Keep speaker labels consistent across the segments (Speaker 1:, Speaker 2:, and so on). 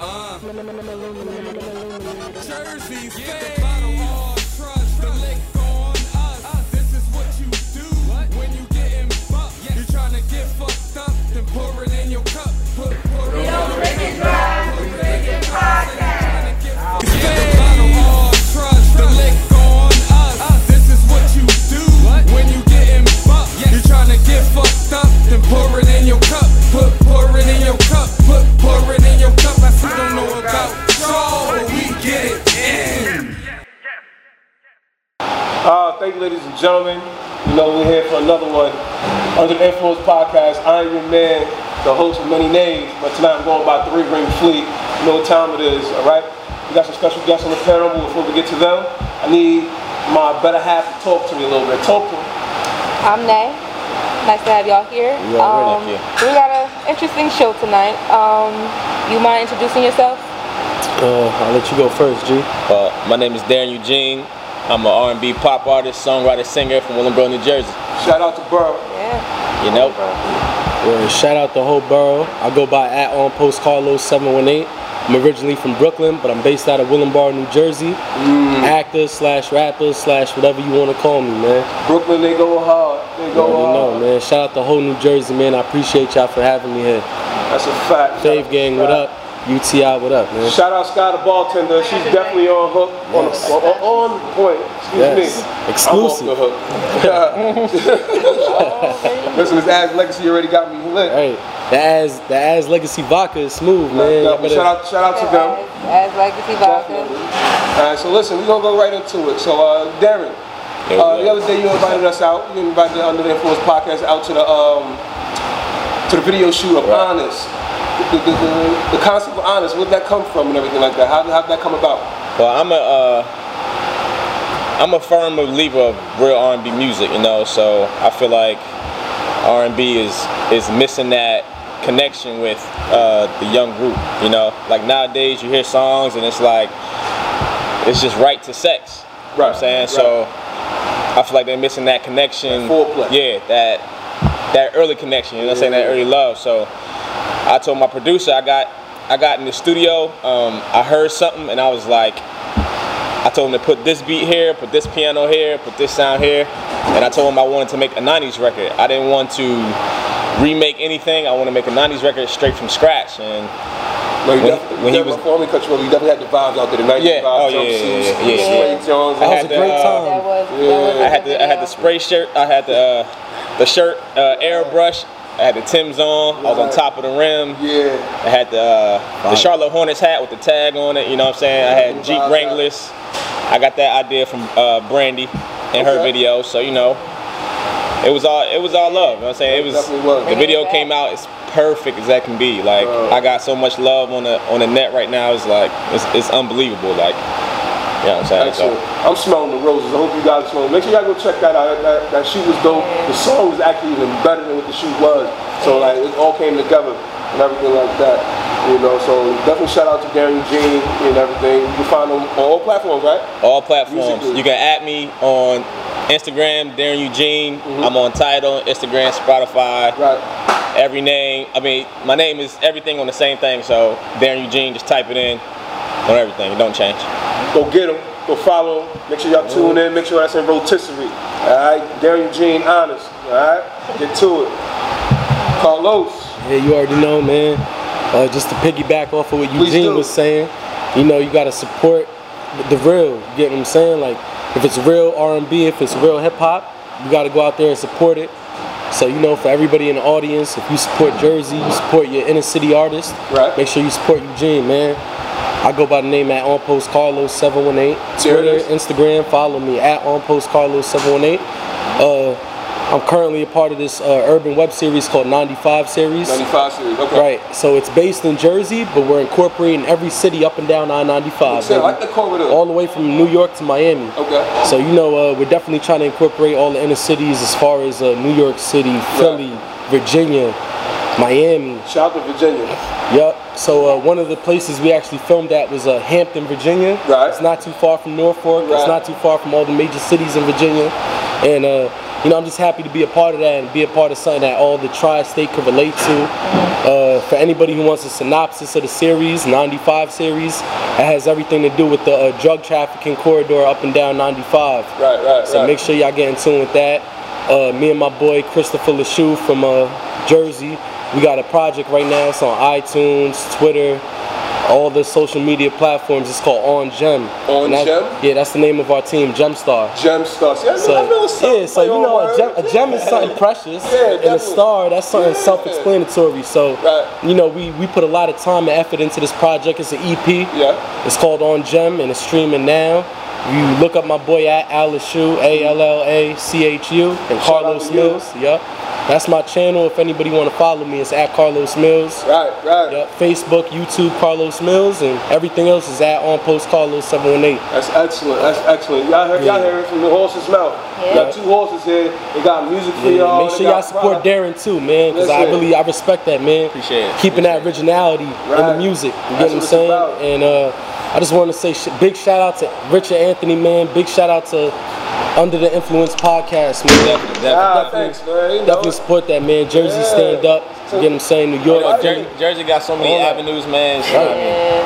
Speaker 1: Uh, Jersey, get the bottle all trust, the lick on us. This is what you do when you getting fucked. You trying to get fucked up, then pour it in your cup. Put, pour it on Get the bottle all trust, the lick on us. This is what you do when you getting fucked. You trying to get fucked up, then pour it in your cup. Put, pour it in your cup. Put, pour it in your cup. I still don't know about y'all, but we get it in.
Speaker 2: Uh, thank you, ladies and gentlemen. You know, we're here for another one. Under the Influence Podcast, I am your man, the host with many names, but tonight I'm going by Three Ring Fleet. You know what time it is, all right? We got some special guests on the panel, but before we get to them, I need my better half to talk to me a little bit. Talk to me.
Speaker 3: I'm Nay. Nice to have y'all here. Um,
Speaker 4: You already here.
Speaker 3: We got an interesting show tonight. Um, you mind introducing yourself?
Speaker 5: Uh, I'll let you go first, G.
Speaker 4: Uh, my name is Darren Eugene. I'm an R&B pop artist, songwriter, singer from Willingboro, New Jersey.
Speaker 2: Shout out to Burrow.
Speaker 3: Yeah.
Speaker 4: You know,
Speaker 5: Yeah, shout out the whole borough. I go by at on post Carlos 718. I'm originally from Brooklyn, but I'm based out of Willingboro, New Jersey.
Speaker 4: Mm.
Speaker 5: Actor slash rapper slash whatever you want to call me, man.
Speaker 2: Brooklyn, they go hard. They
Speaker 5: You
Speaker 2: go hard.
Speaker 5: know, man. Shout out the whole New Jersey, man. I appreciate y'all for having me here.
Speaker 2: That's a fact. Shout out
Speaker 5: Dave
Speaker 2: to
Speaker 5: Gang,
Speaker 2: Sky.
Speaker 5: what up? UTI, what up, man?
Speaker 2: Shout out Sky the bartender. She's definitely on hook. On,
Speaker 5: Yes.
Speaker 2: on, on point. Excuse
Speaker 5: Yes.
Speaker 2: me.
Speaker 5: Exclusive.
Speaker 2: I'm off the hook. Listen, this ass legacy already got me lit.
Speaker 5: Hey, the As the As Legacy Vodka is smooth, man.
Speaker 2: Now,
Speaker 5: Y'all better-
Speaker 2: shout out, shout out to them.
Speaker 3: As Legacy Vodka.
Speaker 2: All right, so listen, we're gonna go right into it. So, uh, Darren,
Speaker 4: There
Speaker 2: uh,
Speaker 4: we
Speaker 2: the
Speaker 4: go.
Speaker 2: other day you invited us out. You invited the Under the Influence podcast out to the um, to the video shoot of
Speaker 4: Right.
Speaker 2: Honest. The, the, the, the concept of Honest, where'd that come from and everything like that? How how did that come about?
Speaker 4: Well, I'm a uh, I'm a firm believer of real R&B music, you know. So I feel like R&B is is missing that connection with uh, the young group, you know. Like nowadays, you hear songs and it's like it's just right to sex. You know what I'm saying
Speaker 2: Right.
Speaker 4: so. I feel like they're missing that connection.
Speaker 2: That foreplay.
Speaker 4: Yeah, that that early connection. You know what I'm saying? That early love. So I told my producer I got I got in the studio. Um, I heard something and I was like, I told him to put this beat here, put this piano here, put this sound here, and I told him I wanted to make a '90s record. I didn't want to remake anything. I want to make a '90s record straight from scratch. And
Speaker 2: No, you
Speaker 4: When-
Speaker 2: definitely, you
Speaker 4: when he
Speaker 2: definitely-
Speaker 4: was-
Speaker 2: before we cut you off, you definitely had the vibes out there, the 95
Speaker 4: Yeah. Oh, yeah, yeah,
Speaker 2: jumpsuits,
Speaker 4: yeah, yeah,
Speaker 3: yeah.
Speaker 2: suede Jones.
Speaker 4: I
Speaker 2: all
Speaker 4: had
Speaker 2: that.
Speaker 4: the,
Speaker 5: great
Speaker 4: uh,
Speaker 5: time.
Speaker 3: That was, that
Speaker 2: Yeah.
Speaker 3: was
Speaker 4: I had the I had the
Speaker 3: video.
Speaker 4: spray shirt. I had the uh, the shirt uh, airbrush. I had the Tim's on. I was on
Speaker 2: Right.
Speaker 4: top of the rim.
Speaker 2: yeah.
Speaker 4: I had the uh, the Charlotte Hornets hat with the tag on it. You know what I'm saying? I had Jeep Wranglers. I got that idea from uh, Brandy in her
Speaker 2: Okay.
Speaker 4: video. So you know, it was all it was all love. You know what I'm saying? It was
Speaker 2: Definitely was.
Speaker 4: the video came out as perfect as that can be. Like
Speaker 2: Bro.
Speaker 4: I got so much love on the on the net right now. It's like it's, it's unbelievable. Like you know what I'm saying? So-
Speaker 2: Excellent. I'm smelling the roses. I hope you guys smell. Make sure y'all go check that out. That, that shoot was dope. The song was actually even better than what the shoot was. So like it all came together and everything like that. You know, so definitely shout out to Darren Eugene and everything. You can find them on all platforms, right?
Speaker 4: all platforms.
Speaker 2: Music.ly.
Speaker 4: You can at me on Instagram, Darren Eugene.
Speaker 2: Mm-hmm.
Speaker 4: I'm on Tidal, Instagram, Spotify,
Speaker 2: Right.
Speaker 4: every name. I mean, my name is everything on the same thing. So Darren Eugene, just type it in on everything. It don't change.
Speaker 2: Go get them. Go follow them. Make sure y'all tune in. Make sure that's in rotisserie. All right. Darren Eugene, honest. All right. Get to it. Carlos.
Speaker 5: Yeah, you already know, man. Uh, just to piggyback off of what
Speaker 2: Please
Speaker 5: Eugene
Speaker 2: do.
Speaker 5: was saying, you know, you gotta support the real. You get what I'm saying? Like, if it's real R&B, if it's real hip hop, you gotta go out there and support it. So you know, for everybody in the audience, if you support Jersey, you support your inner city artist.
Speaker 2: Right.
Speaker 5: Make sure you support Eugene, man. I go by the name at On Post Carlos 718.
Speaker 2: There it
Speaker 5: Twitter,
Speaker 2: is.
Speaker 5: Instagram, follow me at On Post Carlos 718. Uh, I'm currently a part of this uh, urban web series called 95 series.
Speaker 2: 95 series. Okay.
Speaker 5: Right. So it's based in Jersey, but we're incorporating every city up and down I-95.
Speaker 2: So, I like
Speaker 5: baby.
Speaker 2: the corridor.
Speaker 5: all the way from New York to Miami.
Speaker 2: okay.
Speaker 5: So you know, uh, we're definitely trying to incorporate all the inner cities as far as uh, New York City, Philly, Virginia, Miami.
Speaker 2: Shout out to Virginia.
Speaker 5: Yep. So uh, one of the places we actually filmed at was uh, Hampton, Virginia.
Speaker 2: Right.
Speaker 5: It's not too far from Norfolk.
Speaker 2: Right.
Speaker 5: It's not too far from all the major cities in Virginia, and uh, you know, I'm just happy to be a part of that and be a part of something that all the tri-state could relate to. Uh, for anybody who wants a synopsis of the series, 95 series, it has everything to do with the uh, drug trafficking corridor up and down 95.
Speaker 2: Right, right,
Speaker 5: So
Speaker 2: right.
Speaker 5: make sure y'all get in tune with that. Uh, me and my boy Christopher Lachou from uh, Jersey, we got a project right now. It's on iTunes, Twitter, all the social media platforms. It's called On Gem.
Speaker 2: On
Speaker 5: And that's-
Speaker 2: Gem?
Speaker 5: Yeah, that's the name of our team, Gemstar.
Speaker 2: Gem star. See, I know, I know
Speaker 5: So,
Speaker 2: something
Speaker 5: yeah, so you
Speaker 2: about
Speaker 5: know, a
Speaker 2: word.
Speaker 5: gem, a gem is something precious,
Speaker 2: Yeah,
Speaker 5: and a
Speaker 2: definitely.
Speaker 5: star that's something
Speaker 2: Yeah.
Speaker 5: self-explanatory. So,
Speaker 2: Right.
Speaker 5: you know, we, we put a lot of time and effort into this project. It's an EP.
Speaker 2: Yeah.
Speaker 5: It's called On Gem, and it's streaming now. You look up my boy at Alashu, A L L A C H U, and
Speaker 2: Shout out
Speaker 5: Carlos
Speaker 2: to you.
Speaker 5: Mills. Yup. That's my channel. If anybody want to follow me, it's at Carlos Mills.
Speaker 2: Right, right.
Speaker 5: Yup. Facebook, YouTube, Carlos Mills, and everything else is at On Post Carlos 718.
Speaker 2: That's excellent. That's excellent. Y'all heard, y'all heard it from the horse's mouth.
Speaker 3: Yeah.
Speaker 2: Got two horses here. They got music for
Speaker 5: Yeah,
Speaker 2: y'all.
Speaker 5: make
Speaker 2: They
Speaker 5: sure y'all
Speaker 2: got
Speaker 5: support
Speaker 2: product.
Speaker 5: Darren too, man. Cause I
Speaker 2: Listen.
Speaker 5: really I respect that, man.
Speaker 4: Appreciate it.
Speaker 5: Keeping that originality in the
Speaker 2: Right.
Speaker 5: music. You
Speaker 2: That's
Speaker 5: get what I'm
Speaker 2: what it's
Speaker 5: saying?
Speaker 2: about.
Speaker 5: And uh, I just want to say sh- big shout out to Richard Anthony, man. Big shout out to Under the Influence podcast, man.
Speaker 4: Definitely,
Speaker 2: Ah,
Speaker 4: definitely.
Speaker 2: thanks, man. You know
Speaker 5: Definitely
Speaker 2: it.
Speaker 5: support that, man. Jersey
Speaker 2: Yeah.
Speaker 5: stand up. You get what I'm saying? New York.
Speaker 4: Look,
Speaker 5: and,
Speaker 4: Jer- Jersey got so many
Speaker 5: All right.
Speaker 4: avenues, man. So,
Speaker 5: Right.
Speaker 4: I mean,
Speaker 3: Yeah.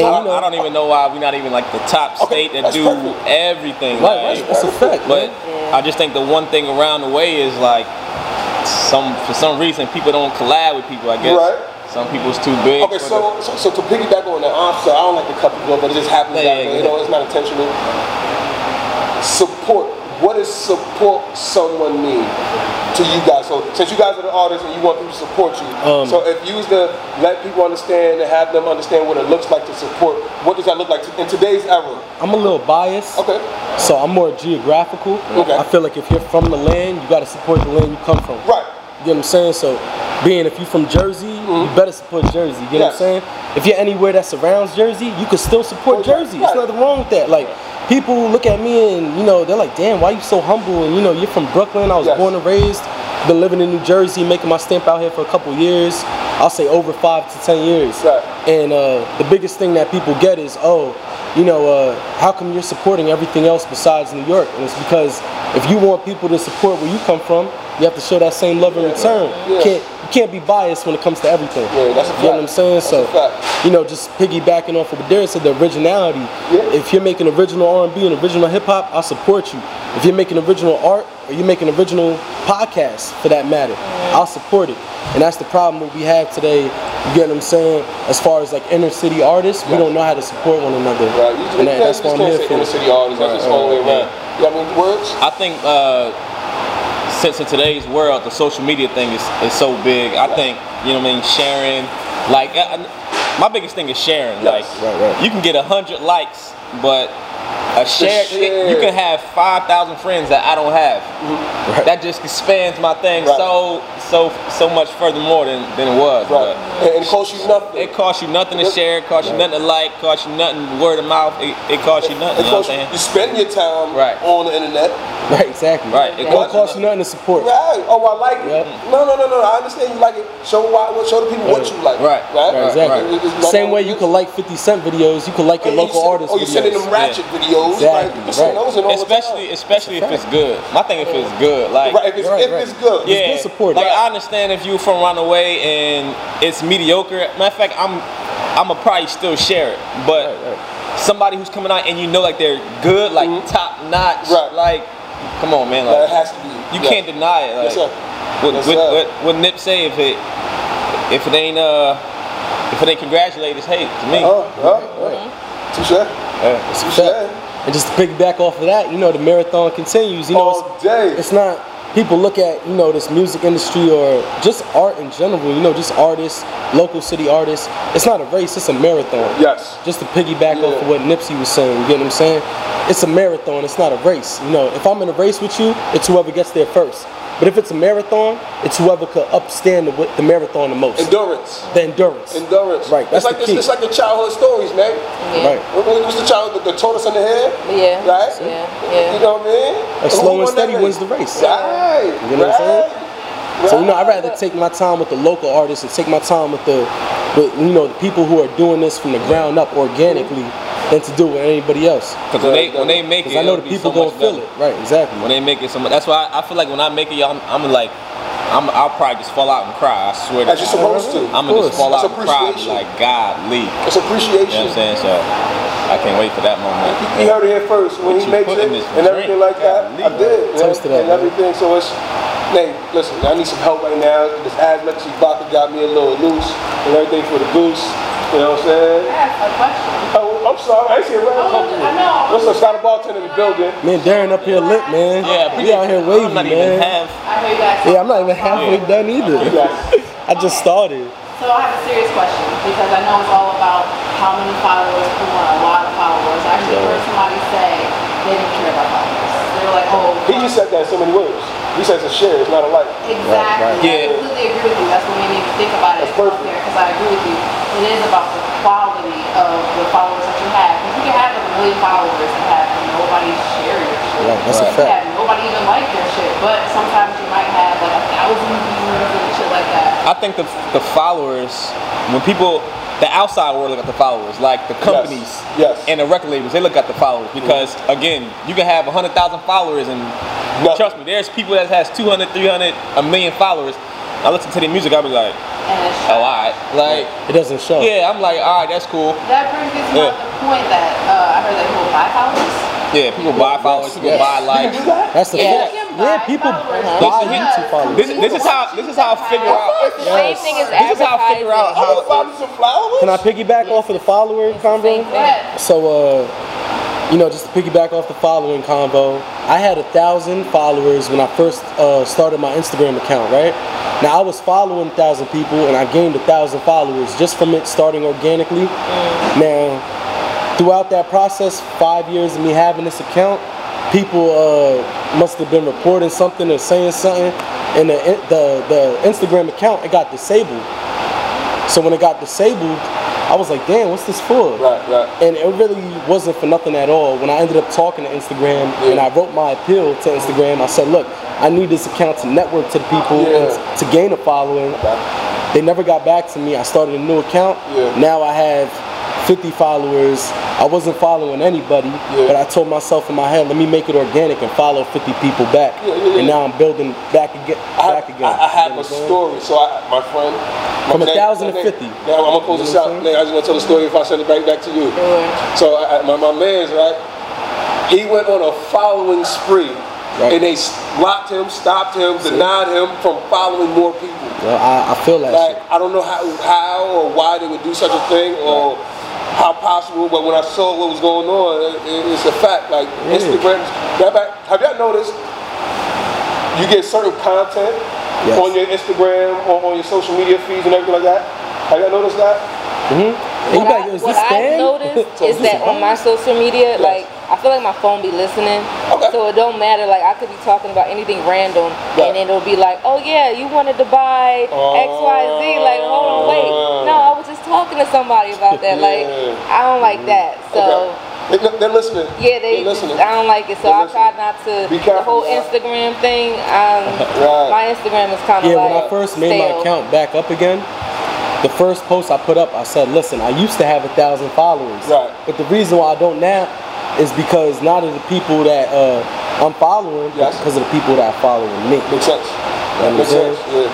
Speaker 5: you
Speaker 4: I, don't, I
Speaker 5: know,
Speaker 4: don't even know why we're not even like the top
Speaker 2: Okay,
Speaker 4: state that
Speaker 2: that's
Speaker 4: do
Speaker 2: perfect.
Speaker 4: everything.
Speaker 5: right, right,
Speaker 4: like,
Speaker 5: that's a fact.
Speaker 4: But
Speaker 5: man.
Speaker 4: I just think the one thing around the way is like some for some reason people don't collab with people. I guess
Speaker 2: Right.
Speaker 4: some people's too big.
Speaker 2: Okay,
Speaker 4: for
Speaker 2: so, so so to piggyback on the answer, I don't like to cut people off, but it just happens.
Speaker 4: Yeah,
Speaker 2: that
Speaker 4: yeah,
Speaker 2: way. You
Speaker 4: yeah.
Speaker 2: know, it's not intentional. Support. What does support someone mean to you guys? So since you guys are the artists and you want people to support you,
Speaker 5: Um,
Speaker 2: so if you was to let people understand and have them understand what it looks like to support, what does that look like to, in today's era?
Speaker 5: I'm a little biased.
Speaker 2: Okay.
Speaker 5: So I'm more geographical.
Speaker 2: Okay.
Speaker 5: I feel like if you're from the land, you gotta support the land you come from.
Speaker 2: Right.
Speaker 5: You know what I'm saying? So, being if you're from Jersey, you better support Jersey. You know what I'm
Speaker 2: Mm-hmm. Yes.
Speaker 5: saying? If you're anywhere that surrounds Jersey, you can still support
Speaker 2: Well, yeah,
Speaker 5: Jersey. There's
Speaker 2: right.
Speaker 5: nothing wrong with that. Like, people look at me and, you know, they're like, damn, why you so humble? And, you know, you're from Brooklyn. I was
Speaker 2: Yes.
Speaker 5: born and raised. Been living in New Jersey, making my stamp out here for a couple years. I'll say over five to ten years.
Speaker 2: Right.
Speaker 5: And uh, the biggest thing that people get is, oh, you know, uh, how come you're supporting everything else besides New York? And it's because if you want people to support where you come from, you have to show that same love in return. You
Speaker 2: Yeah.
Speaker 5: can't you can't be biased when it comes to everything.
Speaker 2: Yeah, that's a
Speaker 5: You know what
Speaker 2: fact.
Speaker 5: I'm saying?
Speaker 2: That's
Speaker 5: so
Speaker 2: a fact.
Speaker 5: you know, just piggybacking off of what Darren said, the originality.
Speaker 2: Yeah.
Speaker 5: If you're making original R&B and original hip hop, I support you. If you're making original art or you're making original podcasts, for that matter, I'll support it. And that's the problem that we have today. You get what I'm saying? As far as like inner city artists, we don't know how to support one another.
Speaker 2: Right, you just,
Speaker 5: And
Speaker 2: you
Speaker 5: that-
Speaker 2: can't-
Speaker 5: that's
Speaker 2: you
Speaker 5: what
Speaker 2: just
Speaker 5: I'm
Speaker 2: can't
Speaker 5: here
Speaker 2: say
Speaker 5: for.
Speaker 2: inner city artists. That's just all the way
Speaker 4: right,
Speaker 2: around. You know what I mean? Words?
Speaker 4: I think uh, since in today's world the social media thing is, is so big, I think you know what I mean sharing. Like I, I- my biggest thing is sharing.
Speaker 2: Yes.
Speaker 4: Like
Speaker 5: Right, right.
Speaker 4: you can get a hundred likes, but a share,
Speaker 2: share.
Speaker 4: you can have five thousand friends that I don't have. That just expands my thing
Speaker 2: Mm-hmm. Right.
Speaker 4: so so so much furthermore than, than it was.
Speaker 2: Right.
Speaker 4: But
Speaker 2: And, and it costs you nothing.
Speaker 4: It costs you nothing to
Speaker 2: Yep.
Speaker 4: share, it costs you nothing to like, costs you nothing word of mouth, it, it costs you nothing,
Speaker 2: It
Speaker 4: you know
Speaker 2: costs
Speaker 4: what I'm
Speaker 2: you
Speaker 4: saying?
Speaker 2: spend your time
Speaker 4: Right.
Speaker 2: on the internet.
Speaker 5: Right, exactly.
Speaker 4: Right, it
Speaker 5: It don't
Speaker 4: costs you
Speaker 5: cost you nothing to support.
Speaker 2: Right. Oh, I like it.
Speaker 5: Yep.
Speaker 2: No, no, no, no. I understand you like it. Show why. Show the people what
Speaker 5: Right.
Speaker 2: you like.
Speaker 4: Right.
Speaker 2: Right.
Speaker 5: Right,
Speaker 2: It-
Speaker 5: exactly.
Speaker 2: it- it's like all
Speaker 5: Same way you
Speaker 2: business.
Speaker 5: can like 50 Cent videos, you can like your
Speaker 2: And you
Speaker 5: local
Speaker 2: send-
Speaker 5: artist
Speaker 2: Oh, you sending
Speaker 5: videos.
Speaker 2: them ratchet videos. Like,
Speaker 5: Exactly,
Speaker 2: you send
Speaker 5: right.
Speaker 2: those in all the time.
Speaker 4: Especially especially if it's good. My thing if it's good, like
Speaker 2: Right. If it's,
Speaker 5: Right,
Speaker 2: if
Speaker 5: right.
Speaker 2: it's good.
Speaker 4: yeah,
Speaker 5: good support.
Speaker 4: Like
Speaker 5: Right.
Speaker 4: I understand if you from around the way and it's mediocre. Matter of fact, I'm I'ma probably still share it. But
Speaker 5: Right, Mm-hmm.
Speaker 4: somebody who's coming out and you know like they're good, like top notch,
Speaker 2: Right.
Speaker 4: like come on man,
Speaker 2: Like,
Speaker 4: like
Speaker 2: it has to be.
Speaker 4: you
Speaker 2: Yeah.
Speaker 4: can't deny it. Like,
Speaker 2: Yes, sir.
Speaker 4: What,
Speaker 2: Yes,
Speaker 4: what,
Speaker 2: sir.
Speaker 4: what, what Nip say if it if it ain't uh if it ain't congratulate it's hate to me.
Speaker 2: Oh, oh,
Speaker 5: Right.
Speaker 2: oh. Touche.
Speaker 4: Yeah.
Speaker 5: It's a
Speaker 2: Touche.
Speaker 5: fact. And just to piggyback off of that, you know, the marathon continues. You know, it's,
Speaker 2: All day.
Speaker 5: it's not people look at you know this music industry or just art in general you know just artists local city artists it's not a race it's a marathon
Speaker 2: Yes.
Speaker 5: just to piggyback off of
Speaker 2: Yeah.
Speaker 5: what nipsey was saying you get what i'm saying it's a marathon it's not a race you know if i'm in a race with you it's whoever gets there first but if it's a marathon it's whoever could upstand the, the marathon the most
Speaker 2: Endurance.
Speaker 5: the endurance
Speaker 2: Endurance.
Speaker 5: right that's
Speaker 2: it's like
Speaker 5: the key
Speaker 2: It's like the childhood stories, man.
Speaker 3: Yeah.
Speaker 5: right
Speaker 2: What what was the child? The, the tortoise and the hare?
Speaker 3: Yeah.
Speaker 2: Right?
Speaker 3: Yeah. Yeah.
Speaker 2: You know what I mean?
Speaker 5: Like
Speaker 2: Who
Speaker 5: slow and
Speaker 2: won that
Speaker 5: steady wins the race.
Speaker 2: Right.
Speaker 5: You know what I'm saying?
Speaker 2: right.
Speaker 5: So you know, I'd rather take my time with the local artists and take my time with the, with you know, the people who are doing this from the ground up organically, than to do with anybody else.
Speaker 4: Because when they when they make it,
Speaker 5: Because I know
Speaker 4: it'll
Speaker 5: the
Speaker 4: be
Speaker 5: people
Speaker 4: so
Speaker 5: gonna
Speaker 4: much
Speaker 5: feel
Speaker 4: better.
Speaker 5: it. Right, exactly.
Speaker 4: When they make it, so much, that's why I, I feel like when I make it, y'all, I'm, I'm like, I'm, I'll probably just fall out and cry. I swear to
Speaker 2: As you're
Speaker 4: God.
Speaker 2: supposed to.
Speaker 4: I'm gonna just
Speaker 5: course.
Speaker 4: fall out
Speaker 2: That's
Speaker 4: and cry, and be
Speaker 2: appreciation.
Speaker 4: like God, leave. You
Speaker 2: It's
Speaker 4: know what
Speaker 2: appreciation.
Speaker 4: I'm saying? So I can't wait for that moment.
Speaker 2: You heard it here first. When he
Speaker 4: What you
Speaker 2: makes
Speaker 4: put
Speaker 2: it
Speaker 4: in this
Speaker 2: and everything like
Speaker 4: drink,
Speaker 2: that, I
Speaker 4: golly.
Speaker 2: did. you know,
Speaker 5: Toast to that,
Speaker 2: And
Speaker 5: man.
Speaker 2: everything. So it's, hey, listen, I need some help right now. This Azmex vodka got me a little loose and everything for the goose. You know what I'm saying?
Speaker 6: a question.
Speaker 2: Oh, I'm sorry. I ain't see a red
Speaker 6: Oh, I know.
Speaker 2: What's up? Shout out bartender in the building.
Speaker 5: Man, Darren up here lit, man.
Speaker 4: Yeah,
Speaker 5: we out here wavy,
Speaker 4: I'm not
Speaker 5: man.
Speaker 4: even half.
Speaker 6: I hear you guys.
Speaker 5: yeah, I'm not even halfway
Speaker 4: Yeah.
Speaker 5: done either.
Speaker 2: Yes.
Speaker 5: I just started.
Speaker 6: So I have a serious question because I know it's all about how many followers who want a lot of followers. I actually heard somebody say they didn't care about followers. They were like, oh,
Speaker 2: He just said that in so many words. He says it's share, it's not a like.
Speaker 6: exactly.
Speaker 5: Right, right.
Speaker 6: I
Speaker 4: Yeah.
Speaker 6: completely agree with you. That's what made me think about it
Speaker 2: That's perfect.
Speaker 6: because I agree with you. It is about the quality of the followers that you have. Because you can have a million followers and have nobody share your shit.
Speaker 5: Right, that's a
Speaker 4: Right.
Speaker 5: fact.
Speaker 6: Yeah, nobody even liked your shit. But sometimes you might have like a thousand views and shit like that.
Speaker 4: I think the the followers, when people, the outside world look at the followers, like the companies
Speaker 2: Yes. Mm-hmm.
Speaker 4: and the record labels, they look at the followers because again, you can have hundred thousand followers and
Speaker 2: Nothing.
Speaker 4: trust me, there's people that has 200, 300, a million followers. I listen to their music, I'll be like,
Speaker 6: And it's
Speaker 4: oh, all right, like.
Speaker 5: It doesn't show.
Speaker 4: Yeah, I'm like, all right, that's cool.
Speaker 6: That brings me to
Speaker 4: Yeah.
Speaker 6: another point that uh, I heard that people buy followers.
Speaker 4: Yeah, people buy followers, people
Speaker 5: yes.
Speaker 4: buy likes.
Speaker 5: That's the
Speaker 6: Yeah.
Speaker 5: fact.
Speaker 6: You can buy
Speaker 5: Yeah, people
Speaker 6: followers.
Speaker 5: buy
Speaker 4: Listen,
Speaker 5: YouTube followers.
Speaker 4: This, this is how this is how I figure out.
Speaker 3: It's the same thing as
Speaker 4: This is how I figure out
Speaker 3: advertising.
Speaker 2: I would
Speaker 4: how.
Speaker 2: find some flowers.
Speaker 5: Can I piggyback off of the follower
Speaker 3: Same
Speaker 5: convo?
Speaker 3: thing.
Speaker 6: But
Speaker 5: So, uh, you know, just to piggyback off the following convo, I had a thousand followers when I first uh, started my Instagram account, right? Now I was following a thousand people and I gained a thousand followers just from it starting organically. Now, throughout that process, five years of me having this account, people uh, must have been reporting something or saying something, and the, the the Instagram account it got disabled. So when it got disabled, I was like, damn, what's this for?
Speaker 2: Right, right.
Speaker 5: And it really wasn't for nothing at all. When I ended up talking to Instagram and I wrote my appeal to Instagram, I said, look, I need this account to network to the people
Speaker 2: Yeah.
Speaker 5: and to gain a following. They never got back to me. I started a new account.
Speaker 2: Yeah.
Speaker 5: Now I have 50 followers. I wasn't following anybody,
Speaker 2: Yeah.
Speaker 5: but I told myself in my head, let me make it organic and follow 50 people back.
Speaker 2: Yeah, yeah,
Speaker 5: And
Speaker 2: yeah.
Speaker 5: now I'm building back again.
Speaker 2: I,
Speaker 5: back again.
Speaker 2: I, I
Speaker 5: You
Speaker 2: have a
Speaker 5: know what I'm saying?
Speaker 2: story. So I, my friend, my
Speaker 5: From a
Speaker 2: name-
Speaker 5: thousand to
Speaker 2: my name-
Speaker 5: 50.
Speaker 2: Now I'm gonna close this out. Now I just wanna tell the story if I send it right back to you. So I, I- my my man's right. He went on a following spree,
Speaker 5: Right.
Speaker 2: and they blocked him, stopped him, denied him from following more people.
Speaker 5: Well, I, I feel that shit.
Speaker 2: Like I don't know how, how or why they would do such a thing or how possible, but when I saw what was going on, it, it- it's a fact. Like
Speaker 5: Yeah.
Speaker 2: Instagram, matter of fact, have y'all noticed? You get certain content
Speaker 5: Yes.
Speaker 2: on your Instagram or on your social media feeds and everything like that. Have y'all noticed that?
Speaker 5: And
Speaker 3: What,
Speaker 5: you be like,
Speaker 3: I,
Speaker 5: "Yo, is
Speaker 3: what
Speaker 5: this
Speaker 3: I've
Speaker 5: spam?"
Speaker 3: noticed
Speaker 2: So
Speaker 3: is
Speaker 2: this
Speaker 3: that
Speaker 2: is
Speaker 3: on my social media, like I feel like my phone be listening,
Speaker 2: Okay.
Speaker 3: so it don't matter. Like I could be talking about anything random,
Speaker 2: Right.
Speaker 3: and then it'll be like, "Oh yeah, you wanted to buy X, Y, Z." Like, hold on, wait, no, I was just talking to somebody about that. Like,
Speaker 2: Oh. Yeah. Mm-hmm.
Speaker 3: I don't like that. So
Speaker 2: Okay. They, they're listening.
Speaker 3: yeah, they. um,
Speaker 2: They're listening.
Speaker 3: I don't like it, so
Speaker 2: They're
Speaker 3: I try
Speaker 2: listening.
Speaker 3: not to.
Speaker 2: Be
Speaker 3: the
Speaker 2: careful,
Speaker 3: whole
Speaker 2: yeah.
Speaker 3: Instagram thing. Um,
Speaker 2: Right.
Speaker 3: My Instagram is kind of
Speaker 5: Yeah,
Speaker 3: like
Speaker 5: when I first made my
Speaker 3: stale.
Speaker 5: account back up again, the first post I put up, I said, listen, I used to have a thousand followers.
Speaker 2: Right.
Speaker 5: But the reason why I don't now is because not of the people that uh, I'm following, but
Speaker 2: Yes.
Speaker 5: because of the people that are following me.
Speaker 2: Makes sense.
Speaker 5: That
Speaker 2: Makes
Speaker 5: makes
Speaker 2: sense.
Speaker 5: sense.
Speaker 2: Yeah.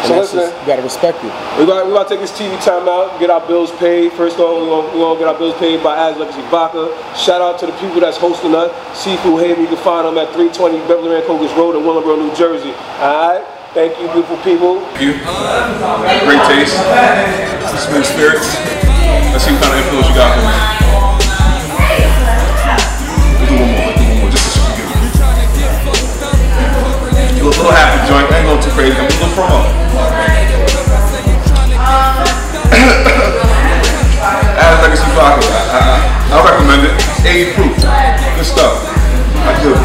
Speaker 5: And
Speaker 2: So
Speaker 5: that's
Speaker 2: listen.
Speaker 5: just, you gotta respect it.
Speaker 2: We're about, we about to take this TV timeout, get our bills paid. First off, we're gonna, we're gonna get our bills paid by As Legacy Vodka. Shout out to the people that's hosting us. Seafood Haven, you can find them at 320 Beverly Rancogus Road in Willowboro, New Jersey. Alright? Thank you, beautiful people.
Speaker 7: you. Great taste. Smooth spirits. Let's see what kind of influence you got for me. Let's do one more. Let's do one more. Just to show you. You look a little happy, joint. I ain't going too crazy. I'm a little promo. As Legacy Vodka. I, I, I recommend it. 80 proof. Good stuff. I do.
Speaker 8: I'm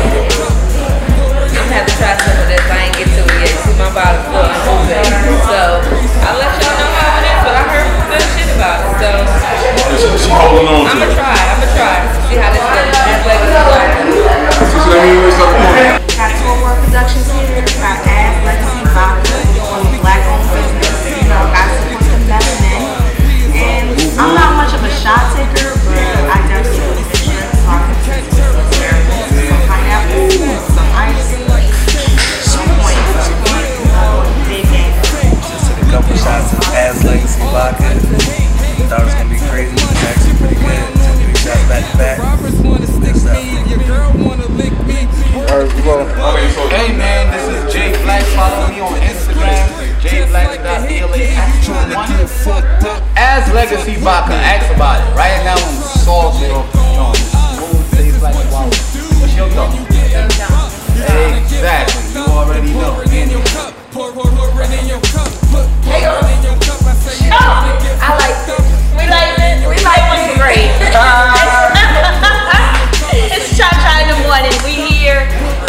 Speaker 8: gonna have to try some of this. I ain't get to it yet. See, my bottle's full and moving. So I'll let y'all know how it is. But I heard good shit about it. So
Speaker 7: She's she holding on
Speaker 8: I'm
Speaker 7: to
Speaker 8: gonna
Speaker 7: it.
Speaker 8: try. I'm gonna try. See how this goes. This lady's like,
Speaker 7: She's letting me raise up more.
Speaker 9: Got Tour World Productions here. Got Ass Legacy Vodka. I'm a black owned business. You know, I support the better men. And I'm not much of a shot taker, but I definitely
Speaker 10: vodka. Thought it was gonna be crazy, it was actually pretty good. Took three shots back to back. Good stuff.
Speaker 1: Hey man, this is Jay Black. Follow me on Instagram, jblack.la. As Legacy Vodka, ask about it. Right now I'm salty off the joint. Smooth taste like wow. What's your thought? Exactly, you already know.
Speaker 8: I like it. We like it. We like what's great. it's Cha Cha in the morning. We here.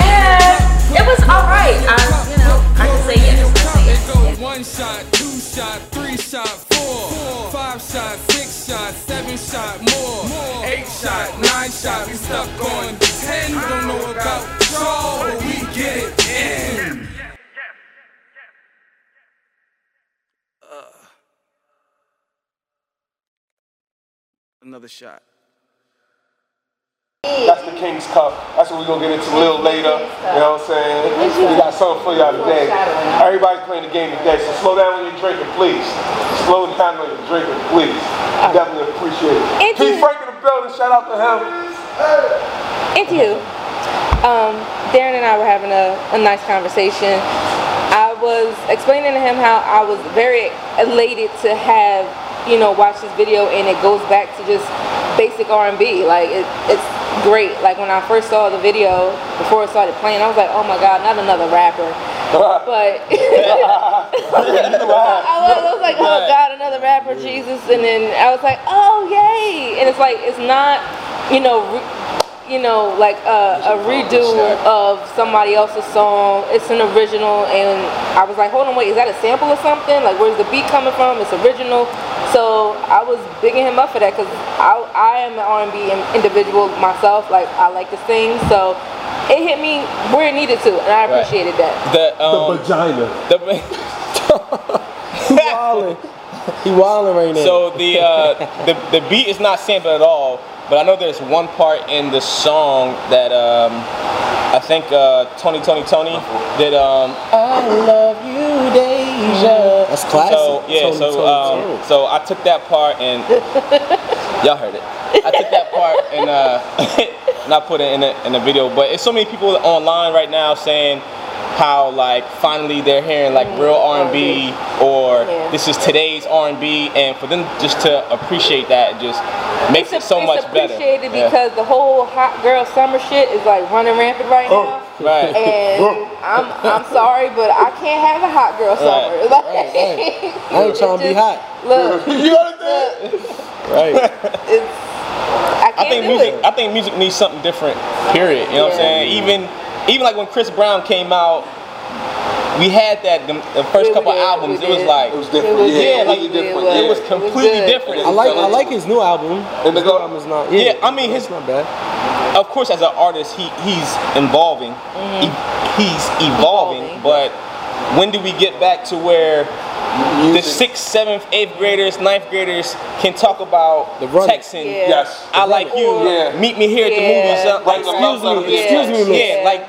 Speaker 8: And it was all right. I, you know, I can say yes. I say yes.
Speaker 1: One shot, two shot, three shot, four, five shot, six shot, seven shot, more, eight shot, nine shot. We stuck on ten. We don't know about y'all, but we get it in.
Speaker 11: Another shot.
Speaker 2: That's the King's Cup. That's what we're gonna get into a little later. You know what I'm saying? We got something for y'all today. Everybody's playing the game today, so slow down when you're drinking, please. Slow down when you're drinking, please. We definitely appreciate it.
Speaker 3: It
Speaker 2: Keith
Speaker 3: is-
Speaker 2: Frank in the building, shout out to him.
Speaker 3: Anywho, um, Darren and I were having a, a nice conversation. I was explaining to him how I was very elated to have, you know, watch this video and it goes back to just basic R&B. Like, it, it's great. Like, when I first saw the video, before it started playing, I was like, oh my God, not another rapper. But I was, I was like, oh God, another rapper, Jesus, and then I was like, oh yay, and it's like it's not, you know, re- you know, like a, a redo of somebody else's song. It's an original, and I was like, hold on, wait, is that a sample or something? Like, where's the beat coming from? It's original. So I was bigging him up for that because I, I am an R&B in- individual myself. Like, I like to sing, so it hit me where it needed to, and I
Speaker 4: Right.
Speaker 3: appreciated that.
Speaker 4: The um,
Speaker 5: vagina.
Speaker 4: the,
Speaker 5: He wildin'. he wildin' right now.
Speaker 4: so the uh, the the beat is not sampled at all. But I know there's one part in the song that um, I think uh, Tony Tony Tony did. Um, I love you, Deja.
Speaker 5: That's classic.
Speaker 4: So yeah,
Speaker 5: Tony,
Speaker 4: so
Speaker 5: Tony,
Speaker 4: um,
Speaker 5: Tony.
Speaker 4: so I took that part and y'all heard it. I took that part and uh, and I put it in a, in a video. But it's so many people online right now saying how like finally they're hearing like real R&B or
Speaker 3: Mm-hmm. Yeah.
Speaker 4: this is today's R&B, and for them just to appreciate that just makes it so
Speaker 3: it's
Speaker 4: much better.
Speaker 3: appreciated
Speaker 4: Yeah.
Speaker 3: because the whole hot girl summer shit is like running rampant right
Speaker 5: Oh.
Speaker 3: now.
Speaker 4: right.
Speaker 3: And I'm I'm sorry, but I can't have a hot girl summer. Like,
Speaker 5: I ain't trying to be
Speaker 3: just-
Speaker 5: hot.
Speaker 3: Look,
Speaker 2: You understand?
Speaker 5: Right.
Speaker 3: it's I can't
Speaker 4: I think
Speaker 3: do
Speaker 4: music. uh,
Speaker 3: it.
Speaker 4: I think music needs something different. Period. You know what I'm saying? Even even like when Chris Brown came out, we had that the, the first
Speaker 3: Yeah, we
Speaker 4: couple
Speaker 3: did,
Speaker 4: albums.
Speaker 3: we
Speaker 4: It was
Speaker 3: did.
Speaker 4: like
Speaker 2: It was different.
Speaker 3: was
Speaker 2: yeah, it
Speaker 4: good.
Speaker 2: was
Speaker 4: It
Speaker 2: different.
Speaker 3: was.
Speaker 4: it was
Speaker 3: It was
Speaker 4: completely
Speaker 3: good.
Speaker 4: different.
Speaker 5: I like I like his new album.
Speaker 2: And the
Speaker 5: His new album is not. Yeah,
Speaker 4: Yeah, I mean, his-
Speaker 5: it's not bad.
Speaker 4: of course, as an artist, he he's evolving, He- he's evolving,
Speaker 3: Mm-hmm. Evolving.
Speaker 4: But when do we get back to where the
Speaker 2: Music.
Speaker 4: sixth, seventh, eighth graders, ninth graders can talk about
Speaker 5: The running.
Speaker 4: texting?
Speaker 3: Yeah.
Speaker 2: Yes.
Speaker 4: I like you.
Speaker 2: Yeah.
Speaker 4: Meet me here at
Speaker 3: Yeah.
Speaker 4: the movies. uh,
Speaker 2: Right,
Speaker 4: like,
Speaker 2: the love letter.
Speaker 5: Excuse me.
Speaker 2: Yeah.
Speaker 5: Excuse me, miss.
Speaker 4: Yeah, like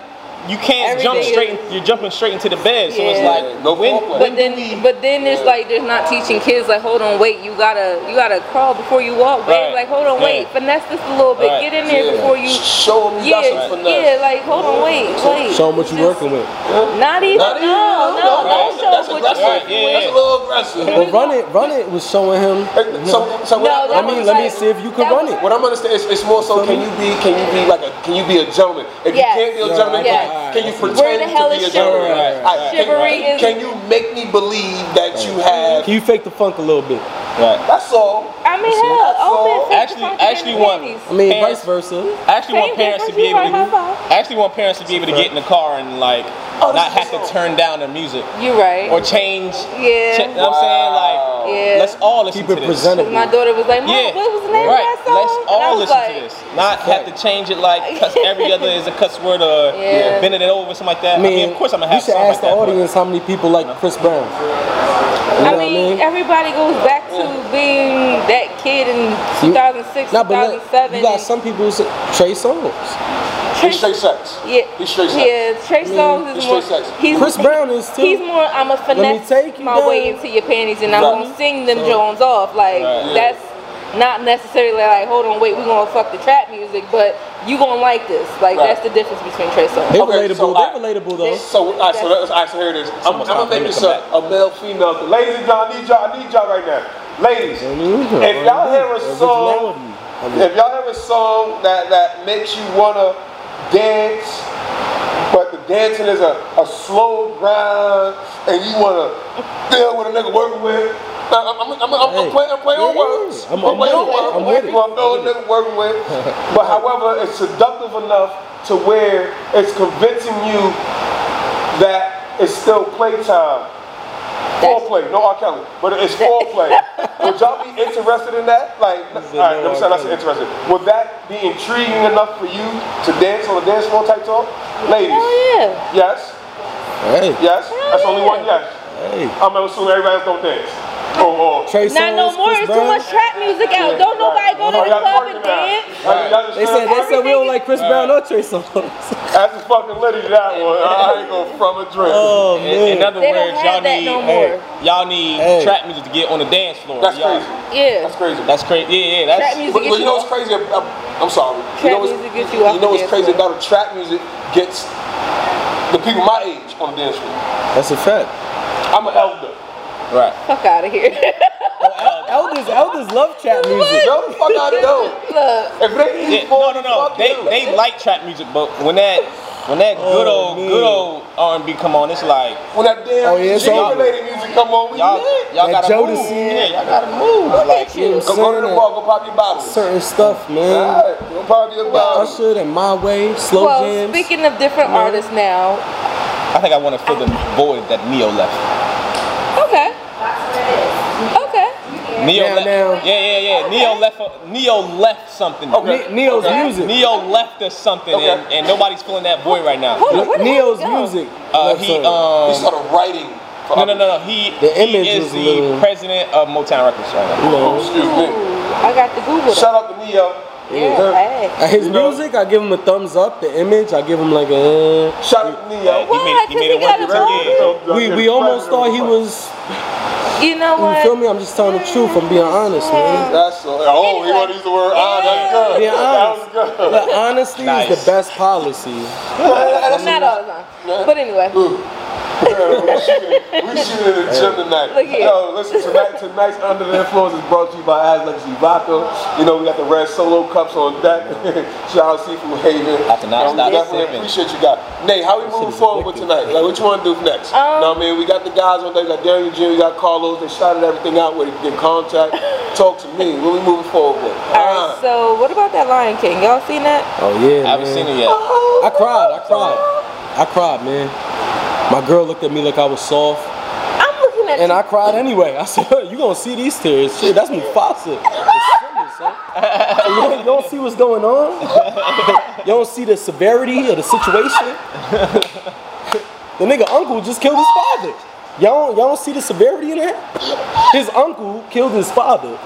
Speaker 4: you can't jump
Speaker 3: Everything
Speaker 4: straight.
Speaker 3: is-
Speaker 4: you're jumping straight into the bed, so it's
Speaker 3: Yeah.
Speaker 4: like
Speaker 2: No
Speaker 4: when,
Speaker 2: foreplay.
Speaker 4: when
Speaker 3: But then, but then there's like there's not teaching kids like hold on wait you gotta you gotta crawl before you walk babe
Speaker 4: Right.
Speaker 3: like hold on
Speaker 4: Yeah.
Speaker 3: wait finesse this a little bit
Speaker 4: Right.
Speaker 3: get in there
Speaker 2: Yeah.
Speaker 3: before you
Speaker 2: Show them you
Speaker 3: yeah
Speaker 2: got some finesse.
Speaker 3: yeah like hold on wait wait
Speaker 5: Show him what you're working with.
Speaker 3: not even
Speaker 2: Not even-
Speaker 3: no no
Speaker 2: Right.
Speaker 3: don't show
Speaker 2: That's
Speaker 3: what
Speaker 2: aggressive.
Speaker 3: you're working
Speaker 4: yeah.
Speaker 2: That's a little aggressive.
Speaker 5: But run it, run it was showing him.
Speaker 2: Hey, So, so what,
Speaker 3: No,
Speaker 2: I,
Speaker 3: that
Speaker 2: what
Speaker 5: Let me
Speaker 3: was
Speaker 5: let me
Speaker 3: like-
Speaker 5: see if you can
Speaker 3: that
Speaker 5: run
Speaker 3: was
Speaker 5: it.
Speaker 2: What I'm understanding is it's more so can you be can you be like a can you be a gentleman? If
Speaker 3: Yes.
Speaker 2: you can't be a gentleman,
Speaker 3: Yes.
Speaker 2: can, you, can you pretend
Speaker 3: Where the hell
Speaker 2: to
Speaker 3: is
Speaker 2: be a gentleman?
Speaker 3: chivalry?
Speaker 2: Right, right. Can-
Speaker 3: Chivalry
Speaker 2: can,
Speaker 3: is-
Speaker 2: you make me believe that you have?
Speaker 5: Can you fake the funk a little bit?
Speaker 4: right.
Speaker 2: That's all.
Speaker 3: I mean hell open
Speaker 4: Actually, actually want
Speaker 5: I mean,
Speaker 4: parents-
Speaker 5: vice versa.
Speaker 4: I actually want
Speaker 3: Same
Speaker 4: parents to
Speaker 3: difference,
Speaker 4: be
Speaker 3: you
Speaker 4: able to.
Speaker 3: like high five.
Speaker 4: I actually want parents to be able to get in the car and like
Speaker 2: Oh,
Speaker 4: not
Speaker 2: this
Speaker 4: have
Speaker 2: is
Speaker 4: to
Speaker 2: so-
Speaker 4: turn down their music
Speaker 3: You're right.
Speaker 4: or change.
Speaker 3: Yeah.
Speaker 4: cha- you know what I'm saying? Like,
Speaker 3: Yeah.
Speaker 4: let's all listen
Speaker 5: Keep it
Speaker 4: to this.
Speaker 5: presentable.
Speaker 3: My daughter was like, Mom,
Speaker 4: Yeah.
Speaker 3: what was the name
Speaker 4: right.
Speaker 3: of that song?
Speaker 4: Let's all
Speaker 3: and I was
Speaker 4: listen
Speaker 3: like,
Speaker 4: to this. Not have to change it like cuss every other is a cuss word or
Speaker 3: Yeah.
Speaker 4: bending it over something like that.
Speaker 5: I mean,
Speaker 4: of course I'm gonna
Speaker 5: you
Speaker 4: have
Speaker 5: should
Speaker 4: something
Speaker 5: ask
Speaker 4: like
Speaker 5: the
Speaker 4: that. but-
Speaker 5: audience how many people like Chris Brown. You know
Speaker 3: I
Speaker 5: what I
Speaker 3: mean,
Speaker 5: mean?
Speaker 3: everybody goes back to being that kid in 2006,
Speaker 5: Nah, but look,
Speaker 3: 2007.
Speaker 5: you got some people who say Trey Songz.
Speaker 2: He's straight sex.
Speaker 3: Yeah,
Speaker 2: He's straight sex.
Speaker 3: yeah. Trey Songz is
Speaker 2: He's
Speaker 3: more.
Speaker 2: straight sex.
Speaker 3: He's,
Speaker 2: Chris Brown
Speaker 5: is too.
Speaker 3: He's more. I'm a
Speaker 5: Let me
Speaker 3: finesse
Speaker 5: take you
Speaker 3: my
Speaker 5: down.
Speaker 3: way into your panties, and
Speaker 5: Right.
Speaker 3: I'm gonna sing them
Speaker 5: So-
Speaker 3: Jones off. Like
Speaker 5: Right.
Speaker 3: that's not necessarily like, hold on, wait, we gonna fuck the trap music, but you gonna like this. Like
Speaker 2: Right.
Speaker 3: that's the difference between Trey Songz.
Speaker 5: They relatable. they relatable though.
Speaker 2: So, all right, so, that's, all right, so here it is. I'm, I'm gonna make this a, a male female thing. Ladies and y'all, I need y'all, I need y'all right now. Ladies, if y'all hear a song, if y'all hear a song that, that makes you wanna dance, but the dancing is a, a slow grind, and you wanna feel what a nigga working with. I- I'm, I'm, I'm, I'm, I'm playing, I'm playing on words.
Speaker 5: I'm- I'm
Speaker 2: playing
Speaker 5: with it.
Speaker 2: on
Speaker 5: I'm
Speaker 2: words.
Speaker 5: with it.
Speaker 2: I'm knowing a nigga working with. But however, it's seductive enough to where it's convincing you that it's still playtime. Foreplay, no R. Kelly, but it's foreplay. Would y'all be interested in that? Like, all right, let me say, I said interested. Would that be intriguing enougf for you to dance on the dance floor type talk, ladies?
Speaker 3: yeah.
Speaker 2: Yes.
Speaker 5: Hey.
Speaker 2: Yes. That's only one yes.
Speaker 5: Hey.
Speaker 2: I'm gonna assume everybody else don't dance. Oh, oh.
Speaker 5: Trey
Speaker 3: Not no more. It's too much trap music out. Don't nobody go
Speaker 2: Oh,
Speaker 3: to the
Speaker 2: y'all
Speaker 3: club
Speaker 2: twerking
Speaker 3: and
Speaker 2: now.
Speaker 3: dance.
Speaker 2: Like, y'all just
Speaker 5: They said they said we don't like Chris Brown or Trey Songz.
Speaker 2: That's a fucking litty that one. I ain't gonna from a drink.
Speaker 5: Oh
Speaker 4: In, in other
Speaker 3: They don't
Speaker 4: words,
Speaker 3: have
Speaker 4: y'all
Speaker 3: that
Speaker 4: need
Speaker 3: no more.
Speaker 4: y'all need
Speaker 5: Hey.
Speaker 4: trap music to get on the dance floor.
Speaker 2: That's
Speaker 4: Y'all-
Speaker 2: crazy.
Speaker 3: Yeah.
Speaker 2: That's crazy.
Speaker 4: That's crazy. Yeah, yeah.
Speaker 3: Trap
Speaker 4: That's
Speaker 2: But,
Speaker 3: music
Speaker 2: but you
Speaker 3: gets you
Speaker 2: know what's
Speaker 3: off.
Speaker 2: crazy? I'm, I'm- I'm sorry. you
Speaker 3: Trap
Speaker 2: know what's,
Speaker 3: music gets you off
Speaker 2: know
Speaker 3: the
Speaker 2: what's
Speaker 3: dance
Speaker 2: crazy
Speaker 3: floor.
Speaker 2: about trap music gets the people my age on the dance floor.
Speaker 5: That's a fact.
Speaker 2: I'm an elder.
Speaker 4: right.
Speaker 3: Fuck out of here.
Speaker 5: Elders, elders love trap music.
Speaker 2: Yo, the fuck out of know.
Speaker 3: Look,
Speaker 2: If they eat
Speaker 4: Yeah, no,
Speaker 2: four,
Speaker 4: no, no.
Speaker 2: fuck
Speaker 4: They
Speaker 2: you.
Speaker 4: they like trap music, but when that when that good
Speaker 5: Oh,
Speaker 4: old
Speaker 5: man.
Speaker 4: good old R and B come on, it's like
Speaker 2: when that damn
Speaker 5: Oh, yeah, it's
Speaker 2: Jamaican
Speaker 5: over.
Speaker 2: lady music come on, we
Speaker 4: y'all
Speaker 2: lit.
Speaker 4: y'all
Speaker 5: That
Speaker 4: gotta move.
Speaker 5: Jodeci.
Speaker 4: Yeah, y'all gotta move.
Speaker 3: look
Speaker 4: Like
Speaker 3: at you.
Speaker 2: Go, go to the bar, go pop your bottle.
Speaker 5: Certain stuff, man.
Speaker 2: Alright, go pop your bottle.
Speaker 5: Usher and My Way, Slow
Speaker 3: Well,
Speaker 5: Jams.
Speaker 3: speaking of different artists now,
Speaker 4: I think I want to fill the void that Neo left.
Speaker 3: okay, okay.
Speaker 4: Neo
Speaker 5: Now,
Speaker 4: left.
Speaker 5: now.
Speaker 4: Yeah, yeah, yeah. Neo left. a- Neo left something.
Speaker 5: Ne- Oh, Neo's
Speaker 2: Okay.
Speaker 5: music.
Speaker 4: Neo left us something,
Speaker 2: Okay.
Speaker 4: and, and nobody's filling that void right now.
Speaker 3: Hold on, where the hell
Speaker 5: Neo's
Speaker 3: did it go?
Speaker 5: music.
Speaker 4: Uh,
Speaker 5: Love
Speaker 4: he
Speaker 5: Song.
Speaker 2: He
Speaker 4: um.
Speaker 2: started writing.
Speaker 4: No, no, no, no. He,
Speaker 5: The image
Speaker 4: he is
Speaker 5: was
Speaker 4: the
Speaker 5: a little-
Speaker 4: president of Motown Records right now.
Speaker 5: You know,
Speaker 2: Excuse me.
Speaker 3: Ooh, I got the Google.
Speaker 2: Shout out to Neo.
Speaker 3: Yeah, hey.
Speaker 5: at his
Speaker 2: You know-
Speaker 5: music, I give him a thumbs up. The image, I I give him like a. eh.
Speaker 2: Shout out to
Speaker 4: Yeah,
Speaker 2: Neo.
Speaker 4: he made, he
Speaker 3: Why?
Speaker 4: made it
Speaker 3: 'Cause
Speaker 4: work
Speaker 3: he
Speaker 4: for
Speaker 3: got a
Speaker 4: 10 years.
Speaker 5: We, we almost thought he was.
Speaker 3: You know
Speaker 5: You
Speaker 3: what?
Speaker 5: feel me? I'm just telling the truth. I'm being honest, man.
Speaker 2: That's so. Oh, he want to use the word. Ah, that's good.
Speaker 5: Being honest.
Speaker 2: That was good.
Speaker 5: But honesty is
Speaker 4: Nice.
Speaker 5: the best policy.
Speaker 3: Not all the time. But anyway,
Speaker 2: We shooting in the gym tonight.
Speaker 3: Look here.
Speaker 2: Yo, listen, tonight, tonight's Under the Influence is brought to you by As Legacy Vodka. You know, we got the red solo cups on deck. Shout out Seafood Haven.
Speaker 4: I cannot
Speaker 2: And we
Speaker 4: stop
Speaker 2: definitely
Speaker 4: sipping.
Speaker 2: appreciate you guys. Nate, how we moving forward with tonight? Like, what you want to do next?
Speaker 3: Um,
Speaker 2: no, I mean, we got the guys on there. We got Darian Jr., we got Carlos. They shouted everything out with it. Get contact. Talk to me. What we moving forward with? Uh,
Speaker 3: all right. So, what about that Lion King? Y'all seen that?
Speaker 5: Oh yeah,
Speaker 4: I haven't
Speaker 5: man.
Speaker 4: seen it yet.
Speaker 3: Oh,
Speaker 5: I cried. I cried. I cried, man. My girl looked at me like I was soft,
Speaker 3: I'm looking at
Speaker 5: and
Speaker 3: you.
Speaker 5: I cried anyway. I said, "You gonna see these tears? Shit, that's Mufasa." It's serious, son. you, don't, you don't see what's going on. you don't see the severity of the situation. the nigga uncle just killed his father. Y'all, y'all don't see the severity in that. His uncle killed his father,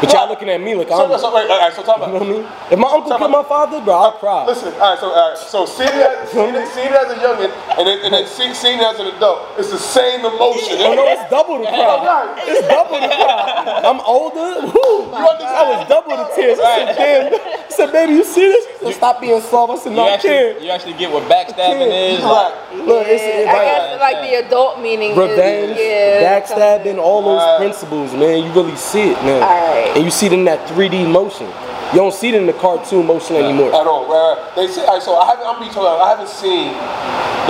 Speaker 5: but y'all looking at me like
Speaker 2: So,
Speaker 5: I'm.
Speaker 2: so, wait, all right, so talk about
Speaker 5: You know what I mean? If my uncle killed my father, bro, I'll cry.
Speaker 2: Listen, all right, so all right, so seeing it, seeing it, seeing it as a youngin, and then, and then seeing, seeing it as an adult, it's the same emotion.
Speaker 5: Oh no, it's double the cry.
Speaker 2: Right.
Speaker 5: It's double the cry. I'm older. Woo. I was double the tears. I said, damn. I said, baby, you see this? I said, Stop being soft. I said,
Speaker 4: You
Speaker 5: no, I can't.
Speaker 4: actually, you actually get what backstabbing
Speaker 5: Kid.
Speaker 4: is.
Speaker 2: Right.
Speaker 5: Look, it's,
Speaker 3: Yeah,
Speaker 5: it's
Speaker 3: I
Speaker 5: like
Speaker 3: guess like the adult meaning is
Speaker 5: revenge,
Speaker 3: yeah,
Speaker 5: backstabbing, all those
Speaker 2: Right.
Speaker 5: principles, man. You really see it now.
Speaker 3: Alright.
Speaker 5: And you see it in that 3D motion. You don't see it in the cartoon motion anymore.
Speaker 2: At all, right? Uh, right. They say, all right, so I haven't, I'm being told, I haven't seen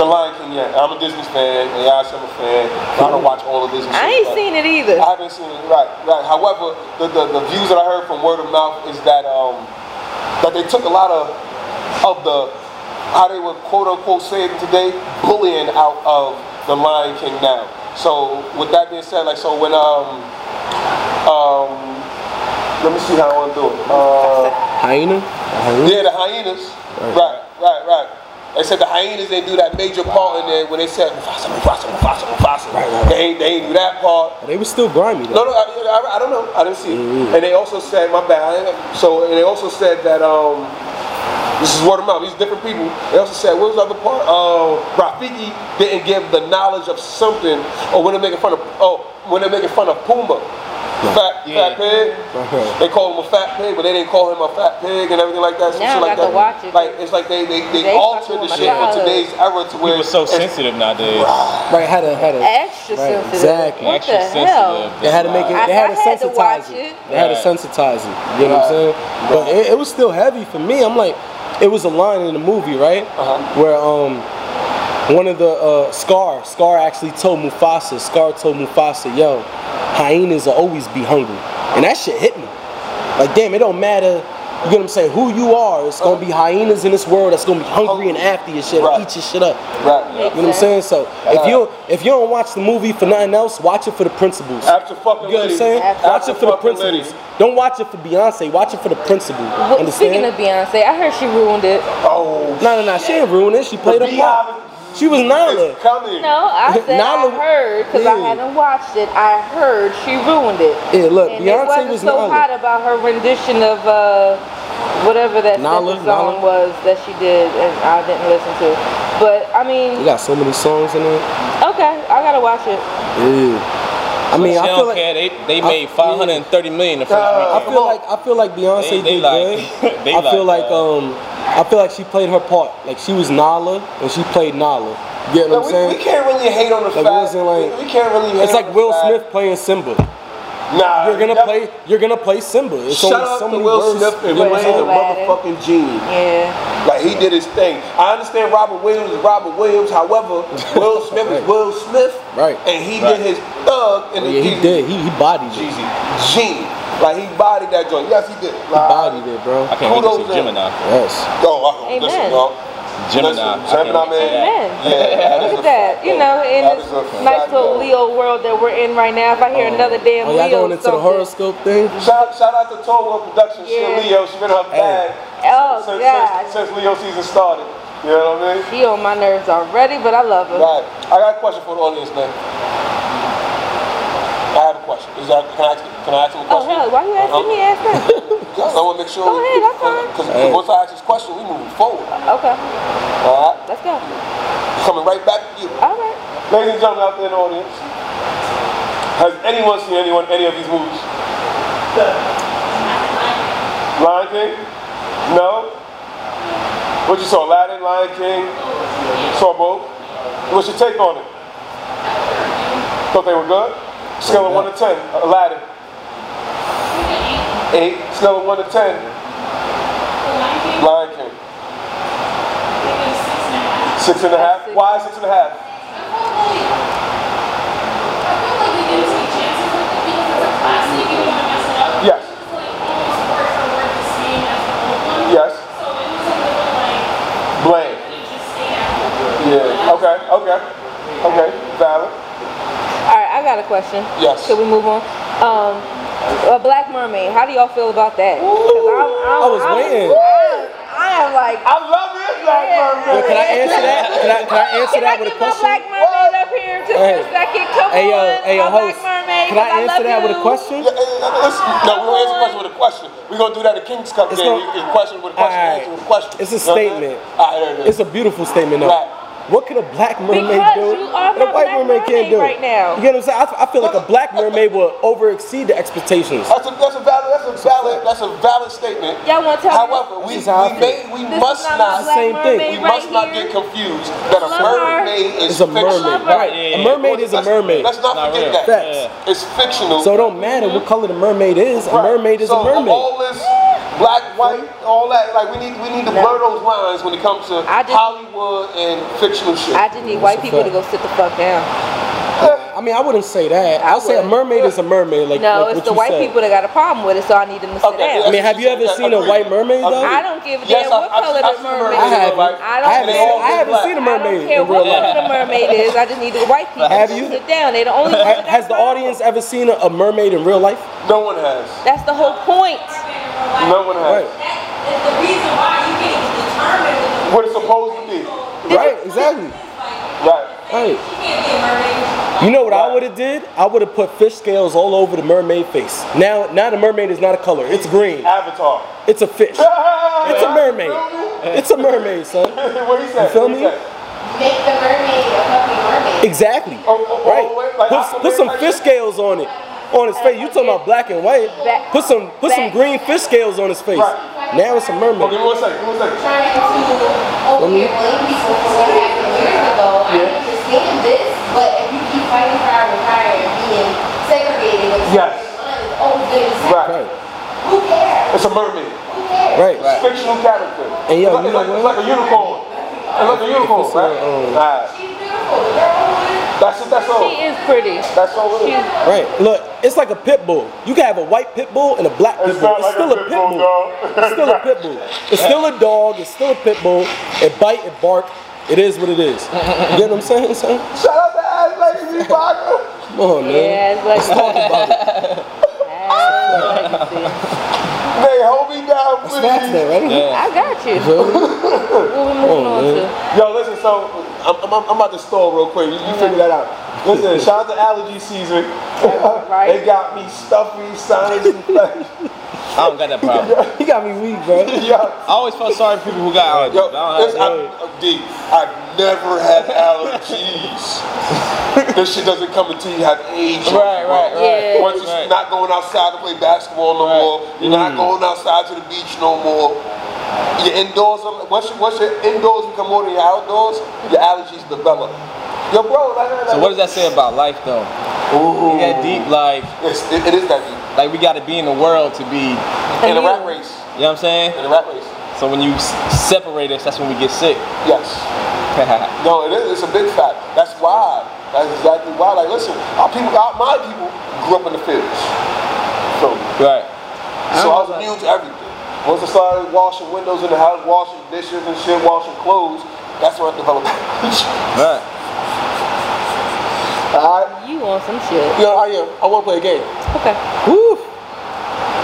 Speaker 2: The Lion King yet. I'm a Disney fan, and y'all I'm a fan. I don't watch all of Disney.
Speaker 3: I
Speaker 2: shit,
Speaker 3: ain't
Speaker 2: but
Speaker 3: seen it either.
Speaker 2: I haven't seen it. Right, right. However, the, the, the views that I heard from word of mouth is that um that they took a lot of of the how they would quote unquote say it today bullying out of the Lion King now. So with that being said, like so when um um let me see how I want to do it. Uh,
Speaker 5: Hyena? Hyena?
Speaker 2: yeah, the hyenas. Right, right, right. They said the hyenas didn't do that major part in there when they said Mufasa, Mufasa, Mufasa, Mufasa.
Speaker 5: Right, right.
Speaker 2: They ain't, they ain't do that part.
Speaker 5: They were still grimy though.
Speaker 2: No, no, I, I, I don't
Speaker 5: Mm-hmm.
Speaker 2: know. I didn't see it. And they also said, my bad. I didn't- So, and they also said that um, This is word of mouth. These different people. They also said, what was the other part? Uh, Rafiki didn't give the knowledge of something, or when they're making fun of, oh, when they're making fun of Puma. Fat, fat pig. They call him a fat pig, but they didn't call him a fat pig and everything like that. Some
Speaker 3: Now
Speaker 2: shit
Speaker 3: I
Speaker 2: like
Speaker 3: got to
Speaker 2: that.
Speaker 3: watch it.
Speaker 2: Like it's like they they, they,
Speaker 3: They
Speaker 2: altered the
Speaker 3: fucking with
Speaker 2: shit
Speaker 3: my
Speaker 2: for
Speaker 3: childhood.
Speaker 2: today's era to where
Speaker 4: People so sensitive nowadays.
Speaker 5: Right, had a had a
Speaker 3: Extra
Speaker 5: right,
Speaker 3: sensitive.
Speaker 5: Exactly.
Speaker 3: What the hell?
Speaker 5: They had to make it.
Speaker 3: I-
Speaker 5: They had
Speaker 3: I
Speaker 5: to
Speaker 3: had to watch
Speaker 5: sensitize
Speaker 3: it.
Speaker 5: it. They had to
Speaker 4: Right.
Speaker 5: sensitize it. You know what I'm saying? But it, it was still heavy for me. I'm like, it was a line in the movie, right? Where um, one of the uh, Scar, Scar actually told Mufasa. Scar told Mufasa, "Yo, hyenas will always be hungry," and that shit hit me. Like, damn, it don't matter. You get what I'm saying? Who you are, it's gonna be hyenas in this world that's gonna be hungry and after your shit, and eat your shit up.
Speaker 2: Right.
Speaker 5: You know what I'm saying? So if you if you don't watch the movie for nothing else, watch it for the principles.
Speaker 2: After fucking
Speaker 5: You know what I'm
Speaker 2: Liddy.
Speaker 5: saying?
Speaker 2: After
Speaker 5: watch it for the
Speaker 2: fucking
Speaker 5: principles. Don't watch it for Beyonce. Watch it for the principle.
Speaker 3: Well,
Speaker 5: Understand?
Speaker 3: speaking of Beyonce, I heard she ruined it.
Speaker 2: Oh.
Speaker 5: No, no, no. She didn't ruin it. She played a part. She was Nala.
Speaker 3: No, I said
Speaker 5: Nala-
Speaker 3: I heard because I
Speaker 5: Yeah.
Speaker 3: haven't watched it. I heard she ruined it.
Speaker 5: Yeah, look,
Speaker 3: and
Speaker 5: Beyonce
Speaker 3: it wasn't
Speaker 5: was
Speaker 3: so
Speaker 5: Nala.
Speaker 3: hot about her rendition of uh, whatever that
Speaker 5: Nala,
Speaker 3: second song
Speaker 5: Nala.
Speaker 3: was that she did, and I didn't listen to. But I mean,
Speaker 5: You got so many songs in there.
Speaker 3: okay, I gotta watch it.
Speaker 5: Yeah. I mean,
Speaker 4: She
Speaker 5: I
Speaker 4: don't
Speaker 5: feel like
Speaker 4: care. They, they made 530 million the first
Speaker 5: I
Speaker 4: weekend.
Speaker 5: feel like I feel like Beyonce
Speaker 4: They- they
Speaker 5: did
Speaker 4: like-
Speaker 5: good.
Speaker 4: they
Speaker 5: I feel
Speaker 4: like, uh,
Speaker 5: like um I feel like she played her part. Like she was Nala and she played Nala. You get what I'm
Speaker 2: we,
Speaker 5: saying?
Speaker 2: we can't really hate on the
Speaker 5: Like, it
Speaker 2: fact.
Speaker 5: wasn't like-
Speaker 2: we, we can't really hate
Speaker 5: it's
Speaker 2: on
Speaker 5: like
Speaker 2: the
Speaker 5: Will
Speaker 2: fact.
Speaker 5: Smith playing Simba.
Speaker 2: Nah,
Speaker 5: You're gonna
Speaker 2: that-
Speaker 5: play. You're gonna play Simba. It's
Speaker 2: Shout
Speaker 5: only
Speaker 2: out
Speaker 5: so
Speaker 2: to
Speaker 5: many
Speaker 2: Will
Speaker 5: words.
Speaker 2: Smith and
Speaker 5: you know what I'm
Speaker 2: playing a
Speaker 5: saying?
Speaker 2: motherfucking genie.
Speaker 3: Yeah.
Speaker 2: Like he did his thing. I understand Robert Williams is Robert Williams. However, Will Smith is Will Smith.
Speaker 5: Right.
Speaker 2: And he
Speaker 5: Right.
Speaker 2: did his thug and
Speaker 5: Oh, Yeah, he did. He he bodied it.
Speaker 2: Jeezy genie. Like he bodied that joint. Yes, he did. Like,
Speaker 5: Bodied it, bro.
Speaker 4: I can't wait
Speaker 2: Kudos
Speaker 4: to
Speaker 2: to-
Speaker 4: see Gemini.
Speaker 5: Yes.
Speaker 2: yo, I, listen,
Speaker 3: Amen.
Speaker 2: yo.
Speaker 4: Gemini.
Speaker 2: Listen,
Speaker 4: I can't
Speaker 2: Gemini
Speaker 4: wait to see
Speaker 2: man.
Speaker 3: Amen.
Speaker 2: Yeah,
Speaker 3: Look at that. You know, in
Speaker 2: That
Speaker 3: this
Speaker 2: is a
Speaker 3: nice
Speaker 2: fact,
Speaker 3: little
Speaker 2: though.
Speaker 3: Leo world that we're in right now, if I hear another damn
Speaker 5: Oh, y'all
Speaker 3: Leo
Speaker 5: going into the
Speaker 3: something.
Speaker 5: horoscope thing?
Speaker 2: Shout, shout out to Toadwell Productions, yeah.
Speaker 3: Yeah.
Speaker 2: Leo. She's been in her bag
Speaker 3: Oh
Speaker 2: since,
Speaker 3: God,
Speaker 2: since, since Leo season started. You know what I mean?
Speaker 3: she on my nerves already, but I love her.
Speaker 2: Right. I got a question for the audience, man. I have a question. Is that, can, I ask, can I ask them a
Speaker 3: Oh
Speaker 2: question?
Speaker 3: hell, why you asking me? Ask that.
Speaker 2: I want to make sure.
Speaker 3: Go ahead, that's fine.
Speaker 2: Because once I ask this question, we moving forward.
Speaker 3: Okay,
Speaker 2: All right?
Speaker 3: let's go.
Speaker 2: Coming right back to you.
Speaker 3: All right.
Speaker 2: Ladies and gentlemen out there in the audience, has anyone seen anyone any of these movies? Lion King? No? What you saw? Aladdin, Lion King? Saw both? What's your take on it? Thought they were good? Scale of 1 to 10, Aladdin. 8. Scale of 1 to 10, Lion King. 6 and a half? Why 6 and a half? Yes. Yes. Blame. Yeah. Okay. Okay. Okay. Valid.
Speaker 3: All right, I got a question.
Speaker 2: Yes.
Speaker 3: Should we move on? Um, a Black Mermaid. How do y'all feel about that? 'Cause I'm, I'm,
Speaker 5: I was
Speaker 3: I'm-
Speaker 5: waiting.
Speaker 3: I'm- I am like.
Speaker 2: I love this black
Speaker 5: Yo,
Speaker 2: mermaid.
Speaker 5: can I answer that? Can I, can I answer
Speaker 3: Can I
Speaker 5: that with
Speaker 3: get my
Speaker 5: a question?
Speaker 3: Black Mermaid up here just for
Speaker 5: Hey.
Speaker 3: a second? Come
Speaker 5: Hey yo,
Speaker 3: on,
Speaker 5: hey yo,
Speaker 3: my
Speaker 5: host.
Speaker 3: Black Mermaid.
Speaker 5: Can I answer
Speaker 3: love
Speaker 5: that with a
Speaker 3: you.
Speaker 5: question?
Speaker 2: Yeah, eh, eh, listen, no, we don't answer the question with a question. We're gonna do that at King's Cup
Speaker 5: It's
Speaker 2: game.
Speaker 5: not-
Speaker 2: It's question with a question,
Speaker 5: Alright.
Speaker 2: answer with a question.
Speaker 5: It's
Speaker 2: You
Speaker 5: a
Speaker 2: know what I'm
Speaker 5: statement.
Speaker 2: saying? Alright, there it is.
Speaker 5: It's a beautiful statement, though.
Speaker 2: Right.
Speaker 5: What can a black mermaid
Speaker 3: Because
Speaker 5: do?
Speaker 3: you are
Speaker 5: that a
Speaker 3: my
Speaker 5: white
Speaker 3: black
Speaker 5: mermaid
Speaker 3: mermaid
Speaker 5: can't do
Speaker 3: right now.
Speaker 5: You get what I'm saying? I, I feel like a black mermaid will over exceed the expectations.
Speaker 2: That's a that's a valid that's a valid that's a valid statement.
Speaker 3: Y'all want to tell me?
Speaker 2: However, we,
Speaker 5: This is how I
Speaker 2: we
Speaker 5: feel.
Speaker 2: may we
Speaker 3: This
Speaker 2: must
Speaker 3: is not,
Speaker 2: not
Speaker 3: a black
Speaker 5: Same thing.
Speaker 3: mermaid
Speaker 2: we
Speaker 3: right
Speaker 2: must not
Speaker 3: here.
Speaker 2: get confused that a
Speaker 3: Love her.
Speaker 2: mermaid is
Speaker 5: It's a
Speaker 2: fiction.
Speaker 3: her.
Speaker 5: mermaid, right?
Speaker 4: Yeah,
Speaker 5: a
Speaker 4: yeah,
Speaker 5: mermaid is a
Speaker 2: Let's-
Speaker 5: mermaid.
Speaker 2: Let's not
Speaker 4: Not
Speaker 2: forget
Speaker 4: real.
Speaker 2: that.
Speaker 5: Facts.
Speaker 2: It's fictional.
Speaker 5: So it don't matter what color the mermaid is. A
Speaker 2: Right.
Speaker 5: mermaid is
Speaker 2: so
Speaker 5: a mermaid.
Speaker 2: All this black, white, all that. Like we need, we need to blur those lines when it comes to
Speaker 3: I just-
Speaker 2: Hollywood and fictional shit.
Speaker 3: I just need white people to go sit the fuck down.
Speaker 5: I mean, I wouldn't say that.
Speaker 3: I
Speaker 5: I'll say a
Speaker 3: would.
Speaker 5: mermaid is a mermaid. Like,
Speaker 3: No,
Speaker 5: like
Speaker 3: it's
Speaker 5: what
Speaker 3: the
Speaker 5: you
Speaker 3: white
Speaker 5: said.
Speaker 3: people that got a problem with it, so I need them to sit
Speaker 2: Okay,
Speaker 3: down.
Speaker 5: I mean, have you ever seen a white mermaid, though?
Speaker 3: I don't give a damn
Speaker 2: Yes,
Speaker 3: what
Speaker 2: I've-
Speaker 3: color
Speaker 2: I've
Speaker 3: the
Speaker 2: seen a
Speaker 3: mermaid
Speaker 2: mermaid
Speaker 5: I
Speaker 2: in
Speaker 3: is.
Speaker 5: haven't.
Speaker 2: real life.
Speaker 3: I don't
Speaker 5: I haven't,
Speaker 2: They all
Speaker 5: seen, I
Speaker 2: look
Speaker 5: haven't
Speaker 2: black.
Speaker 5: seen a
Speaker 3: I
Speaker 5: mermaid
Speaker 3: don't care
Speaker 5: in real
Speaker 3: what
Speaker 5: life.
Speaker 3: color the mermaid is. I just need the white people
Speaker 5: Have
Speaker 3: to
Speaker 5: you?
Speaker 3: sit down. They the only ones
Speaker 5: Ha-
Speaker 3: that
Speaker 5: Has the
Speaker 3: got a problem.
Speaker 5: audience ever seen a, a mermaid in real life?
Speaker 2: No one has.
Speaker 3: That's the whole point.
Speaker 2: No one has.
Speaker 5: Right.
Speaker 9: The reason why you can't determine
Speaker 2: What it's supposed to be.
Speaker 5: Right. Exactly.
Speaker 2: Right.
Speaker 5: Right. You know what I would have did? I would have put fish scales all over the mermaid face. Now, now the mermaid is not a color. It's green.
Speaker 2: Avatar.
Speaker 5: It's a fish. It's a mermaid. It's a mermaid, son.
Speaker 2: what he
Speaker 5: You
Speaker 2: said?
Speaker 5: feel
Speaker 2: What he
Speaker 5: me?
Speaker 2: said?
Speaker 6: Make the mermaid a fucking mermaid.
Speaker 5: Exactly. Right. Put, put some fish scales on it, on his face. You talking about black and white? Put some put some green fish scales on his face. Now it's a mermaid.
Speaker 2: Give me one second. Give me one second.
Speaker 6: Trying to overblame people for what happened years ago. I understand this, but if you keep fighting fire with fire and being segregated with
Speaker 2: Yes.
Speaker 6: oh goodness,
Speaker 2: Right.
Speaker 6: who cares?
Speaker 2: It's a mermaid.
Speaker 6: Who cares?
Speaker 5: Right.
Speaker 2: It's fictional character.
Speaker 5: And yo,
Speaker 2: it's
Speaker 5: you know
Speaker 2: like, it's like a unicorn. It's like a unicorn, right?
Speaker 5: um,
Speaker 2: Alright. That's it.
Speaker 5: Oh.
Speaker 2: That's all.
Speaker 3: She is pretty.
Speaker 2: That's all it is.
Speaker 5: Right. Look, it's like a pit bull. You can have a white pit bull and a black pit bull.
Speaker 2: not like
Speaker 5: It's still
Speaker 2: a
Speaker 5: a
Speaker 2: pit
Speaker 5: pit
Speaker 2: bull,
Speaker 5: bull. It's still a pit bull. It's still a dog. It's still a pit bull. It bite. It bark. It is what it is. You get what I'm saying, son?
Speaker 2: Shout out to Ass Legacy Parker.
Speaker 5: Come on, man.
Speaker 3: Yeah, it's like
Speaker 2: They hold me down, please.
Speaker 5: That's that, right?
Speaker 3: I got you. What we moving
Speaker 5: Oh,
Speaker 3: on to?
Speaker 2: Yo, listen, so I'm, I'm, I'm about to stall real quick. You, you figure that out. Listen, shout out to allergy season.
Speaker 3: Right.
Speaker 2: they got me stuffy, sinus infection.
Speaker 4: I don't got that problem.
Speaker 5: He got me weak, bro.
Speaker 2: Yo,
Speaker 4: I always felt sorry for people who got allergies.
Speaker 2: yo,
Speaker 4: but I don't
Speaker 2: this,
Speaker 4: have
Speaker 2: I, I'm deep. I've never had allergies. this shit doesn't come until you have age.
Speaker 4: Right, right,
Speaker 3: right. Yeah.
Speaker 2: Once you're
Speaker 4: Right.
Speaker 2: not going outside to play basketball no
Speaker 4: Right. Mm.
Speaker 2: more, you're not going outside to the beach no more. Your indoors, are- once, you, once your indoors become more than your outdoors, your allergies develop. Yo, bro, like, like,
Speaker 4: So what does that say about life, though?
Speaker 2: Ooh.
Speaker 4: We got deep, like,
Speaker 2: It's, it, it is that deep.
Speaker 4: like we got to be in the world to be. You
Speaker 2: In a rat race.
Speaker 4: know what I'm saying?
Speaker 2: In a rat race.
Speaker 4: So when you s- separate us, that's when we get sick.
Speaker 2: Yes. No, it is. It's a big fact. That's why. That's exactly why. Like, listen, our people, our, my people grew up in the fields. So,
Speaker 4: right.
Speaker 2: so I was immune to everything. Once I started washing windows in the house, washing dishes and shit, washing clothes, that's when I developed allergies.
Speaker 4: Right.
Speaker 2: I,
Speaker 3: You want some shit?
Speaker 2: you know, I am. I want to play a game.
Speaker 3: Okay.
Speaker 5: Woo.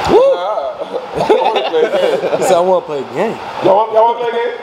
Speaker 5: Woo.
Speaker 2: Uh, I want to play a game.
Speaker 5: He said, I want to play a game.
Speaker 2: Y'all want, y'all want to play a game?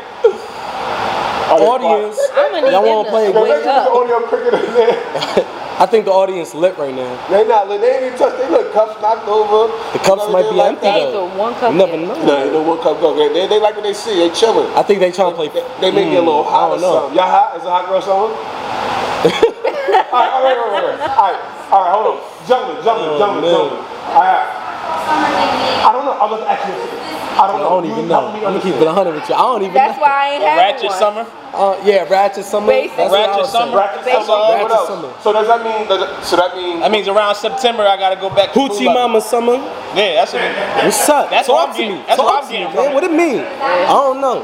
Speaker 5: Audience.
Speaker 3: I'm gonna need
Speaker 5: Y'all
Speaker 3: them
Speaker 5: wanna
Speaker 3: to
Speaker 5: play
Speaker 2: Yo,
Speaker 5: a game?
Speaker 2: make
Speaker 3: wake
Speaker 2: sure the
Speaker 3: up.
Speaker 2: audio cricket in there.
Speaker 5: I think the audience lit right now.
Speaker 2: They not, they ain't even touched. They look cuffs knocked over.
Speaker 5: The cups
Speaker 2: You know,
Speaker 5: might
Speaker 2: they
Speaker 5: be
Speaker 2: like
Speaker 5: empty
Speaker 2: that.
Speaker 3: Hey,
Speaker 5: though.
Speaker 3: so one cup
Speaker 5: You never
Speaker 3: in.
Speaker 5: know.
Speaker 2: No, you know what cup go. They, they, they like what they see. They chilling.
Speaker 5: I think they trying to play.
Speaker 2: They, they may be a little hot or
Speaker 5: Hmm, I don't know.
Speaker 2: something. Y'all hot? Is a hot girl summer? all right, all right, all right, all right. All right, all right hold on. Gentlemen, gentlemen,
Speaker 5: Oh,
Speaker 2: gentlemen,
Speaker 5: man.
Speaker 2: gentlemen. All right. I don't know. I'm about to ask you. I
Speaker 5: I
Speaker 2: don't know.
Speaker 5: don't
Speaker 2: You
Speaker 5: even know.
Speaker 2: help me
Speaker 5: I'm gonna keep it
Speaker 2: understand.
Speaker 5: 100 with you. I don't even
Speaker 3: That's
Speaker 5: know.
Speaker 3: why I ain't having
Speaker 4: Ratchet
Speaker 3: one.
Speaker 4: summer.
Speaker 5: Uh, yeah, Ratchet Summer.
Speaker 3: Basic.
Speaker 5: That's what I
Speaker 4: Ratchet
Speaker 5: would say.
Speaker 4: Summer.
Speaker 2: Ratchet
Speaker 3: Basically.
Speaker 2: summer. What
Speaker 5: Ratchet
Speaker 2: else?
Speaker 5: summer.
Speaker 2: So does that mean? Does it, so that means?
Speaker 4: That means around September, I gotta go back. To
Speaker 5: Hoochie
Speaker 4: Hula.
Speaker 5: Mama Summer.
Speaker 4: Yeah, that's it.
Speaker 5: What's up?
Speaker 4: That's what
Speaker 5: Talk
Speaker 4: I'm
Speaker 5: to
Speaker 4: getting-
Speaker 5: me.
Speaker 4: that's what I'm
Speaker 5: Talk to
Speaker 4: getting
Speaker 5: me,
Speaker 4: from
Speaker 5: man.
Speaker 4: it.
Speaker 5: What it mean? I don't know.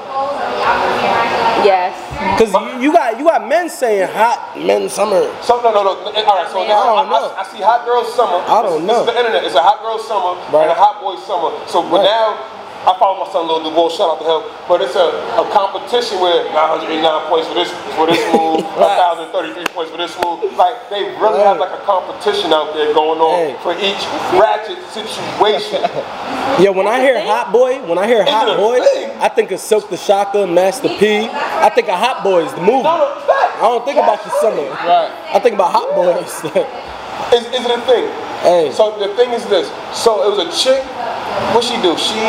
Speaker 3: Yes.
Speaker 5: Cause you, you got you got men saying hot men summer.
Speaker 2: So no, no, no. All right, so now I,
Speaker 5: I
Speaker 2: I,
Speaker 5: don't know.
Speaker 2: I see hot girl summer.
Speaker 5: I
Speaker 2: This- This is
Speaker 5: don't know.
Speaker 2: the internet. It's a hot girl summer
Speaker 5: Right.
Speaker 2: and a hot boy summer. So but
Speaker 5: Right.
Speaker 2: now I follow my son Lil Duval. Shout out to him. But it's a, a competition where 989 points for this for this move, 1,033 points for this move. Like they really have
Speaker 5: Right.
Speaker 2: like a competition out there going on
Speaker 5: Hey.
Speaker 2: for each ratchet situation.
Speaker 5: Yeah, when I hear hot boy, when I hear
Speaker 2: a
Speaker 5: hot boy,
Speaker 2: thing.
Speaker 5: I think of Silk the Shocker, Master P. I think of Hot Boys, the movie.
Speaker 2: no, no,
Speaker 5: I
Speaker 2: fact.
Speaker 5: don't think about the summer.
Speaker 4: Right.
Speaker 5: I think about Hot Boys.
Speaker 2: Is, is it a thing?
Speaker 5: Hey.
Speaker 2: So the thing is this. So it was a chick. What she do? She.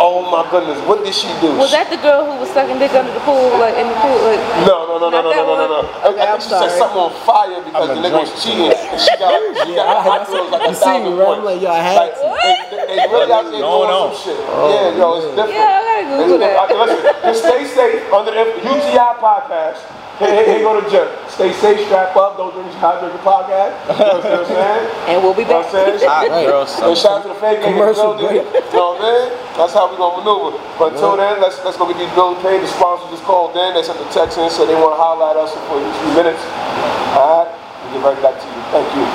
Speaker 2: Oh my goodness. What did she do?
Speaker 3: Was that the girl who was sucking dick under the pool, like in the pool, like?
Speaker 2: No, no, no, no,
Speaker 3: Not
Speaker 2: no,
Speaker 3: that
Speaker 2: no, no, no, no.
Speaker 3: one?
Speaker 2: I-
Speaker 3: Okay,
Speaker 2: I
Speaker 3: I'm
Speaker 2: think she
Speaker 3: sorry.
Speaker 2: said something on fire because the nigga was cheating. And she got, she
Speaker 5: Yeah, I-
Speaker 2: got hot
Speaker 5: I-
Speaker 2: girls like a
Speaker 5: you see me,
Speaker 2: thousand
Speaker 5: right?
Speaker 2: points.
Speaker 5: I'm like, yo, I had to.
Speaker 2: they, they, they really out there doing
Speaker 4: Going on.
Speaker 2: some shit. yeah, yo, it's
Speaker 5: Oh,
Speaker 2: different.
Speaker 3: Yeah, I gotta
Speaker 2: It's
Speaker 3: Google
Speaker 2: different. Listen, just stay safe under the inf- UTI podcast. Hey, hey, hey, go to jail. Stay safe, strap up, don't drink hot drinking podcast. You know what I'm saying?
Speaker 3: And we'll be
Speaker 2: You know what I'm
Speaker 3: back.
Speaker 2: saying?
Speaker 4: Hot girl
Speaker 2: And
Speaker 4: summer.
Speaker 2: shout out to the fake
Speaker 5: Commercial
Speaker 2: building. You know what I mean? That's how we gonna maneuver. But until then, let's let's go get these bills paid. The sponsors just called in. They sent the text in, so they want to highlight us for a few minutes. All right, we'll get right back to you. Thank you.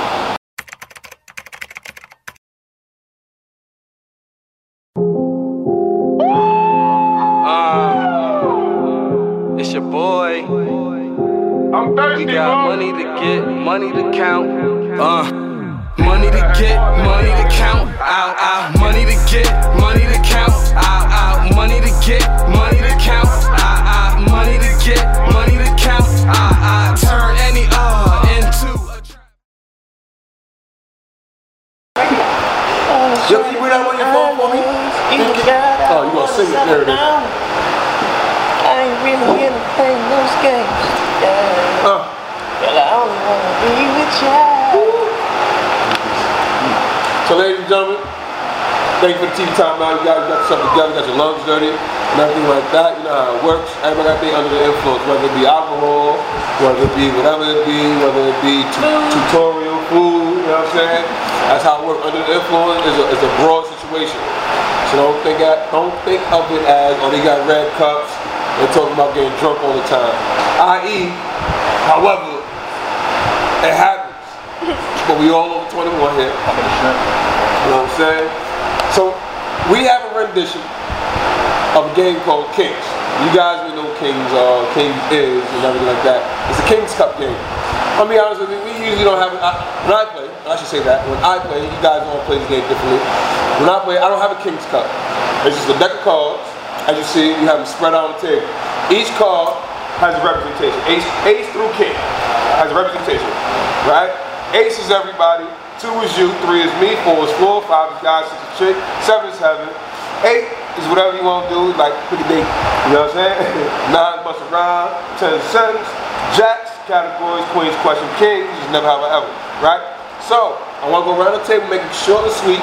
Speaker 11: Uh, it's your boy. We got money to get, money to count. Uh, money to get, money to count. Out, out. Money to get, money to count. Out, out. Money to get, money to count. Out, out. Money to get, money to count. uh,
Speaker 12: Yo, can you bring that on your phone for me?
Speaker 2: Oh, you gonna sing it? There it is.
Speaker 6: I ain't really gonna play those games. Yeah. But I only wanna be with you.
Speaker 2: So, ladies and gentlemen, thank you for the TV time out. You guys got yourself together, got your lungs dirty, and everything like that. You know how it works. Everybody got things under the influence, whether it be alcohol, whether it be whatever it be, whether it be tu- tutorial, food, you know what I'm saying? That's how it works. Under the influence is a, is a broad situation. So don't think, at, don't think of it as, oh, they got red cups. They're talking about getting drunk all the time. I.e., however, it happens. But we all over 21 here. You know what I'm saying? So we have a rendition of a game called Kings. You guys may know Kings are, Kings is, and everything like that. It's a Kings Cup game. I'll be honest with you, we usually don't have, I, when I play, I should say that, when I play, you guys all play this game differently. When I play, I don't have a Kings Cup. It's just a deck of cards. As you see, you have them spread out on the table. Each card has a representation. Ace, ace through king has a representation, right? Ace is everybody, two is you, three is me, four is floor, five is guys, six is chick, seven is heaven, eight is whatever you want to do, like pick a date, you know what I'm saying? Nine is bust a rhyme, ten is sentence, jacks, categories, queens, question, kings, you just never have a ever, right? So, I want to go around the table, make it short and sweet,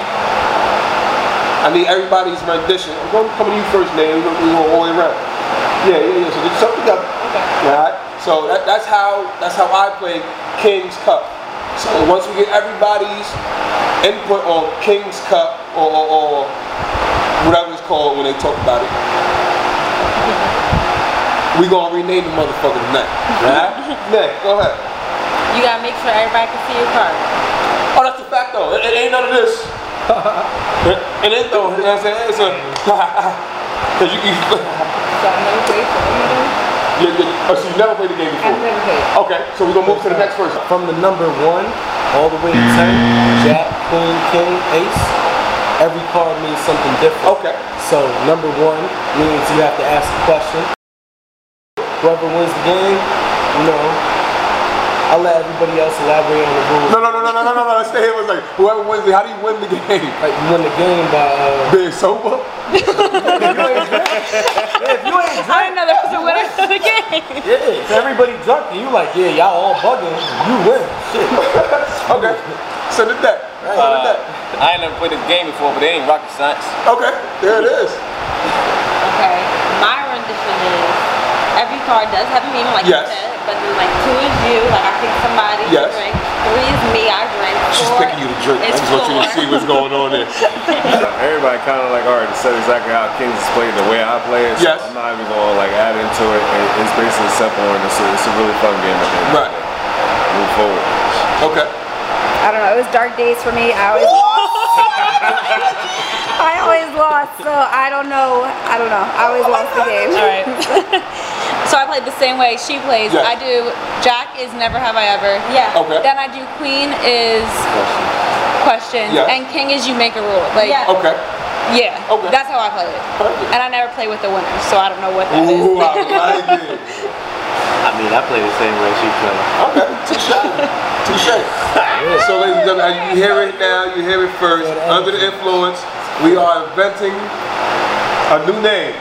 Speaker 2: I need everybody's rendition. I'm going to come to you first, Nate. We're going to go all the way around. Yeah, yeah, yeah. So just something up. Alright? So that, that's how that's how I play King's Cup. So once we get everybody's input on King's Cup or, or, or whatever it's called when they talk about it, we gonna rename the motherfucker tonight. Alright? Nick, go ahead.
Speaker 3: You gotta make sure everybody can see your card.
Speaker 2: Oh, that's a fact though. It, it ain't none of this. it ain't though. You know what I'm saying? It's a. Cause you, you, Yeah, yeah. Oh, so you never played the game before. Okay, so we're gonna move to the next person.
Speaker 5: From the number one all the way to ten, Jack, Queen, King, Ace. Every card means something different.
Speaker 2: Okay.
Speaker 5: So number one means you have to ask a question. Whoever wins the game, you know, I'll let everybody else elaborate on the rules.
Speaker 2: No, no, no, no, no, no, no, no. Let's stay here. It was like whoever wins it. How do you win the game?
Speaker 5: Like you win the game by uh,
Speaker 2: being sober.
Speaker 3: If you ain't I didn't know there was a winner to the game.
Speaker 5: Yeah, so everybody drunk and you like, yeah, y'all all bugging. You win. Shit.
Speaker 2: okay. Send it back. Send it
Speaker 4: Uh,
Speaker 2: back.
Speaker 4: I ain't never played this game before, but it ain't rocket science.
Speaker 2: Okay, there it is.
Speaker 3: Okay. My rendition is every card does have a meaning, like
Speaker 2: Yes.
Speaker 3: you said, but then like two is you, like I pick somebody to
Speaker 2: Yes.
Speaker 3: drink. Three is me, I drink.
Speaker 2: She's
Speaker 3: Four
Speaker 2: picking you to drink. I
Speaker 3: is
Speaker 2: just want you to
Speaker 3: four.
Speaker 2: see what's going on there.
Speaker 7: Everybody kind of like already said exactly how Kings is played the way I play it. So
Speaker 2: Yes.
Speaker 7: I'm not even going to like add into it. It- It's basically simple and it's a, it's a really fun game. I think.
Speaker 2: Right.
Speaker 7: Move forward.
Speaker 2: Okay.
Speaker 13: I don't know. It was dark days for me. I always lost. I always lost, so I don't know. I don't know. I always lost the game.
Speaker 3: All right. So I played the same way she plays.
Speaker 13: Yeah.
Speaker 3: I do Jack is never have I ever. Yeah.
Speaker 13: Okay.
Speaker 3: Then I do Queen is questions
Speaker 13: Yeah.
Speaker 3: and King is you make a rule. Like
Speaker 13: Yeah. Okay.
Speaker 3: Yeah. Okay. That's how I play it. And I never play with the winner, so I don't know what that is.
Speaker 2: Ooh, I like it.
Speaker 14: I mean, I play the same way she plays.
Speaker 2: Okay, touche. Touche. So, ladies and gentlemen, you hear it now, you hear it first. Under the influence, we are inventing a new name.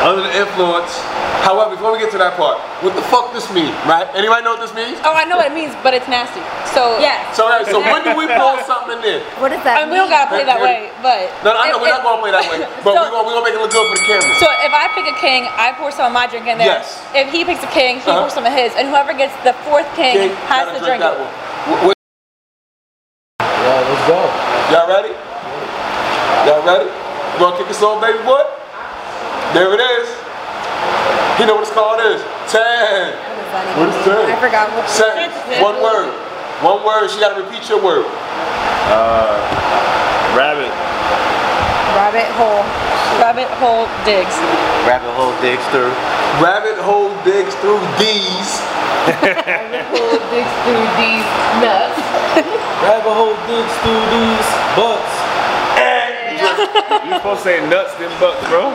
Speaker 2: Under the influence. However, before we get to that part, what the fuck this mean, right? Anybody know what this means?
Speaker 3: Oh, I know what it means, but it's nasty. So yeah.
Speaker 2: So, all right, so when do we pull something in there?
Speaker 3: What is that? I mean, we don't gotta play that way, but
Speaker 2: No, no, I know
Speaker 3: if-
Speaker 2: we're not gonna play that way, but we're gonna, we gonna make it look good for the camera.
Speaker 3: So if I pick a king, I pour some of my drink in there.
Speaker 2: Yes.
Speaker 3: If he picks a king, he
Speaker 2: Uh-huh.
Speaker 3: pours some of his, and whoever gets the fourth king,
Speaker 2: King,
Speaker 3: has
Speaker 2: gotta
Speaker 3: to drink,
Speaker 2: that
Speaker 3: it.
Speaker 2: one. Wh- wh-
Speaker 5: Yeah, let's go.
Speaker 2: Y'all ready? Y'all ready? You gonna kick us on, baby boy? There it is. He know what it's called is. Ten. What is ten? I
Speaker 13: forgot what
Speaker 2: Sentence. One word. One word. She gotta repeat your word.
Speaker 7: Uh, rabbit.
Speaker 13: Rabbit hole.
Speaker 3: Rabbit hole digs.
Speaker 14: Rabbit hole digs through.
Speaker 2: Rabbit hole digs through these.
Speaker 6: Pull dicks through these nuts.
Speaker 5: Rabbit hole digs through these butts.
Speaker 7: You supposed to say nuts, then bucks, bro.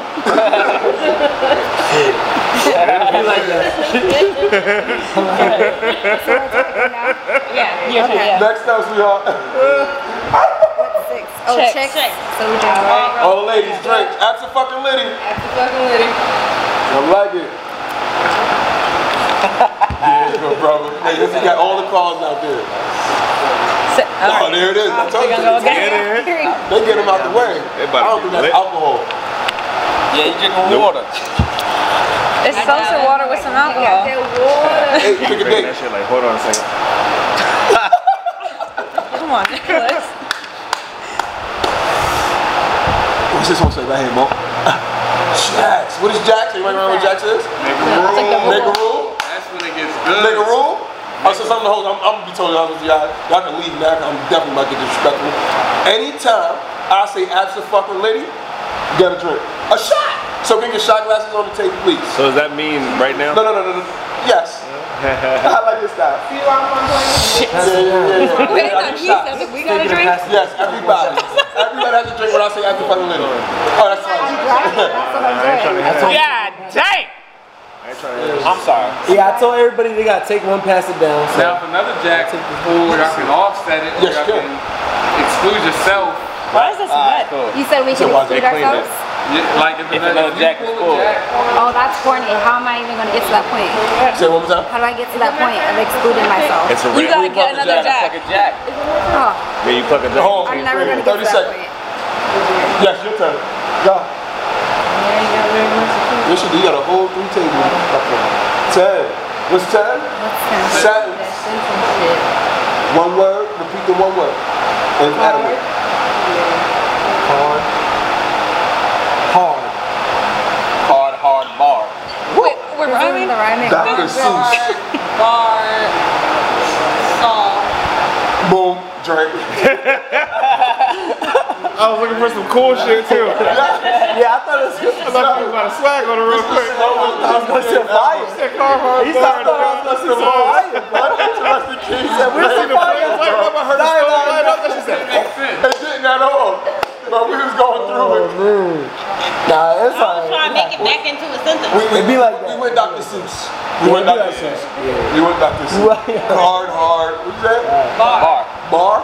Speaker 2: Next up, sweetheart.
Speaker 13: Six. Oh,
Speaker 15: Oh,
Speaker 16: Chicks.
Speaker 15: chicks. So we drink, right?
Speaker 2: All ladies, drink. After fucking Liddy.
Speaker 16: After fucking Liddy.
Speaker 2: I like it. yeah, bro, brother. Hey, you got all the calls out there. Oh, there it is. I told you.
Speaker 16: gonna go get
Speaker 2: They get them out the way. I don't think that's alcohol. Yeah, you drinking water.
Speaker 3: It's seltzer water with some alcohol.
Speaker 2: Hey, pick a date.
Speaker 7: That shit like, hold on a second.
Speaker 3: Come on, Nicholas.
Speaker 2: What's this one say right here, Mo? Jax. What is Jax? Anybody remember what Jax is? Make a rule.
Speaker 7: That's when it gets
Speaker 2: Make a rule. I said something to hold. I'm, I'm gonna be totally honest with y'all. Y'all can leave now. 'cause I'm definitely about to get disrespectful. Anytime I say absent fucking lady, you got a drink. A shot. So get your shot glasses on the table, please.
Speaker 7: So does that mean right now?
Speaker 2: No, no, no, no, no. Yes. I like your style. See why I'm Shit. Yeah, yeah, yeah.
Speaker 3: Wait,
Speaker 2: I
Speaker 3: no,
Speaker 2: need
Speaker 3: he
Speaker 2: shots.
Speaker 3: said that we gotta drink?
Speaker 2: Yes, everybody. everybody has to drink when I say after fucking lady. Oh, that's fine.
Speaker 3: God dang!
Speaker 4: I'm sorry.
Speaker 5: Yeah, I told everybody they gotta take one, pass it down. So.
Speaker 1: Now, if another jack is pulled, I can offset it, or I can exclude yourself.
Speaker 3: Why is this wet?
Speaker 15: You said we
Speaker 1: So
Speaker 15: can
Speaker 1: why they
Speaker 15: exclude
Speaker 1: clean
Speaker 15: ourselves?
Speaker 1: Yeah, like if, another jack is pulled.
Speaker 15: Oh, that's corny. How am I even gonna get to that point?
Speaker 2: Say it one more time.
Speaker 15: How do I get to that point of excluding myself?
Speaker 7: It's a You rap. gotta get another jack.
Speaker 15: Like a jack. Oh,
Speaker 7: Yeah, you fucking drink.
Speaker 15: I'm never gonna get to
Speaker 2: 30
Speaker 15: that
Speaker 2: seconds.
Speaker 15: point.
Speaker 2: Yes, your turn. Go. You should. You got a whole three table. Ten. What's ten? Sentence. One word. Repeat the one word. And animate. Hard. Hard.
Speaker 4: Hard, hard bar.
Speaker 3: Wait, we're rhyming? The rhyming.
Speaker 2: Dr. Seuss.
Speaker 3: Bar.
Speaker 2: Boom. Drink.
Speaker 7: I was looking for some cool shit too.
Speaker 5: yeah, I thought it was good.
Speaker 7: I thought you was about to swag on it real quick.
Speaker 2: I was gonna say fire.
Speaker 7: Said car hard
Speaker 5: He thought I was gonna say fire.
Speaker 2: He
Speaker 7: said we seen the flames light up. I heard the stove light up. That shit said
Speaker 2: It didn't at all. But we was going through it.
Speaker 5: Nah, it's
Speaker 6: I'm trying to make it back into a sentence.
Speaker 2: We, we, be like we went Dr. Seuss. We went Dr. Seuss. We went Dr. Seuss. Hard, hard. What's that? Bar. Bar?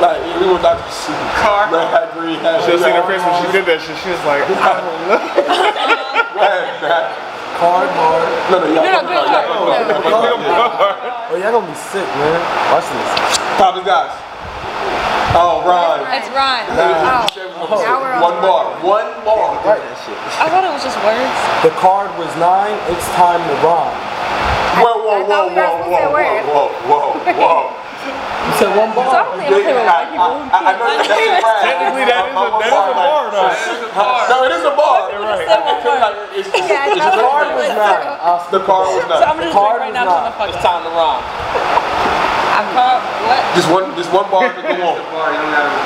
Speaker 2: Like, yeah, we went Dr. Seuss. Car. Red hat, green hat.
Speaker 7: She'll see her face when she did that shit. She was like, I don't know.
Speaker 2: Red hat. Hard, hard. No, no, y'all.
Speaker 5: No, no, good
Speaker 2: y'all-
Speaker 5: Oh, y'all gonna be sick, man. Watch this.
Speaker 2: Top of guys. Oh, Ron.
Speaker 3: It's rhyme.
Speaker 2: Nah.
Speaker 3: Oh. Now we're on
Speaker 2: One bar. One bar. Right.
Speaker 3: I thought it was just words.
Speaker 5: The card was nine. It's time to rhyme.
Speaker 2: Whoa, whoa, whoa, whoa, whoa, whoa, whoa, whoa, whoa.
Speaker 5: You said one bar.
Speaker 2: Yeah, I- I- I know that's a brand.
Speaker 7: Technically, that is a, that is a bar, though.
Speaker 2: No, it is a bar. You're
Speaker 7: right.
Speaker 2: It's, it's, it's the car was not. The car was not.
Speaker 3: So I'm gonna just drink right now till I'm fucked
Speaker 4: It's time to rhyme.
Speaker 3: I'm caught. What?
Speaker 2: Just one, just one bar to go on.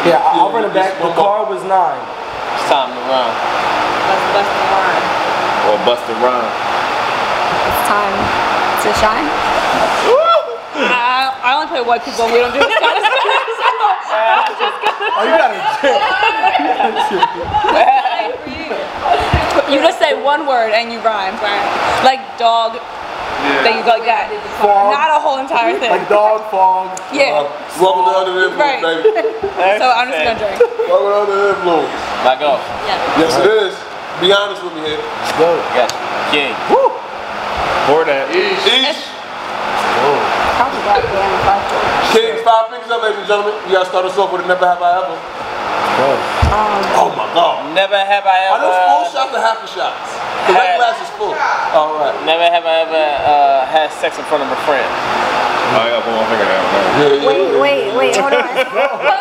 Speaker 5: Yeah, I- I'll run it back. The card was nine.
Speaker 4: It's time to rhyme.
Speaker 6: Let's bust the line.
Speaker 7: Or bust a rhyme.
Speaker 15: It's time to shine.
Speaker 3: I, I only play white people and we don't do this kind of stuff. So I was just gonna
Speaker 5: Oh, you gotta
Speaker 3: You just say one word and you rhyme, right? Like dog. That you go like that. Not a whole entire thing.
Speaker 5: Like dog fog.
Speaker 3: Yeah.
Speaker 2: Welcome to Under the Influence,
Speaker 3: Right.
Speaker 2: baby.
Speaker 3: So I'm just gonna drink.
Speaker 2: Welcome to Under the Influence.
Speaker 4: Back off.
Speaker 2: Yes, it is. Be honest with me here.
Speaker 5: Go.
Speaker 4: Yes. King.
Speaker 5: Woo.
Speaker 7: Pour that.
Speaker 2: Each.
Speaker 15: Probably got the damn fuck.
Speaker 2: Kings, five fingers up, ladies and gentlemen. You gotta start us off with a never have I ever. Oh my god.
Speaker 4: Never have I
Speaker 2: Are those full
Speaker 4: ever.
Speaker 2: shots or half a shots? The that
Speaker 4: Half.
Speaker 2: glass is full. Alright.
Speaker 4: Never have I ever uh, had sex in front of a friend.
Speaker 7: Oh, I got one finger down.
Speaker 15: Wait, wait, wait, hold on.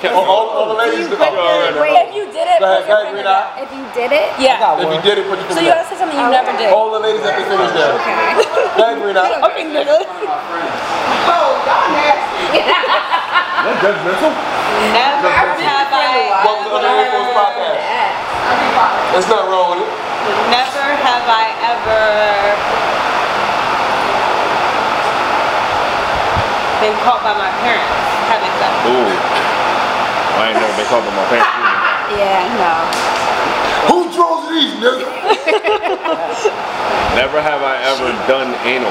Speaker 2: All, all, all the ladies. Go ahead, go
Speaker 15: Wait,
Speaker 3: If you did it,
Speaker 2: ahead,
Speaker 3: put your finger
Speaker 2: Green
Speaker 3: down.
Speaker 2: Eye.
Speaker 15: if you did it,
Speaker 3: Yeah.
Speaker 2: If you did it, put your
Speaker 3: So
Speaker 2: finger down.
Speaker 3: you gotta say something you never did.
Speaker 2: All the ladies have their fingers down. Go ahead, Green Eye.
Speaker 3: Okay, nigga.
Speaker 7: That judgmental?
Speaker 6: Never have I
Speaker 2: Welcome to Under the Influence Podcast. There's nothing wrong with it.
Speaker 6: never have I ever been caught by my parents having sex.
Speaker 7: Ooh. I ain't never been caught with my pants. either.
Speaker 15: yeah, no.
Speaker 2: Who draws these, nigga?
Speaker 7: Never have I ever done anal.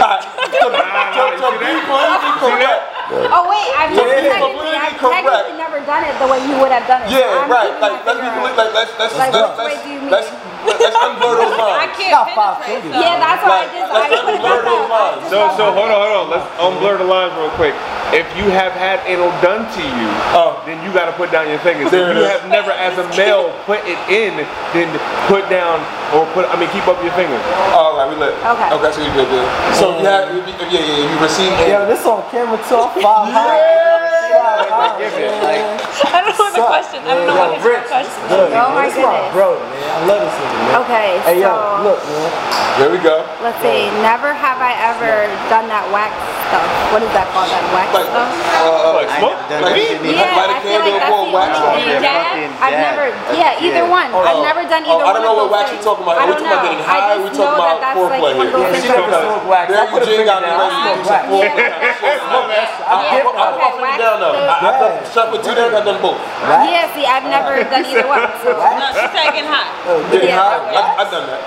Speaker 2: Alright. To- to- to be politically correct,
Speaker 3: Oh wait, I've
Speaker 2: Yeah,
Speaker 3: never technically,
Speaker 2: completely
Speaker 3: I've
Speaker 2: correct.
Speaker 3: technically never done it the way you would have done it. So
Speaker 2: Yeah,
Speaker 3: I'm
Speaker 2: right.
Speaker 3: keeping
Speaker 2: Like
Speaker 3: my
Speaker 2: let's be
Speaker 3: finger
Speaker 2: like
Speaker 3: out.
Speaker 2: let's let's let's
Speaker 3: Like,
Speaker 2: let's
Speaker 3: which way do you mean?
Speaker 2: let's let's let's unblur those lines.
Speaker 3: Yeah, that's why I just, I put it out there.
Speaker 7: So, so hold on, hold on. Let's unblur the lines real quick. If you have had anal done to you, then you got to put down your
Speaker 2: Oh.
Speaker 7: fingers.
Speaker 2: There
Speaker 7: if
Speaker 2: it
Speaker 7: you
Speaker 2: is.
Speaker 7: have never, as a male, put it in, then put down or put. I mean, keep up your Oh. fingers.
Speaker 2: All right, we lit.
Speaker 7: Okay.
Speaker 2: Okay, so you good, good. So if you have, if you- yeah, yeah, you receive.
Speaker 5: Yo, this on camera too. I'm five high. Five high, man.
Speaker 9: I don't know the question. I don't know what is the question.
Speaker 5: Look,
Speaker 3: Oh my
Speaker 5: this my
Speaker 3: goodness.
Speaker 5: bro, man. I love this nigga, man.
Speaker 3: Okay,
Speaker 5: Hey, yo,
Speaker 3: so-
Speaker 5: look, man.
Speaker 2: There we go.
Speaker 3: Let's see, never have I ever done that wax stuff. What is that called, that wax stuff?
Speaker 2: Uh,
Speaker 6: smoke?
Speaker 2: Like,
Speaker 3: Yeah,
Speaker 2: light a
Speaker 3: I
Speaker 2: candle
Speaker 3: feel like
Speaker 2: and
Speaker 3: that's
Speaker 2: pour
Speaker 3: the
Speaker 2: wax on
Speaker 3: only
Speaker 2: it.
Speaker 3: thing. I've never, yeah, either one. I've never done
Speaker 2: Oh,
Speaker 3: either
Speaker 2: I don't
Speaker 3: one
Speaker 2: know
Speaker 3: of
Speaker 2: what
Speaker 3: those
Speaker 2: wax
Speaker 3: things.
Speaker 2: you're talking about.
Speaker 3: I
Speaker 2: We're talking
Speaker 3: don't
Speaker 2: about
Speaker 3: know.
Speaker 2: getting
Speaker 3: I
Speaker 2: high.
Speaker 3: just
Speaker 2: We're talking
Speaker 3: know that
Speaker 2: about
Speaker 3: that's like
Speaker 2: foreplay
Speaker 3: one
Speaker 2: here.
Speaker 3: of those things that-
Speaker 2: Mary Jean got me ready to do some foreplay. I'm off it down now. I- I've done shuffle two down, I've done both.
Speaker 3: Yeah, see, I've never done either one. so-
Speaker 9: No, she's taking hot.
Speaker 2: Getting high, I- I've done that.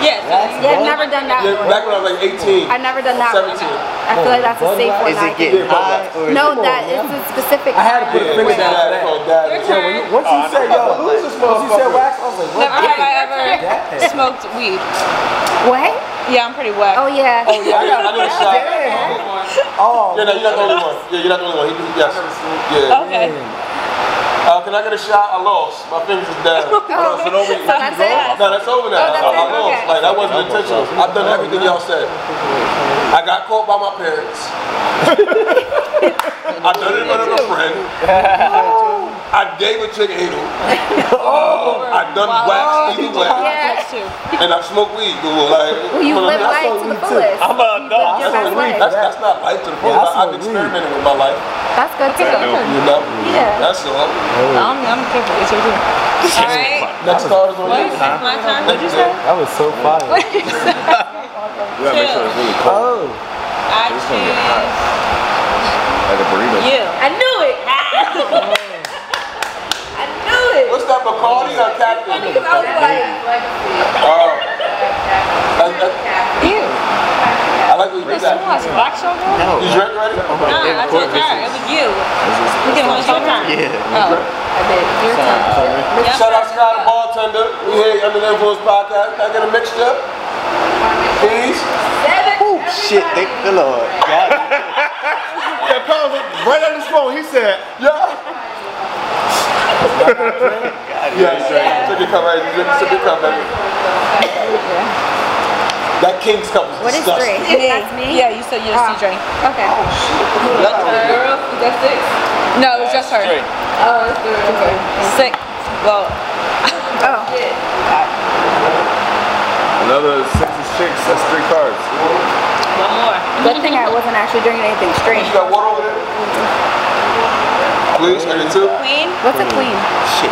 Speaker 9: Yes.
Speaker 3: Yeah, I've never done that
Speaker 2: Yeah,
Speaker 3: one.
Speaker 2: back when I was like 18.
Speaker 3: I've never done that one.
Speaker 2: 17.
Speaker 3: I feel like that's a safe one. I think. No, that it's a specific. I had
Speaker 5: to put a finger down for that. So when you- Once you said, yo, who's this motherfucker? Once you said wax, I was like, what?
Speaker 9: Never have I ever
Speaker 5: Damn.
Speaker 9: smoked weed.
Speaker 3: What?
Speaker 9: Yeah, I'm pretty wet.
Speaker 3: Oh yeah.
Speaker 2: Oh, yeah, I got, I got a shot.
Speaker 5: Oh.
Speaker 2: Yeah, no, you're not the only one. Yeah, you're not the only one. He, he- yes. Yeah.
Speaker 9: Okay.
Speaker 2: Uh, can I get a shot? I lost. My fingers is down. Hold on, so don't be-
Speaker 9: So that's it?
Speaker 2: No, that's over now.
Speaker 9: Oh, that's
Speaker 2: I, I
Speaker 9: it?
Speaker 2: lost.
Speaker 9: Okay.
Speaker 2: Like, that wasn't intentional. I've done everything y'all said. I got caught by my parents. I done it in front of a friend. I gave a chick anal. I done wax, eating wax, and I smoked weed. Google, like,
Speaker 3: Well, you
Speaker 2: but
Speaker 3: live
Speaker 2: I mean, I
Speaker 3: life
Speaker 2: smoke
Speaker 3: to the
Speaker 2: weed, too.
Speaker 3: fullest.
Speaker 2: I'm a
Speaker 3: done your
Speaker 2: that's,
Speaker 3: best life.
Speaker 2: that's, that's not life to the fullest. I- I've experimented with my life.
Speaker 3: That's good too.
Speaker 2: You know?
Speaker 3: Yeah.
Speaker 2: That's all.
Speaker 9: I'm, I'm good. It's your turn. All right.
Speaker 2: Next card is on
Speaker 9: What?
Speaker 2: you.
Speaker 9: My turn. What'd you say?
Speaker 5: That was so fire.
Speaker 7: You gotta make sure it's really cold.
Speaker 9: I
Speaker 7: It's gonna get hot. Like a burrito.
Speaker 9: Yeah. I knew it.
Speaker 3: I knew it.
Speaker 2: What's that, Bacardi or Captain?
Speaker 3: I was like,
Speaker 2: Oh. That- that- Oh. uh, I like what you did
Speaker 9: This one was
Speaker 2: that.
Speaker 9: black sugar?
Speaker 2: No. You drink already?
Speaker 9: No, I took her. It was you. Okay, well, it's your turn.
Speaker 2: Yeah.
Speaker 9: Oh. I bet. Your turn.
Speaker 2: Shout out Scott the Bartender. We here under the Influence Podcast. Can I get a mixture? Please?
Speaker 6: Oh, shit, thank the Lord. God.
Speaker 7: Yeah, Carl was right on the phone. He said,
Speaker 2: yeah. Yeah, yeah. Took your cup right. Took your cup, baby. That King's cup is
Speaker 3: what is three?
Speaker 2: disgusting.
Speaker 3: That's me.
Speaker 9: Yeah, you said you just drink.
Speaker 3: Okay.
Speaker 9: That's six. No, it was just her. Oh, it's three. Six. Well,
Speaker 3: Oh.
Speaker 7: another six is six. That's three cards.
Speaker 9: one more.
Speaker 3: Good thing I wasn't actually drinking anything straight.
Speaker 2: You got
Speaker 3: Mm-hmm.
Speaker 2: water over there? Please, I get two.
Speaker 9: Queen.
Speaker 3: What's a queen?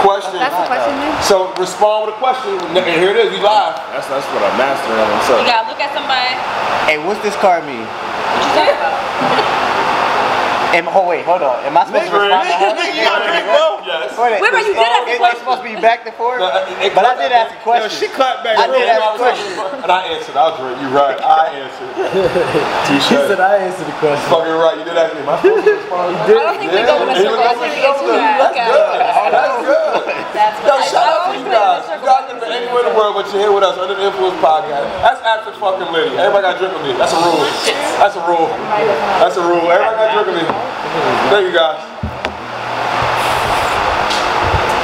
Speaker 2: Question.
Speaker 3: That's a question, man.
Speaker 2: So respond with a question. And here it is. You live.
Speaker 7: That's that's what I'm mastering on. So
Speaker 9: You gotta look at somebody.
Speaker 6: Hey, what's this card mean?
Speaker 9: What you talking about?
Speaker 6: Am, oh wait, hold on. Am I supposed to respond to her?
Speaker 2: Yes.
Speaker 6: Wait,
Speaker 9: Wait, but you did
Speaker 6: respond-
Speaker 9: ask a
Speaker 6: it- It's
Speaker 9: question.
Speaker 6: supposed to be back to forth.
Speaker 2: it-
Speaker 6: But I did ask a question.
Speaker 7: she clapped back.
Speaker 6: I did
Speaker 7: real
Speaker 6: ask a question.
Speaker 2: And I answered. I was right. You right. I answered.
Speaker 5: She said I answered the question.
Speaker 2: Fucking right. You did ask me. My phone was responding.
Speaker 5: You did.
Speaker 9: I don't think we go
Speaker 2: Yeah,
Speaker 9: in a circle. I think we get too
Speaker 2: That's
Speaker 9: Okay.
Speaker 2: good. That's good. Yo, shout out to you guys. You guys can be anywhere in the world, but you're here with us under the Influence Podcast. That's after fucking litty. Everybody got to drink with me. That's a rule. That's a rule. That's a rule. Everybody got to drink with me. Thank you guys.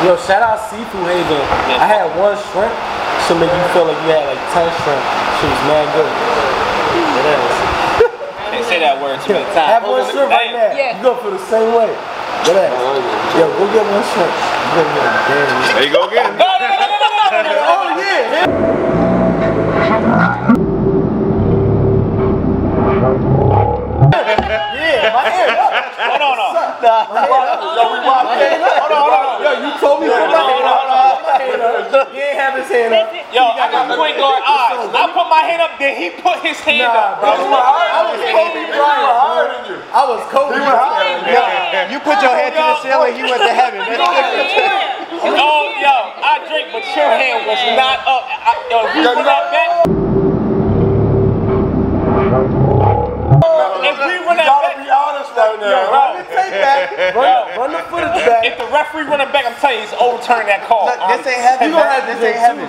Speaker 5: Yo, shout out Seafood Haven. I had one shrimp. She'll make you feel like you had like 10 shrimp. She was mad good. It is.
Speaker 4: They say that word too many times.
Speaker 5: Have one shrimp right now. You gonna feel the same way. Go that. Yo, go get one shrimp. You gonna get a damn.
Speaker 7: There you go again.
Speaker 5: Oh yeah. Yeah, my hair up.
Speaker 4: Hold on, hold on.
Speaker 5: My hair up. Yo, we wild. Hold on, hold on. Yo, you told me to put my hand up. My hand up. He ain't have his hand up.
Speaker 4: Yo, I got point guard odds. I put my hand up, then he put his hand
Speaker 5: Nah,
Speaker 4: up.
Speaker 5: bro.
Speaker 4: That's my
Speaker 5: I was Kobe Bryant.
Speaker 2: higher
Speaker 5: bro. I was Kobe Bryant.
Speaker 6: Yo, you put your head to the ceiling, you went to heaven. That's different.
Speaker 4: Oh, yo, I drink, but your hand was not up. I, yo, if you
Speaker 2: Yo, you
Speaker 4: put that back. If we
Speaker 2: You
Speaker 4: win that
Speaker 2: gotta
Speaker 4: bet,
Speaker 2: be honest right
Speaker 5: yo, run the tape back. Run- run the footage back.
Speaker 4: If the referee running back, I'm telling you, he's overturning that call.
Speaker 17: Look, this ain't heaven.
Speaker 4: You gonna have
Speaker 17: this
Speaker 4: to
Speaker 17: ain't heaven.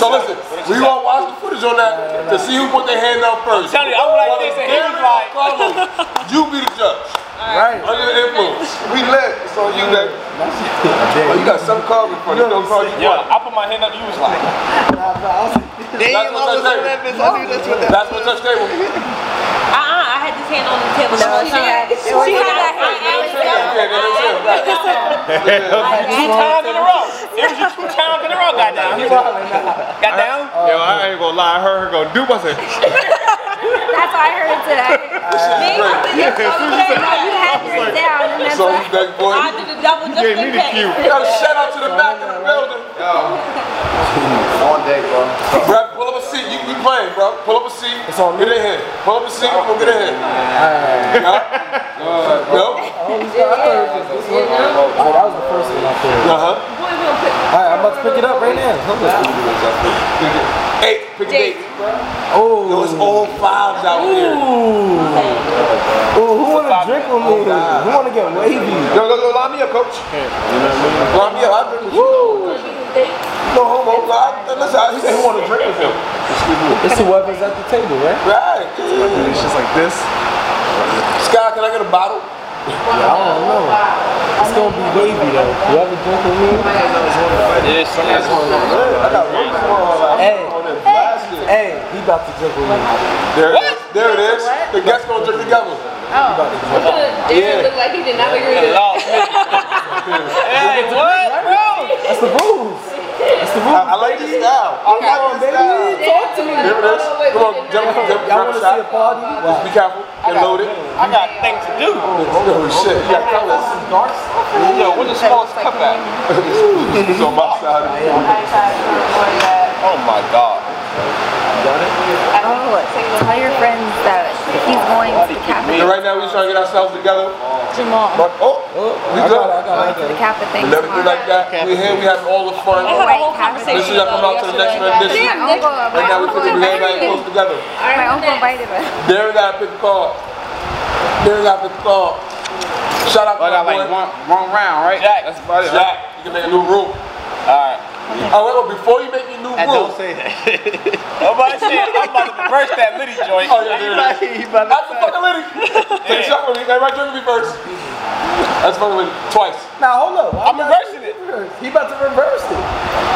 Speaker 4: So listen,
Speaker 2: We gonna watch the footage on that to see who put their hand out first.
Speaker 4: Tell you, I'm like this, and he was like-
Speaker 2: Carlos, you be the judge.
Speaker 5: Right.
Speaker 2: Under the influence. We lit. It's on you, nigga. Oh, you got some call for you. Don't call you
Speaker 4: Yo,
Speaker 2: one.
Speaker 4: I put my hand up. You was like,
Speaker 2: That's what touch table. That's what touch table.
Speaker 3: Uh-uh, I had this hand on the table.
Speaker 2: No,
Speaker 3: she
Speaker 2: she had-
Speaker 3: had, she had, that
Speaker 4: two times in a row. It was you two times in a row. Goddamn. Got down?
Speaker 18: Yo, I ain't gonna lie. I heard her go dupe. I said,
Speaker 19: That's what I heard today.
Speaker 18: great.
Speaker 19: You you had yours down, and that's
Speaker 2: So
Speaker 19: what
Speaker 2: you back boy.
Speaker 3: I did a double just in case.
Speaker 2: Yo, shout out to the back of the building. Yo. All day, bro. Brad, pull up a seat. You be playing, bro. Pull up a seat. It's on Get in here. Pull up a seat. We'll get in here. Yeah. No.
Speaker 5: Oh, that was the first one I feel.
Speaker 2: Uh huh.
Speaker 5: All right, I'm about to pick it up right now. Hold on.
Speaker 2: Eight, pick eight. Oh. It was all fives out here.
Speaker 5: Ooh, who want to drink with me? Who want to get wavy?
Speaker 2: Yo, yo, yo, line me up, coach. Line me up. I drink with you. No homo. No, I, listen, I, he said he want to drink with him.
Speaker 5: It's whoever's at the table, right?
Speaker 2: Right.
Speaker 5: It's just like this.
Speaker 2: Sky, can I get a bottle?
Speaker 5: I don't know. It's gonna be wavy though. Whoever drink with me. Hey, hey, he about to drink with me.
Speaker 2: There it is. There it is. The guests gonna drink together.
Speaker 20: Oh. It looked like he did not agree with it.
Speaker 4: Hey, what, bro?
Speaker 5: That's the rules. That's the rules.
Speaker 2: I like this style. I
Speaker 5: Come on, baby. Talk to me.
Speaker 2: There it is. Come on, jump, jump,
Speaker 5: Y'all
Speaker 2: jump
Speaker 5: wanna
Speaker 2: shot.
Speaker 5: see a party?
Speaker 2: Just be careful. Get loaded.
Speaker 4: I got things to do.
Speaker 2: Oh shit, you got colors.
Speaker 4: Yo, where's the smallest cup at?
Speaker 2: It's on my side. of the room.
Speaker 4: Oh my god.
Speaker 19: I don't know what. Oh, Tell your friends that he's going to the
Speaker 2: And
Speaker 19: Kappa,
Speaker 2: right now we trying to get ourselves together.
Speaker 19: Jamal,
Speaker 2: But oh, we good.
Speaker 19: going to the Kappa thing
Speaker 2: We never do
Speaker 19: tomorrow.
Speaker 2: like that. We here. We have all the fun.
Speaker 19: I had a whole conversation
Speaker 2: Listen, y'all come out to the next rendition.
Speaker 19: My uncle, my
Speaker 2: Right now we
Speaker 19: uncle
Speaker 2: put the
Speaker 19: invited
Speaker 2: everybody
Speaker 19: me.
Speaker 2: close together.
Speaker 19: My uncle invited us.
Speaker 2: Darren got a pick call. Darren got a pick call. Shout out to
Speaker 21: But I
Speaker 2: my
Speaker 21: like
Speaker 2: boy.
Speaker 21: one, one round, right?
Speaker 4: Jack.
Speaker 21: That's about it.
Speaker 2: Jack, you can make a new rule.
Speaker 4: Alright.
Speaker 2: However, before you make your new
Speaker 17: And
Speaker 2: rule,
Speaker 17: don't say that.
Speaker 4: I'm about to say, Oh, I'm about to reverse that litty joint.
Speaker 2: Oh, yeah, yeah, yeah.
Speaker 17: He about
Speaker 2: That's the
Speaker 17: to-
Speaker 2: fucking lady. Take a shot with me. Everybody drink with me first. That's the fucking lady. Twice.
Speaker 5: Now hold up.
Speaker 4: I'm reversing it.
Speaker 5: He about to reverse it.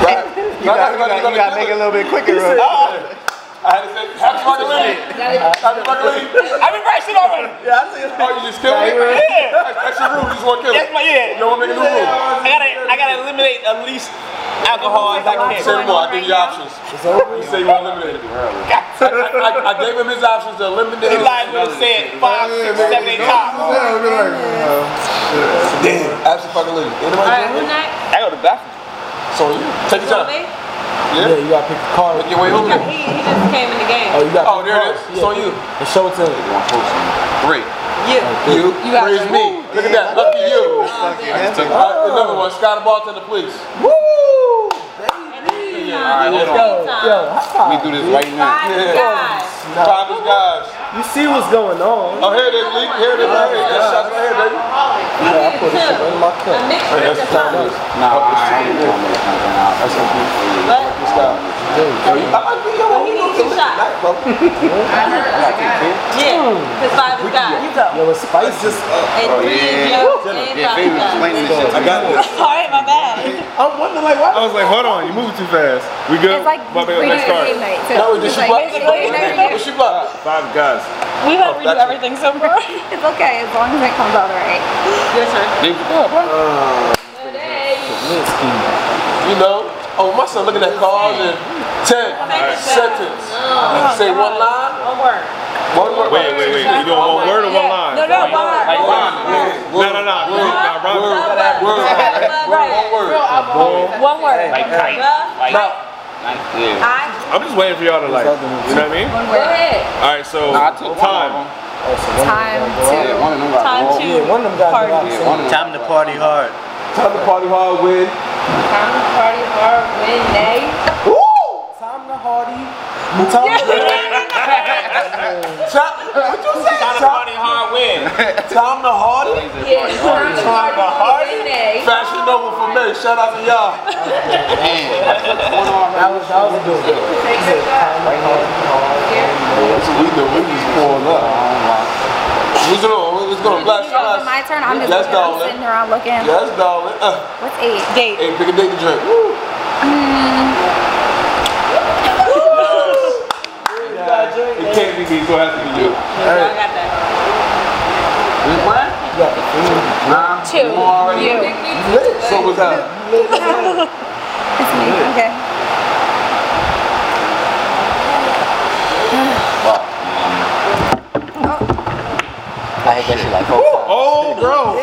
Speaker 2: Right.
Speaker 17: You gotta, you gotta, you gotta make it a little bit quicker. bro.
Speaker 2: I had to say, happy fucking lady. Happy fucking lady.
Speaker 4: I'm reversing already.
Speaker 5: Yeah, I see it.
Speaker 2: Oh, you just killed me?
Speaker 4: Yeah.
Speaker 2: That's that's your rule. You just want to kill me.
Speaker 4: That's my,
Speaker 2: You
Speaker 4: yeah.
Speaker 2: don't want to make a new rule.
Speaker 4: I gotta, I gotta eliminate at least alcohol as I can.
Speaker 2: Say more. I give you options.
Speaker 5: It's over.
Speaker 2: You say you want to eliminate it. I, I, I gave him his options to eliminate it.
Speaker 4: He lied when he said five, six, seven, eight times.
Speaker 2: Damn. Happy fucking lady. Anybody drink
Speaker 3: Alright, who
Speaker 2: with me?
Speaker 3: next?
Speaker 4: I go to the bathroom.
Speaker 2: So you. Take your
Speaker 3: So
Speaker 2: time.
Speaker 3: me?
Speaker 5: Yeah, you gotta pick the car.
Speaker 2: Make your way over
Speaker 3: He, he just came in the game.
Speaker 5: Oh, you got.
Speaker 2: Oh, there it is. It's on you.
Speaker 5: The show it to him.
Speaker 2: Three.
Speaker 3: You.
Speaker 2: You,
Speaker 3: You got
Speaker 2: praise
Speaker 3: it.
Speaker 2: me. Look at that. Lucky you. Alright, another one. Scott Barton, the police.
Speaker 5: Woo!
Speaker 3: uh,
Speaker 2: Alright, hold
Speaker 5: Yo, yo, high
Speaker 21: Let me do this right now.
Speaker 3: Five guys.
Speaker 5: five. Nah,
Speaker 2: Five is guys.
Speaker 5: You see what's going on?
Speaker 2: Oh, here it is, Lee. Here it is. Here it is. That's shots right here, baby.
Speaker 5: Yeah, I put this shit right in my
Speaker 3: A
Speaker 5: cup.
Speaker 3: mixture of the
Speaker 2: time.
Speaker 21: Nah, I ain't doing this. That's
Speaker 2: I
Speaker 3: But
Speaker 2: might be your
Speaker 3: he needs two shots.
Speaker 2: bro.
Speaker 3: Yeah, because five is guys. You go.
Speaker 5: Yo, it's spicy.
Speaker 3: And three is you, and
Speaker 21: Yeah,
Speaker 3: five
Speaker 21: baby was
Speaker 3: is guys.
Speaker 21: explaining this shit.
Speaker 2: I got this.
Speaker 3: Sorry, my bad.
Speaker 5: I'm wondering like why.
Speaker 18: I was like, hold on, you moving too fast. We good?
Speaker 19: It's like
Speaker 18: About to go
Speaker 19: we do
Speaker 18: next
Speaker 19: it
Speaker 18: card.
Speaker 19: late night.
Speaker 2: That
Speaker 19: So
Speaker 2: was, did
Speaker 19: it's
Speaker 2: she
Speaker 19: like
Speaker 2: block?
Speaker 19: it's late night.
Speaker 2: Did she block?
Speaker 18: Five guys.
Speaker 3: We have redo
Speaker 2: that's-
Speaker 3: everything so far.
Speaker 19: It's okay as long as it comes out alright.
Speaker 3: Your turn.
Speaker 2: You know? Oh, my son looking at cars and 10 sentence. Say one line,
Speaker 3: One word.
Speaker 2: one word.
Speaker 18: Wait, wait, wait. You doing one word or one line?
Speaker 3: No, no, one word.
Speaker 2: Like one.
Speaker 18: No, no, no. no, no,
Speaker 2: Word.
Speaker 18: Robert.
Speaker 2: Word. Word. Word. Word.
Speaker 3: One word. Like,
Speaker 21: tight.
Speaker 2: Now,
Speaker 21: Yeah.
Speaker 3: I.
Speaker 18: I'm just waiting for y'all to like. You know what I mean?
Speaker 3: Go ahead.
Speaker 18: All right, so
Speaker 21: Nah, I took
Speaker 18: time.
Speaker 21: One
Speaker 19: Time
Speaker 21: Yeah,
Speaker 19: to
Speaker 21: one of them got
Speaker 3: Time
Speaker 21: rolled.
Speaker 3: to
Speaker 5: Yeah, one of them guys
Speaker 3: party.
Speaker 5: got
Speaker 21: Yeah, one of them.
Speaker 17: Time to party hard.
Speaker 2: time to party hard with.
Speaker 3: Time to party hard when they.
Speaker 5: Time to Hardy. Time to
Speaker 2: Chop. What you say?
Speaker 4: Trying to party hard win.
Speaker 5: Tom the Hardy?
Speaker 4: Yeah, Tom the
Speaker 5: Tom the
Speaker 4: Hardy.
Speaker 5: Hardy? Fashion Nova for me. Shout out to y'all. That was, that was a good one.
Speaker 2: That's what we do. We just pulling up. Who's it on? Who's going? Black
Speaker 22: Oh, is it my turn? I'm just
Speaker 2: Yes,
Speaker 22: looking, I'm
Speaker 2: darling.
Speaker 22: sitting around looking.
Speaker 2: Yes, darling. Uh,
Speaker 22: What's eight? Date.
Speaker 2: hey, pick a date to drink. Woo. It can't be me, so it has to be you. We playing? Nah.
Speaker 22: Two.
Speaker 2: You already-
Speaker 22: You.
Speaker 2: So what's happening?
Speaker 22: it's me. Okay.
Speaker 23: I hate that shit like four times.
Speaker 2: Oh, bro.
Speaker 5: I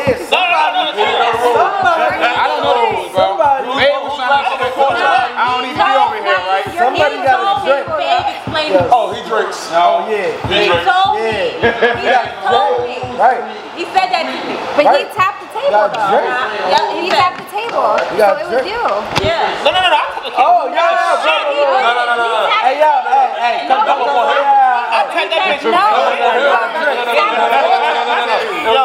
Speaker 5: don't know the rules, bro. Somebody.
Speaker 2: I don't even be over here, right?
Speaker 5: Somebody got a drink.
Speaker 2: Oh, he drinks. Oh,
Speaker 5: yeah.
Speaker 2: He drinks.
Speaker 24: told me. He told me.
Speaker 5: Right.
Speaker 24: He said that to me.
Speaker 22: But he tapped the table
Speaker 24: Got
Speaker 22: though.
Speaker 24: jerked.
Speaker 22: Yeah, he tapped the table.
Speaker 5: You
Speaker 22: So
Speaker 5: got
Speaker 22: it was
Speaker 5: jerked.
Speaker 22: you.
Speaker 24: Yeah.
Speaker 4: No, no, no, no.
Speaker 5: Oh, yeah.
Speaker 4: No, no, no, no, no.
Speaker 5: Hey, yo, hey, hey. Come on, come on.
Speaker 4: I take that picture. No, no, no, no, no, no, no, no, no, no.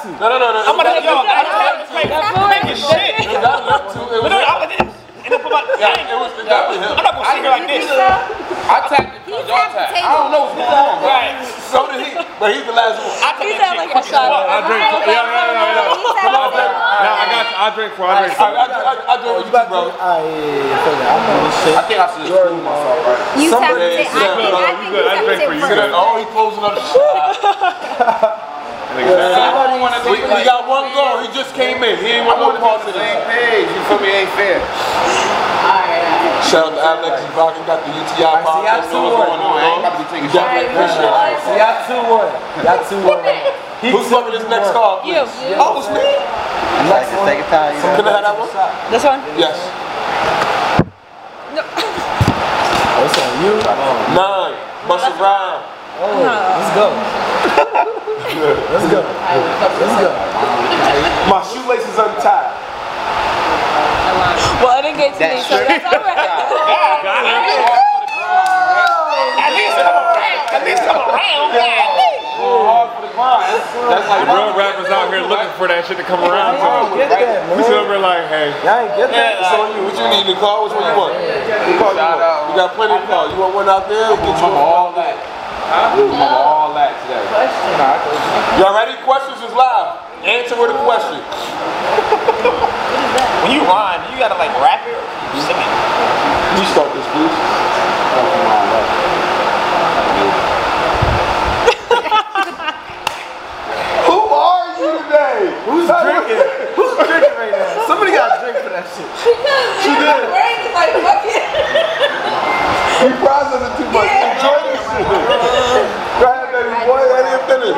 Speaker 2: No, no, no, no.
Speaker 4: I'm gonna yo, I don't have to take taking shit.
Speaker 2: That looked too. It
Speaker 4: No,
Speaker 2: was
Speaker 4: no, I was and I put my I ain't-
Speaker 2: It was definitely him.
Speaker 4: I'm not gonna sit here like this.
Speaker 2: I tapped it because y'all tapped. I don't know what's going on, bro. So did he, but he's the last one.
Speaker 4: I take that shit.
Speaker 2: I drink. Yeah, yeah, yeah, yeah. I drink. No, I got. I drink for. I drink for. I I- I
Speaker 5: Oh,
Speaker 2: drink with you, bro.
Speaker 5: I, I know this shit.
Speaker 2: I think I should just prove myself, right?
Speaker 22: You
Speaker 2: Somebody-
Speaker 22: tapped it. I
Speaker 2: Yeah,
Speaker 22: think-
Speaker 2: no,
Speaker 22: I
Speaker 2: you
Speaker 22: think
Speaker 2: good.
Speaker 22: you
Speaker 2: I drink
Speaker 22: tapped
Speaker 2: for
Speaker 22: it
Speaker 2: you. Look at that. Oh, he closing up. Everyone wanna
Speaker 7: We-
Speaker 2: We got one goal. He just came in. He ain't want no part of this.
Speaker 7: Same page. You feel me? Ain't fair.
Speaker 2: Shout out to Alex Ibaka. Got the UTI
Speaker 5: y'all
Speaker 2: podcast.
Speaker 5: two
Speaker 2: Know what's
Speaker 5: won.
Speaker 2: going on? I ain't about to be taking shit. Appreciate it.
Speaker 5: So y'all two one. Y'all two one.
Speaker 2: Who's fucking this next call? please? Oh, it's me.
Speaker 23: Like the second time, you know.
Speaker 2: Can I have that one?
Speaker 3: This one?
Speaker 2: Yes.
Speaker 5: What's on you?
Speaker 2: Nine. Bust around.
Speaker 5: Oh, let's go. Let's go. Let's go.
Speaker 2: My shoelaces untied.
Speaker 3: Well, I didn't get to these, so that's all right.
Speaker 4: At least I'm around. At least I'm around.
Speaker 2: Oh, That's like
Speaker 7: Real rappers out here looking for that shit to come around.
Speaker 5: Y'all ain't Oh, get that, man.
Speaker 7: We sit over here like, hey.
Speaker 5: Y'all ain't get that.
Speaker 2: It's on you. What you need? The car? Which one you want? What car you want? You got plenty of cars. You want one out there? We'll get you one.
Speaker 7: all that. all that today.
Speaker 2: Y'all ready? Questions is live. Answer with a question.
Speaker 4: When you rhyme, you gotta like rap it. or you Sing it.
Speaker 2: You start this, please. Who are you today?
Speaker 5: Who's drinking? Who's drinking right now? Somebody got a drink for that shit.
Speaker 2: She did. You processing too much. Enjoy this shit. Go ahead, baby boy. Let him finish.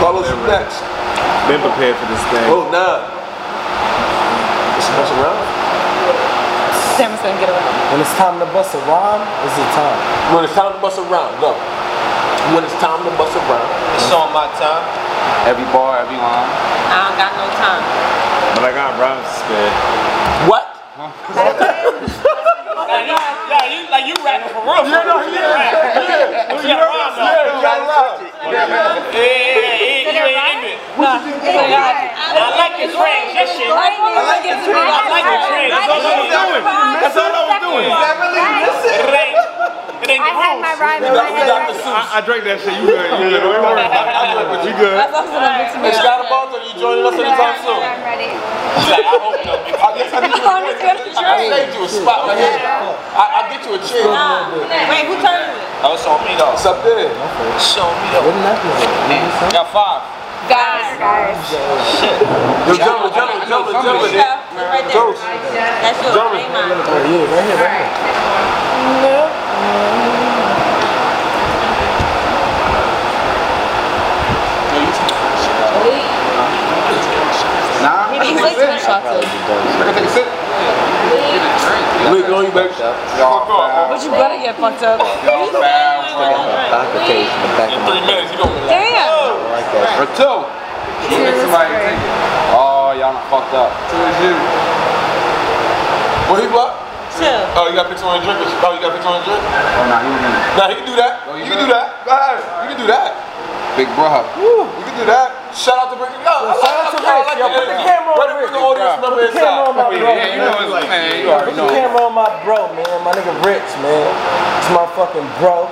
Speaker 2: Carlos, you next.
Speaker 7: Been prepared for this thing.
Speaker 2: Oh, nah. It's mess around.
Speaker 3: Sam's gonna get around.
Speaker 5: When it's time to bust a rhyme, it's the time.
Speaker 2: When it's time to bust around, go. When it's time to bust around.
Speaker 4: It's on my time.
Speaker 7: Every bar, every line.
Speaker 24: I don't got no time.
Speaker 7: But I got rhymes to spit.
Speaker 2: What?
Speaker 4: Like you, like you, like you rapping for real. Yeah, no, yeah, yeah. You got rhyme though.
Speaker 2: Yeah, you got love.
Speaker 4: Yeah, yeah, yeah. You ain't in it. I like the trends. That shit. I like the trends. I like the trends. That's all I was doing. That's all I was doing. It ain't. It ain't
Speaker 22: I
Speaker 4: the
Speaker 22: had
Speaker 4: rules.
Speaker 22: my rhyme in my head. right now.
Speaker 7: I, I drank that shit. You good? You good? Don't worry about it. We good.
Speaker 3: That's also gonna get to me.
Speaker 2: It's got a ball, you joining us anytime soon.
Speaker 22: I'm ready.
Speaker 2: I hope no. I guess I need you
Speaker 3: I'm just gonna
Speaker 2: a I saved you a spot right here. I, I get you a chair.
Speaker 24: Wait, who turned it?
Speaker 4: Oh, it's on me though.
Speaker 2: It's up there.
Speaker 4: It's on me though.
Speaker 5: Wouldn't that be
Speaker 4: I got five.
Speaker 3: Guys,
Speaker 2: Yo, gentlemen, gentlemen, gentlemen, gentlemen.
Speaker 24: Yeah, right there.
Speaker 2: Ghost.
Speaker 24: That's yours. Ain't mine.
Speaker 5: Oh, yeah, right here, right here.
Speaker 7: Nah.
Speaker 3: he didn't take two shots of.
Speaker 7: I can take a sip.
Speaker 2: Look on you, baby.
Speaker 7: Y'all foul.
Speaker 3: But you better get fucked up.
Speaker 7: Y'all foul, bro.
Speaker 23: Complication, the back
Speaker 4: In
Speaker 23: of my
Speaker 4: three minutes, you gonna be like,
Speaker 3: Damn.
Speaker 23: I like that.
Speaker 7: For two. Make somebody take it. Oh, y'all done fucked up. Two is you.
Speaker 2: What he block?
Speaker 25: too.
Speaker 2: Oh, you got picks on a drink? Oh, you got picks on a drink? Oh, nah, he was in it. Nah, he can do that. you can do that. Go ahead. You can do that.
Speaker 4: Big bruh.
Speaker 2: Woo. You can do that. Shout out to Rick. Yo, I
Speaker 5: shout out to
Speaker 2: I
Speaker 5: Rick.
Speaker 2: like
Speaker 5: Yo, put the
Speaker 2: energy.
Speaker 5: camera on
Speaker 2: Let him bring
Speaker 5: Rick.
Speaker 2: the audience member
Speaker 5: Put the
Speaker 2: inside.
Speaker 5: camera on my bro.
Speaker 4: yeah, you know it's like, man, you
Speaker 5: Put the camera on my bro, man. My nigga Rich, man. It's my fucking bro.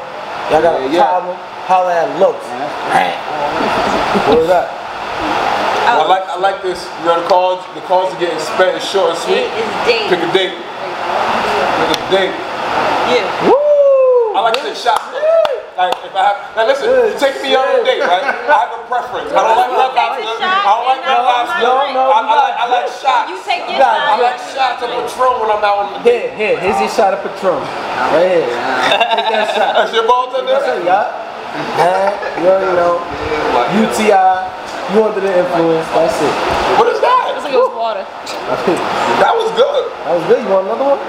Speaker 5: Y'all got a problem? Holla at Lopes. Word up.
Speaker 2: I like I like this. You know the calls the calls are getting spent and short and sweet. Pick a date. Pick a date.
Speaker 25: Yeah.
Speaker 2: Woo! I like to take shots. though. Like if I have now listen, you take me on a date, right? I have a preference. I don't like red lobster. I don't like red lobster.
Speaker 5: no, no,
Speaker 2: I,
Speaker 5: we
Speaker 2: I like I like shots.
Speaker 25: You take your
Speaker 5: Nah,
Speaker 25: time.
Speaker 2: I like shots of Patron when I'm out on the
Speaker 5: Here, here, here's your shot of Patron. Right here. Take that shot.
Speaker 2: That's your ball tender?
Speaker 5: That's it, yup. Man, Eh, you already know. UTI, you under the influence, that's it.
Speaker 2: What is that?
Speaker 26: It's like it was water.
Speaker 2: That was good.
Speaker 5: That was good. You want another one?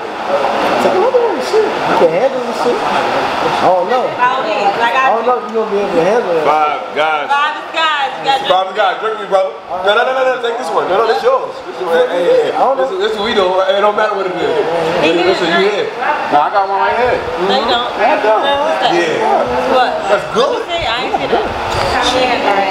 Speaker 5: Take another one, shit. You can handle this shit. I don't know. I don't know if you're gonna be able to handle it.
Speaker 2: Five guys.
Speaker 25: Five is guys. You got
Speaker 2: Five is guys. Drink me, brother. No, no, no, no, no. Take this one. No, no, that's yours. This is what, hey, hey, hey. This, is- this is what we do. It don't matter what it is. This is you here. No, I got one right here.
Speaker 25: No, you don't. No, what's that?
Speaker 2: Yeah.
Speaker 25: What?
Speaker 2: That's good.
Speaker 25: What you say? I ain't get it.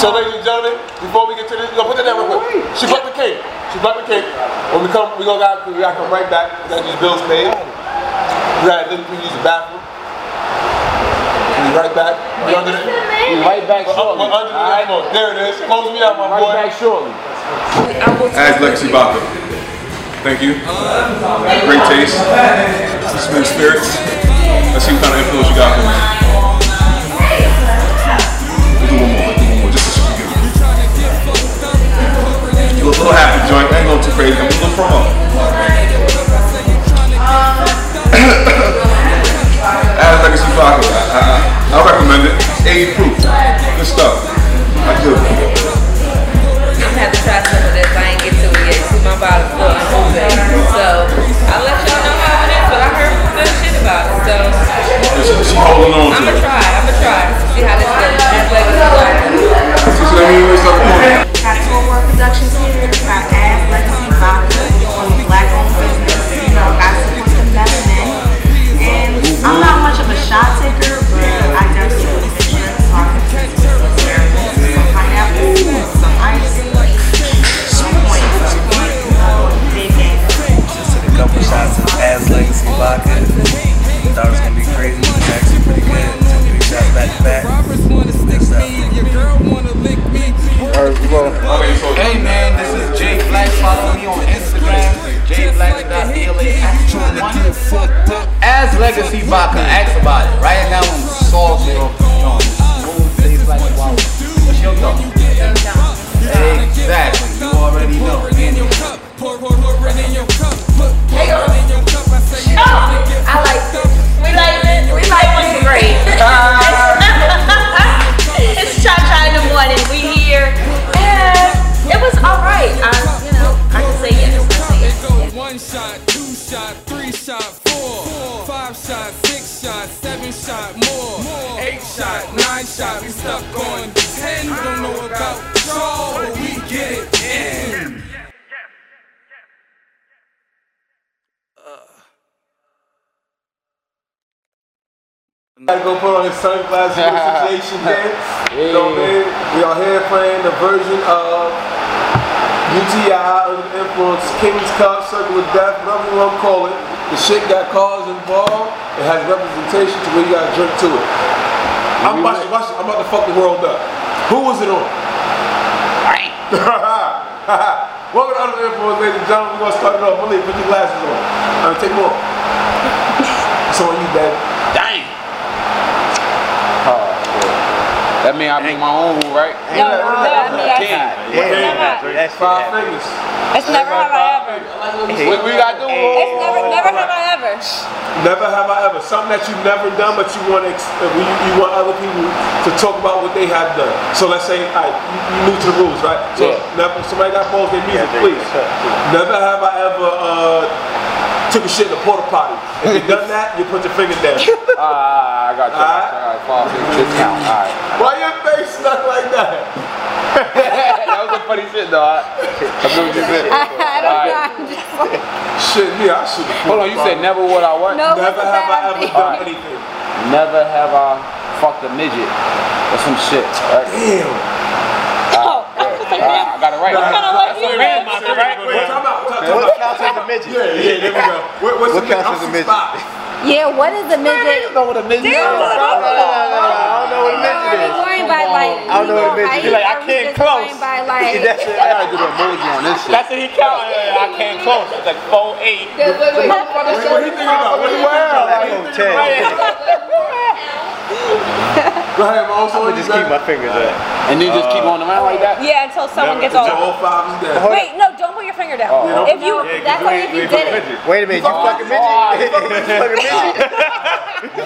Speaker 2: So, ladies and gentlemen, before we get to this, no, put that down real quick. She brought the cake. She brought the cake. When we come, we gonna got, we gotta come right back. That just Bill's paid. We gotta let people use the bathroom. We right back. We under the, we right back shortly. We're under the influence. There it is. Close me out, my boy. Right back shortly.
Speaker 7: As Legacy Baca. Thank you. Great taste. Smooth spirits. Let's see what kind of influence you got for me. We'll do one more. We'll do one more. Just to see what you get. A little happy joint. Ain't going too crazy. I'm a little promo. As Legacy Baca. I recommend it. 80 proof. Good stuff. I do.
Speaker 3: I'm gonna have to try some of this. I ain't get to it yet. See, my bottle's full and moving. So I'll let y'all know how it is, but I heard some good shit about it. So
Speaker 7: She holding on to
Speaker 3: I'ma
Speaker 7: it.
Speaker 3: try. I'ma try. See how this goes. This legacy life.
Speaker 7: Just let me raise up on it.
Speaker 9: Tattoo World Productions here to podcast Legacy Vodka on the black owned business. You know, I support the feminine. And I'm not much of a shot taker, but I definitely would have been here talking to some experiments, some pineapple, some ice, some point, some point, you know, big game.
Speaker 27: Just hit a couple shots of Paz Legacy Vodka. Thought it was gonna be crazy, but it's actually pretty good. Took three shots back to back. Next up,
Speaker 7: Okay, so
Speaker 27: Hey man, this is Jay Black. Follow me on Instagram, jblack.la. As Legacy Vodka, ask about it. Right now I'm salty. What's your thought? Exactly, you already know.
Speaker 3: I like it. We like it. We like it. It's great. it's Cha Cha in the morning. We here. And it was alright. I, you know, I can say yes. I say yes.
Speaker 1: One shot, two shot, three shot, four, five shot, six shot, seven shot, more, eight shot, nine shot. We stuck on ten. We don't know about draw, but we get it in.
Speaker 2: Gotta go put on his sunglasses with Association dance. You know what I mean? We are here playing the version of UTI under the influence, King's Cup, Circle of Death, whatever you want to call it. The shit got cars involved. It has representation to where you gotta drink to it. I'm watching, watch, I'm about to fuck the world up. Who was it on? Welcome to Under the Influence, ladies and gentlemen. We're gonna start it off. Malik, put your glasses on. All right, take more. It's on you, baby.
Speaker 4: Dang. That mean I make my own rule, right?
Speaker 26: No, no, I mean, that's-
Speaker 4: That's
Speaker 2: five fingers.
Speaker 26: It's never have I ever.
Speaker 4: What we gotta do?
Speaker 26: It's never, never have I ever.
Speaker 2: Never have I ever. Something that you've never done, but you want ex- uh, you, you want other people to talk about what they have done. So let's say, all right, you, you new to the rules, right? So never, somebody got balls, their music, please. Never have I ever uh, took a shit in a porta potty. If you done that, you put your finger down.
Speaker 4: Ah, I got you. I got five, six, six count. All right.
Speaker 2: Why your face stuck like that?
Speaker 4: that was a funny shit, though. I, I know what you said.
Speaker 28: I don't know. I'm just like,
Speaker 2: Shit, yeah, I should have.
Speaker 1: Hold on, you said never would I what?
Speaker 2: No, Never have I ever done
Speaker 1: Alright.
Speaker 2: anything.
Speaker 1: Never have I fucked a midget or some shit. Right? Damn. I got it right.
Speaker 2: Nah,
Speaker 1: That's
Speaker 2: nah,
Speaker 1: what it is,
Speaker 2: nah, nah,
Speaker 1: Monty, right?
Speaker 2: wait, time out, time out.
Speaker 1: What counts as a midget?
Speaker 2: Yeah, yeah, there we go. What, what's
Speaker 1: What
Speaker 2: the
Speaker 1: counts as a midget?
Speaker 9: Yeah, what is a midget? You know what a midget is. No, no, no, no, I don't know what a midget is. going by like.
Speaker 4: I don't know what it means. Be like, I can't close.
Speaker 9: Going by like.
Speaker 4: That's it. I gotta do that emoji on this shit. That's
Speaker 29: what he counted. I can't close. It's like four eight.
Speaker 9: Yeah, wait, wait,
Speaker 4: What-
Speaker 9: what-
Speaker 4: what- what he thinking about? What he thinking about? Like, oh, ten.
Speaker 2: Go ahead, also.
Speaker 4: I'm gonna just keep my fingers up.
Speaker 1: And then just keep on around like that?
Speaker 3: Yeah, until someone gets old.
Speaker 2: five is
Speaker 3: Wait, no, don't put your finger down.
Speaker 4: Oh.
Speaker 3: If you, that's only if you did it.
Speaker 4: Wait a minute, you fucking midget? You fucking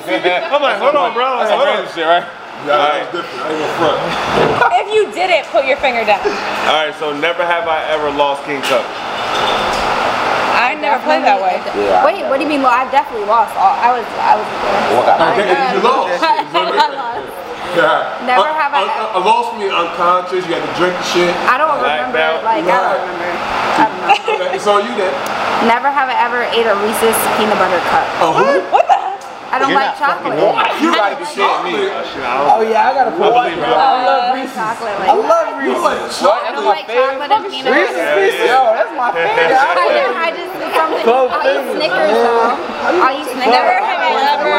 Speaker 4: midget?
Speaker 30: I'm like, hold on, bro.
Speaker 29: That's
Speaker 30: hold
Speaker 29: some
Speaker 30: on.
Speaker 29: random shit, right?
Speaker 2: Yeah, that was different. I ain't gonna front.
Speaker 9: Oh
Speaker 3: If you did it, put your finger down.
Speaker 30: All right, so never have I ever lost King Cup.
Speaker 3: I never played that way.
Speaker 30: Yeah.
Speaker 9: Wait, what do you mean? Well, I definitely lost. All, I was, I was.
Speaker 2: You lost. Yeah.
Speaker 9: Never
Speaker 2: Uh,
Speaker 9: have I
Speaker 2: uh,
Speaker 9: ever-
Speaker 2: uh, lost me unconscious. You had to drink the shit.
Speaker 9: I don't
Speaker 2: Blacked
Speaker 9: remember.
Speaker 2: out.
Speaker 9: Like, I don't remember.
Speaker 2: Okay, It's on you then.
Speaker 9: Never have I ever ate a Reese's peanut butter cup.
Speaker 2: Oh, who?
Speaker 9: What the? I don't like chocolate.
Speaker 2: You like the shit me.
Speaker 5: Oh yeah, I gotta put one. in. I love Reese's.
Speaker 3: Oh,
Speaker 5: I love Reese's.
Speaker 9: I don't like chocolate and peanut butter.
Speaker 5: Reese's Pieces, yo, that's my favorite.
Speaker 9: I,
Speaker 5: I love
Speaker 9: I just it's something.
Speaker 5: Twelve
Speaker 9: I'll eat
Speaker 5: fingers, man.
Speaker 9: Snickers though. I'll eat Snickers. Never have I ever.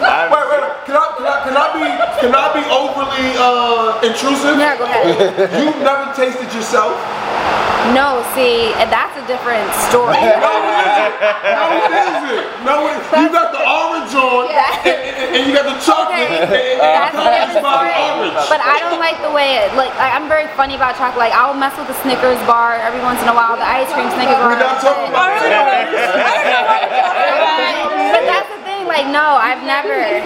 Speaker 2: Wait, wait, wait. Can I, can I, can I be, can I be overly uh, intrusive?
Speaker 9: Yeah, go ahead.
Speaker 2: You've never tasted yourself.
Speaker 9: No, see, that's a different story.
Speaker 2: No, it isn't. No, it, you got the orange on, and, and- and you got the chocolate,
Speaker 9: Okay,
Speaker 2: and, and,
Speaker 9: that's
Speaker 2: and
Speaker 9: what it
Speaker 2: it's
Speaker 9: was
Speaker 2: by the
Speaker 9: for.
Speaker 2: orange.
Speaker 9: But I don't like the way it, like, I- I'm very funny about chocolate. Like, I'll mess with the Snickers bar every once in a while, the ice cream Snickers bar.
Speaker 2: We're not talking about
Speaker 9: But that's the thing, like, no, I've never.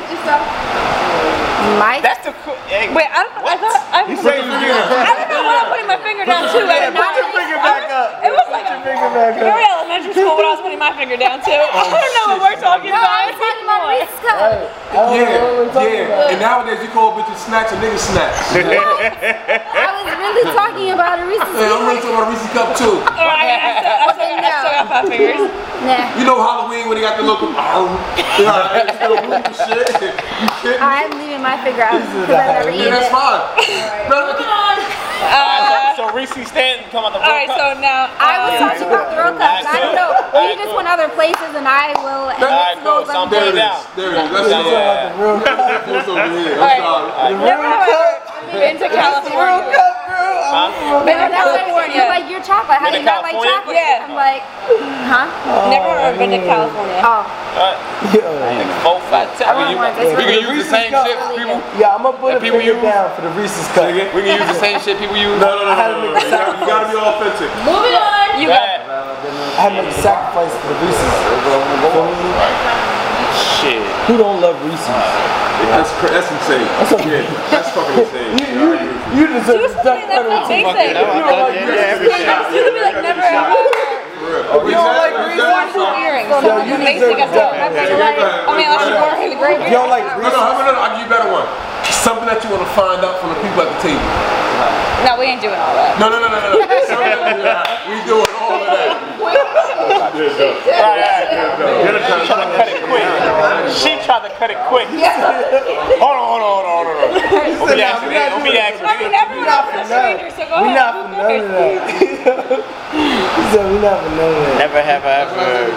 Speaker 9: My. That's the cool.
Speaker 3: Wait, I don't. I thought I,
Speaker 2: He said you did it.
Speaker 3: I don't know when I'm putting my finger down too. I did not.
Speaker 5: Bring it back up.
Speaker 3: It was like
Speaker 5: back up. Oh,
Speaker 3: very elementary school when I was putting my finger down too. I don't know what we're talking
Speaker 9: No,
Speaker 3: about.
Speaker 9: I'm Oh, talking about Reese's cup.
Speaker 2: Oh, Yeah, yeah. And nowadays you call bitches snacks and niggas snacks. yeah,
Speaker 9: I was really talking about a Reese's
Speaker 2: I'm
Speaker 9: cup.
Speaker 2: really talking about Reese's cup too.
Speaker 3: All right, I still, I still, I still got five fingers.
Speaker 9: Nah.
Speaker 2: You know Halloween when they got the little, oh, yeah, it's the blue and shit. You kidding me?
Speaker 9: I'm leaving my finger out because I've never
Speaker 2: Yeah,
Speaker 9: eaten
Speaker 2: that's
Speaker 9: it.
Speaker 2: fine.
Speaker 3: Uh,
Speaker 29: So Reese Stanton come out the
Speaker 3: all right, so now
Speaker 9: I was talking about the real cups. I don't know.
Speaker 29: Alright,
Speaker 9: We just went other places, and I will. And
Speaker 29: Alright,
Speaker 9: this
Speaker 29: cool.
Speaker 9: goes
Speaker 29: So I'm
Speaker 9: up
Speaker 29: putting it
Speaker 9: there.
Speaker 29: down.
Speaker 2: There it is. That's
Speaker 29: Yeah.
Speaker 2: yeah. over here. I'm
Speaker 3: Alright.
Speaker 2: sorry.
Speaker 3: Never have I ever been to California.
Speaker 29: Huh?
Speaker 3: Been to
Speaker 9: You're
Speaker 3: California.
Speaker 9: like you're chocolate. How do you not like
Speaker 29: California?
Speaker 9: chocolate?
Speaker 3: Yeah.
Speaker 9: I'm like, huh?
Speaker 3: Never have I ever been to California.
Speaker 9: Oh,
Speaker 29: Four, five, ten.
Speaker 9: I want one.
Speaker 1: We can
Speaker 9: It's
Speaker 1: use the same shit people.
Speaker 5: Yeah, I'm gonna put a
Speaker 1: And people
Speaker 5: finger
Speaker 1: use-
Speaker 5: down for the Reese's cup.
Speaker 1: We can use the same shit people use.
Speaker 2: No, no, no, no, no, no. You gotta- You gotta be authentic.
Speaker 3: Moving on. You got it.
Speaker 5: I had to sacrifice for the Reese's. Feel me?
Speaker 29: Shit.
Speaker 5: Who don't love Reese's?
Speaker 2: That's cra- that's insane. That's okay. That's fucking insane.
Speaker 5: You, you, you deserve
Speaker 3: Just
Speaker 5: a duck
Speaker 3: something that's
Speaker 5: under
Speaker 3: not
Speaker 5: too.
Speaker 3: basic. You
Speaker 5: You don't like Reese's.
Speaker 3: could be like never have I
Speaker 2: You don't like
Speaker 3: worn hoop earrings. So
Speaker 5: Yo, you
Speaker 3: that's basic
Speaker 5: deserve
Speaker 3: as well.
Speaker 5: a duck.
Speaker 3: I feel like, I mean, unless you wore really great
Speaker 5: You don't like
Speaker 2: No, no,
Speaker 5: Reese's.
Speaker 2: no, no, no. I'll give you a better one. Something that you want to find out from the people at the table.
Speaker 3: No, we ain't doing all that.
Speaker 2: No, no, no, no, no. Something that we- we doing all of that.
Speaker 29: She tried to cut it quick. She tried to cut it quick. Hold on, hold on, hold on, hold on. Let me ask you this. Let me ask you
Speaker 3: I mean,
Speaker 29: this.
Speaker 3: everyone else is a stranger, so go
Speaker 5: We
Speaker 3: ahead.
Speaker 5: not for none of that. He said we not for none of that.
Speaker 4: Never have I ever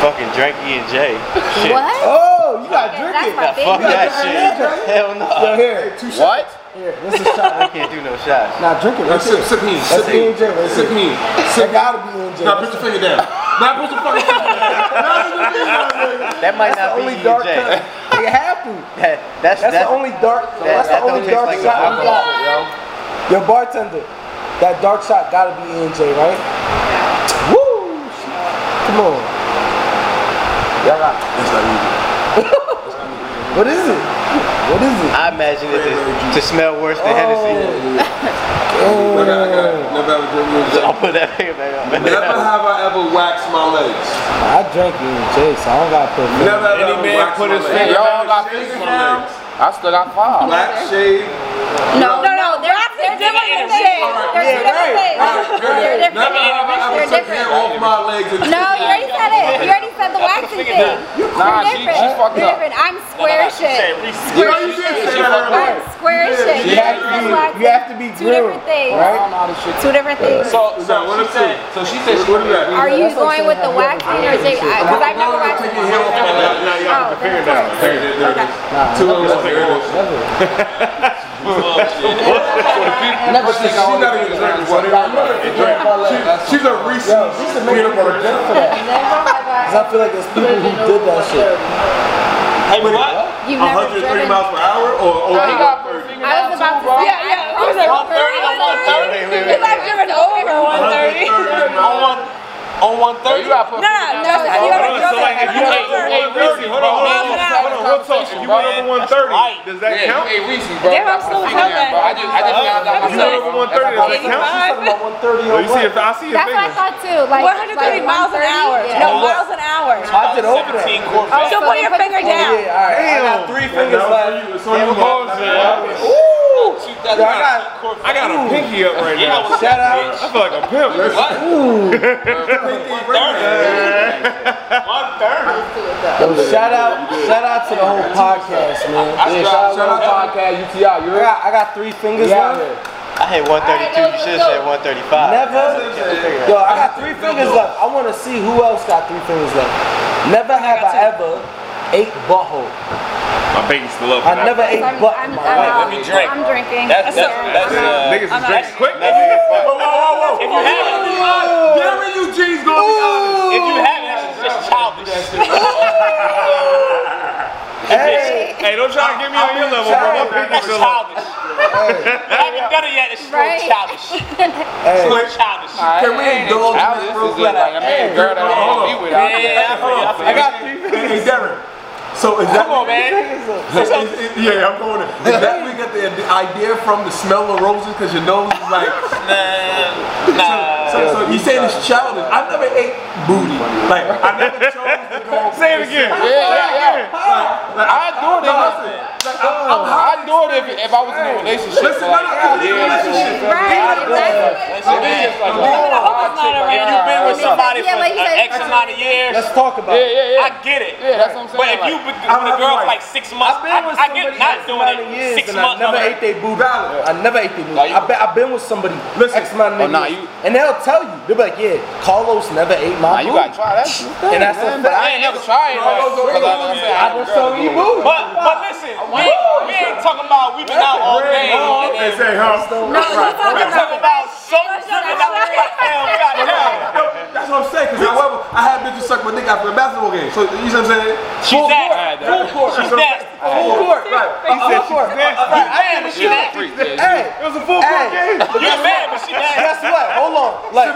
Speaker 4: fucking drank E and J. Shit.
Speaker 9: What?
Speaker 5: Oh, you gotta drink
Speaker 9: That's
Speaker 5: it.
Speaker 9: my
Speaker 4: Fuck
Speaker 9: favorite.
Speaker 4: that shit. Hell no.
Speaker 5: Yo, here,
Speaker 4: What?
Speaker 5: here, this is shot.
Speaker 4: I can't do no shots.
Speaker 5: Now drink it.
Speaker 2: Now
Speaker 5: Right
Speaker 2: sip,
Speaker 5: here.
Speaker 2: sip me,
Speaker 5: That's
Speaker 2: sip
Speaker 5: E
Speaker 2: me,
Speaker 5: and J right
Speaker 2: sip
Speaker 5: there.
Speaker 2: me.
Speaker 5: That gotta be E and J.
Speaker 2: Now put your finger down. Now put your fucking finger down. Now put your finger down. nigga.
Speaker 4: That might not
Speaker 5: That's the
Speaker 4: be
Speaker 5: only
Speaker 4: E
Speaker 5: dark
Speaker 4: and J.
Speaker 5: cup. It happened.
Speaker 4: That- That's
Speaker 5: That's the only dark. that's
Speaker 4: that
Speaker 5: the
Speaker 4: don't
Speaker 5: only
Speaker 4: taste
Speaker 5: dark
Speaker 4: like
Speaker 5: shot we
Speaker 4: alcohol,
Speaker 5: got. Yo, bartender, that dark shot gotta be E and J, right? Woo! Come on. Y'all got. what is it? What is it?
Speaker 4: I imagine it to, to smell worse than
Speaker 5: Oh.
Speaker 4: Hennessy.
Speaker 2: I got, I got. it. Never ever drink me a
Speaker 4: I'll
Speaker 2: drink.
Speaker 4: put that finger back on.
Speaker 2: Never have I ever waxed my legs.
Speaker 5: I drank E and J, so I don't gotta put. nothing.
Speaker 2: Never have
Speaker 30: Any
Speaker 2: I ever
Speaker 30: man
Speaker 2: waxed
Speaker 30: put
Speaker 2: my
Speaker 30: his
Speaker 2: legs.
Speaker 30: finger-
Speaker 2: Never
Speaker 30: y'all got
Speaker 2: shaved
Speaker 30: fingers
Speaker 2: my
Speaker 30: now?
Speaker 2: legs.
Speaker 1: I still got five.
Speaker 2: Black shade.
Speaker 9: No, no, no. They're, they're
Speaker 3: They're different things. They're
Speaker 31: Yeah,
Speaker 3: different
Speaker 31: right,
Speaker 3: things.
Speaker 31: right, right.
Speaker 3: They're different.
Speaker 31: Never have I ever
Speaker 3: They're
Speaker 31: took
Speaker 3: different.
Speaker 31: hair off my legs and-
Speaker 3: No, you already said it. You already said the waxing thing. You're
Speaker 31: Nah, she- she
Speaker 3: different.
Speaker 31: fucked
Speaker 3: You're
Speaker 31: up.
Speaker 3: different. I'm square shit.
Speaker 31: You know, you did say that earlier.
Speaker 3: I'm square
Speaker 31: You did.
Speaker 3: shit.
Speaker 31: You have to
Speaker 3: Just
Speaker 31: be-
Speaker 3: waxing.
Speaker 31: you have to be
Speaker 3: Two different
Speaker 31: grilled,
Speaker 3: things.
Speaker 31: right?
Speaker 3: Two different things.
Speaker 32: So, so what if said? So she said she would have.
Speaker 3: Are you going with the waxing or is it? Because I've never waxed. Oh,
Speaker 32: Two of us figure it out.
Speaker 31: Never think I
Speaker 2: She's
Speaker 31: wanna
Speaker 2: not
Speaker 31: be
Speaker 2: even
Speaker 31: around
Speaker 2: drinking water.
Speaker 31: somebody.
Speaker 2: She- She's a Reese's peanut butter
Speaker 5: for that. Because I feel like there's people who did that shit.
Speaker 2: Hey, what?
Speaker 3: You've never
Speaker 2: 130
Speaker 3: driven-
Speaker 2: miles per hour or over?
Speaker 3: Uh, I was about to say. Yeah, yeah.
Speaker 2: was like, 130
Speaker 3: on
Speaker 2: wait,
Speaker 3: I've driven over 130.
Speaker 32: On one thirty, you gotta put.
Speaker 3: No, no, you gotta
Speaker 32: Hold on, so
Speaker 3: drill
Speaker 32: like if you
Speaker 3: that.
Speaker 32: ate over one thirty, hold on, hold on, hold on, real talk. If you went over one thirty, does that
Speaker 1: Yeah,
Speaker 32: count?
Speaker 1: you ate Reese's, bro.
Speaker 32: Damn,
Speaker 1: Damn,
Speaker 32: I'm
Speaker 1: I'm
Speaker 32: still
Speaker 1: still hungry. Bro, I just, I just found out.
Speaker 32: If you went over one thirty, does that count? Oh, you see, if I see your
Speaker 3: That's what I
Speaker 32: finger.
Speaker 3: thought too. Like
Speaker 9: 130 miles an hour. No, miles an hour.
Speaker 5: I did over that.
Speaker 9: Oh, so put your finger down.
Speaker 5: Yeah, all right. I got three fingers left.
Speaker 32: So you balls, man.
Speaker 5: I got
Speaker 32: I got a pinky up right
Speaker 5: Yeah,
Speaker 32: now.
Speaker 5: shout out.
Speaker 32: I feel like a pimp.
Speaker 5: Yo, shout out, shout out to the whole podcast,
Speaker 33: I-
Speaker 5: man.
Speaker 33: I
Speaker 5: Yeah,
Speaker 33: shout out to the
Speaker 5: podcast, UTI. You I got, I got three fingers
Speaker 33: Yeah.
Speaker 5: left.
Speaker 33: I had 132. You should have said 135.
Speaker 5: Never, yo, I got three fingers left. I want to see who else got three fingers left. Never have I ever ate butthole.
Speaker 32: My baby's still up.
Speaker 5: I never ate butthole.
Speaker 32: Let me drink.
Speaker 3: uh, I'm drinking.
Speaker 32: That's- that's- that's, uh, Niggas is drinking quick. Whoa, whoa, whoa,
Speaker 31: If
Speaker 32: whoa.
Speaker 31: you haven't, that's just- Gary, you G's gonna be honest.
Speaker 4: If you haven't, that's just childish.
Speaker 32: Hey, hey, don't try to get me on your level, bro. My pinky still up.
Speaker 4: Even better yet, it's still
Speaker 3: Right.
Speaker 4: childish.
Speaker 5: Hey.
Speaker 4: Still childish.
Speaker 5: Can we indulge in this real quick?
Speaker 1: like, I mean, a girl that I wanna be with.
Speaker 4: Yeah, yeah, yeah.
Speaker 5: I got three
Speaker 2: Hey, Derek. So is that
Speaker 4: Come on, man.
Speaker 2: is- is- yeah, I'm going. to- Is that we get the idea from the smell of roses because your nose is like
Speaker 4: Nah.
Speaker 2: So, so you saying it's childish? I never ate booty. Like I never chose to go.
Speaker 32: Say it again.
Speaker 2: Say it again. Like,
Speaker 1: I do it
Speaker 2: No,
Speaker 1: if
Speaker 2: listen. Like, I'm, I'm high.
Speaker 1: I do it if, if I was in a relationship.
Speaker 2: Listen,
Speaker 1: but
Speaker 2: no,
Speaker 1: like,
Speaker 2: no, it's a
Speaker 1: yeah,
Speaker 2: relationship.
Speaker 4: If you've been with somebody
Speaker 3: Yeah,
Speaker 4: for
Speaker 3: like you said-
Speaker 4: an X amount of years,
Speaker 5: Let's talk about it.
Speaker 1: yeah, yeah.
Speaker 4: I get it.
Speaker 1: Yeah, that's what I'm saying.
Speaker 4: But if
Speaker 1: like,
Speaker 4: you've been with a girl for like six months,
Speaker 5: I've been with
Speaker 4: I, I
Speaker 5: somebody
Speaker 4: get not
Speaker 5: X amount of
Speaker 4: doing
Speaker 5: years
Speaker 4: it six
Speaker 5: and I
Speaker 4: months.
Speaker 5: never
Speaker 4: I'm
Speaker 5: ate their booty.
Speaker 2: Valid.
Speaker 5: I never ate their booty. I've been, I've been with somebody
Speaker 2: Listen.
Speaker 5: X amount of
Speaker 1: Oh, nah,
Speaker 5: years,
Speaker 1: you-
Speaker 5: and they'll tell you. They'll be like, yeah, Carlos never ate
Speaker 1: Nah,
Speaker 5: my
Speaker 1: you
Speaker 5: booty.
Speaker 1: gotta try that shit.
Speaker 5: and that's a
Speaker 1: But
Speaker 5: fact.
Speaker 1: I ain't never tried it. Like, 'cause like I said, I
Speaker 5: I just told you booty.
Speaker 4: But, but listen, we, we ain't talking about we been out all day. and
Speaker 2: They
Speaker 4: then-
Speaker 2: say, huh?
Speaker 4: We talking about something that I got down.
Speaker 2: No, that's what I'm saying. Cause however, I had bitches suck my dick after a basketball game. So you know what I'm saying?
Speaker 4: She's that.
Speaker 2: Full court.
Speaker 4: She's nasty.
Speaker 2: Full court. Right.
Speaker 5: Full court.
Speaker 2: Uh,
Speaker 4: You mad, but she nasty.
Speaker 5: Hey, it was a full court game.
Speaker 4: You mad, but she nasty.
Speaker 5: Guess what? Hold on. Like,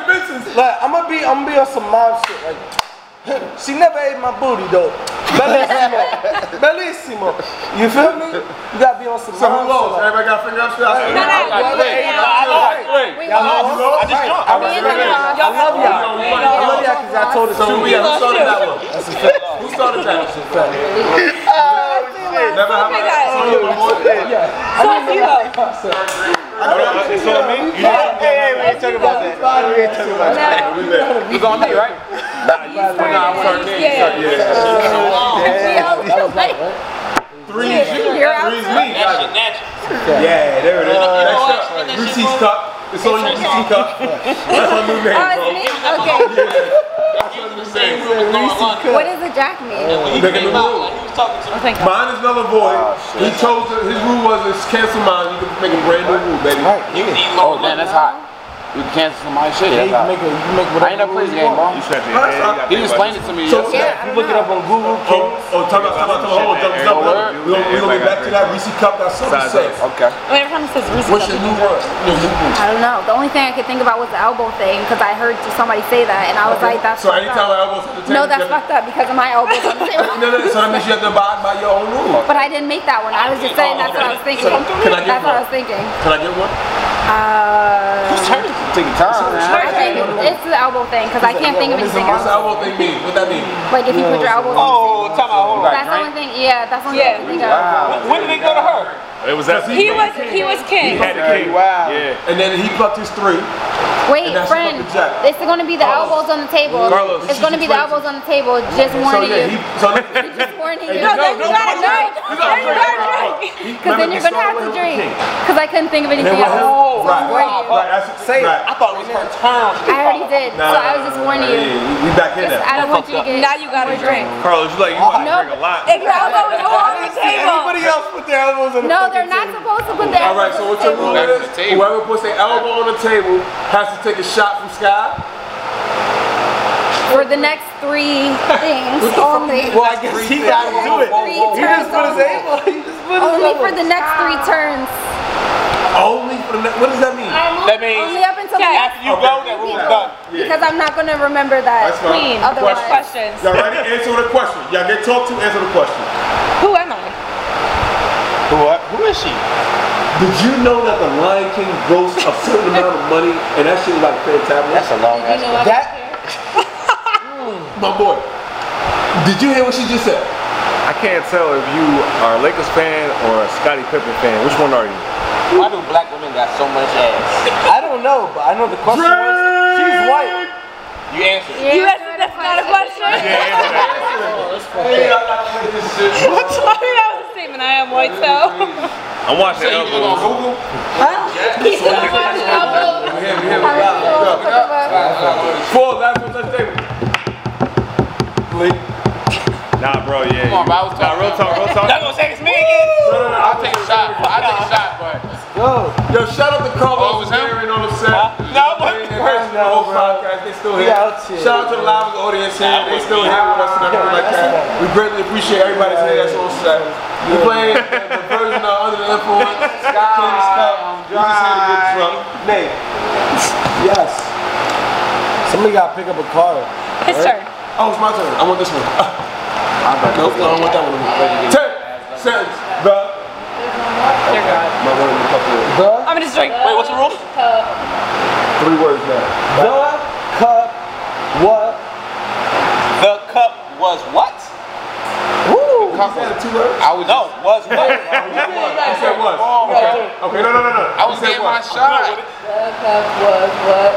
Speaker 5: like I'm gonna be, I'm gonna be on some mom shit. Like, she never ate my booty though. Bellissimo, bellissimo. You feel me? You gotta be on some
Speaker 2: So who
Speaker 5: mom
Speaker 2: lost?
Speaker 5: shit.
Speaker 2: Everybody got finger up. Shit, I said,
Speaker 3: No, no,
Speaker 2: I got
Speaker 3: no,
Speaker 2: three.
Speaker 3: no,
Speaker 2: I got
Speaker 3: no,
Speaker 2: two.
Speaker 3: We
Speaker 5: Y'all
Speaker 3: lost.
Speaker 5: lost?
Speaker 4: I just drunk.
Speaker 5: I was
Speaker 3: Me and
Speaker 5: really-
Speaker 3: Hannah
Speaker 5: I love y'all. I love y'all because y'all told us
Speaker 2: So
Speaker 5: the
Speaker 2: we
Speaker 5: truth.
Speaker 2: have who started that one? Who started that? Never have I ever told you before.
Speaker 5: Yeah. I mean,
Speaker 32: It's on me. You know-
Speaker 33: Hey, hey, we ain't talking about that.
Speaker 5: we ain't talking about that.
Speaker 2: We lit.
Speaker 1: You gonna be right?
Speaker 3: Nah, I'm sorry. Yeah.
Speaker 2: Yeah.
Speaker 5: That was like, right?
Speaker 2: Three is you.
Speaker 3: You're out.
Speaker 2: Three is me.
Speaker 4: That shit natural.
Speaker 2: Yeah, there it is. Next
Speaker 4: what?
Speaker 2: up, Reese's cup. It's on you, Reese's cup. That's my new name,
Speaker 3: Oh,
Speaker 2: bro.
Speaker 3: it's me? Okay.
Speaker 2: That's my new name.
Speaker 3: What does the jack mean?
Speaker 2: Making the rule.
Speaker 1: Oh,
Speaker 2: Mine is null and void. he chose to, his rule was it's cancel mine. You can make a brand new rule, baby.
Speaker 1: Oh, damn, that's hot. You cancel somebody's shit.
Speaker 5: Yeah,
Speaker 1: That's hot.
Speaker 5: you can make, a, you can make
Speaker 1: I
Speaker 5: whatever
Speaker 1: ain't never played
Speaker 5: rules
Speaker 1: this
Speaker 5: you
Speaker 1: game,
Speaker 5: want.
Speaker 1: bro.
Speaker 2: You strapped in. Yeah,
Speaker 1: He explained it to me.
Speaker 2: So-
Speaker 1: yesterday.
Speaker 5: You look it up on Google.
Speaker 2: Oh, oh, time out, time out, time out. Hold on, jump, jump, jump. We're gonna, we gonna get back to that Reese cup. That's something to say.
Speaker 1: Okay.
Speaker 9: Wait, every time it says Reese's
Speaker 2: What's
Speaker 9: Cup,
Speaker 2: your
Speaker 9: you
Speaker 2: new
Speaker 9: do
Speaker 2: word? Your new rule.
Speaker 3: I don't know. The only thing I could think about was the elbow thing because I heard somebody say that and I was like, that's
Speaker 2: So
Speaker 3: fucked
Speaker 2: anytime I
Speaker 3: up.
Speaker 2: almost hit the table,
Speaker 3: No, that's
Speaker 2: you gotta-
Speaker 3: fucked up because of my elbows
Speaker 2: No,
Speaker 3: on the table.
Speaker 2: no, so that means you have to abide by your own rule.
Speaker 3: But I didn't make that one. I was just
Speaker 2: Oh,
Speaker 3: saying that's what I was thinking.
Speaker 2: Can I get
Speaker 3: That's what
Speaker 2: one?
Speaker 3: I was thinking.
Speaker 2: Can I get one?
Speaker 3: Uh,
Speaker 4: Whose turn is it?
Speaker 1: taking time.
Speaker 3: I think it's the elbow thing because I can't think of anything
Speaker 1: What's the
Speaker 3: else.
Speaker 1: elbow thing mean? What that mean?
Speaker 3: Like if you put your elbow.
Speaker 1: Oh, talking about hold
Speaker 3: That's the only thing. Yeah, that's the only thing I can think of.
Speaker 1: When did it go to her?
Speaker 7: It was that.
Speaker 3: He was- he was king.
Speaker 7: He had the
Speaker 1: Okay,
Speaker 7: king.
Speaker 1: wow.
Speaker 7: Yeah.
Speaker 2: And then he plucked his three.
Speaker 3: Wait,
Speaker 2: And that's
Speaker 3: friend.
Speaker 2: fucking Jack.
Speaker 3: It's going to be the elbows on the table.
Speaker 2: Carlos,
Speaker 3: It's going to be the elbows on the table. Just
Speaker 2: So
Speaker 3: warning
Speaker 2: yeah,
Speaker 3: you.
Speaker 2: he, so let-
Speaker 3: Just warning you.
Speaker 2: No, then you gotta
Speaker 3: drink. Then you gotta drink. Because then you're gonna have to drink. Oh, Because I couldn't think of anything else. So I
Speaker 2: right,
Speaker 3: warned you.
Speaker 2: right. That's, Say right. I thought it was her
Speaker 3: I already did. So I was just warning you.
Speaker 2: We back in
Speaker 3: Just- Oh, I
Speaker 2: there.
Speaker 3: don't want you to get. Now you gotta drink.
Speaker 7: Carlos, you like you like to drink a lot.
Speaker 3: If your elbow is on the table.
Speaker 2: Everybody else put their elbows on the
Speaker 3: No,
Speaker 2: fucking
Speaker 3: they're not supposed to put their.
Speaker 2: All right, so what's your rule is? Whoever puts their elbow on the table has to take a shot from Sky.
Speaker 3: For the next three
Speaker 2: What
Speaker 3: things
Speaker 2: the fuck
Speaker 3: only.
Speaker 2: is- Well, I guess he gotta do it. He
Speaker 3: Three
Speaker 2: just oh, put
Speaker 3: turns
Speaker 2: his
Speaker 3: only.
Speaker 2: elbow- he just put his
Speaker 3: Only
Speaker 2: elbow.
Speaker 3: for the next three turns.
Speaker 2: Only for the next. What does that mean?
Speaker 3: That means only up until the next
Speaker 2: you go, that rule's done.
Speaker 3: Because I'm not gonna remember that.
Speaker 2: That's fine.
Speaker 3: Otherwise.
Speaker 2: Y'all ready? Answer the question. Y'all get talked to. Answer the question.
Speaker 6: Who am I?
Speaker 2: Who? Who is she? Did you know that the Lion King grossed a certain amount of money, and that shit like fantastic? That's a long ass. That. My boy. Did you hear what she just said?
Speaker 34: I can't tell if you are a Lakers fan or a Scottie Pippen fan. Which one are you?
Speaker 4: Why do black women got so much ass?
Speaker 5: I don't know, but I know the question was she's white.
Speaker 4: You answer.
Speaker 6: You answered that's not a question.
Speaker 7: What?
Speaker 6: that was a statement. I am white, so.
Speaker 7: I'm watching the elbows.
Speaker 2: Four last one touch table.
Speaker 7: Nah, bro, yeah.
Speaker 1: Come on, bro. I was talking.
Speaker 7: real talk, real talk.
Speaker 1: Y'all gonna say it's me again? No, no, no. I'll take a shot. I'll take a shot, but.
Speaker 5: Yo,
Speaker 2: yo, shout out to
Speaker 1: Carlos. Oh, it was him?
Speaker 2: on the set.
Speaker 1: No, what?
Speaker 2: First, the whole podcast, they still here.
Speaker 5: We out here.
Speaker 2: Shout out to the live audience here. They still here with us and everything like that. We greatly appreciate everybody's here that's on set. We playing the version of Under the Influence. King's Cup. We just here to get drunk. Nate.
Speaker 5: Yes. Somebody gotta pick up a car.
Speaker 6: His turn.
Speaker 2: Oh, it's my turn. I want this one. Nope, I don't want that one. Ten seconds. The. My one in the couple of
Speaker 6: I'm gonna just drink.
Speaker 5: Wait, what's the
Speaker 6: rule?
Speaker 2: three words now.
Speaker 5: The cup. What?
Speaker 4: The cup was what?
Speaker 5: Woo!
Speaker 4: I was no was what?
Speaker 2: You said was. Okay. Okay. No, no, no, no.
Speaker 1: I was getting my shot.
Speaker 6: was what?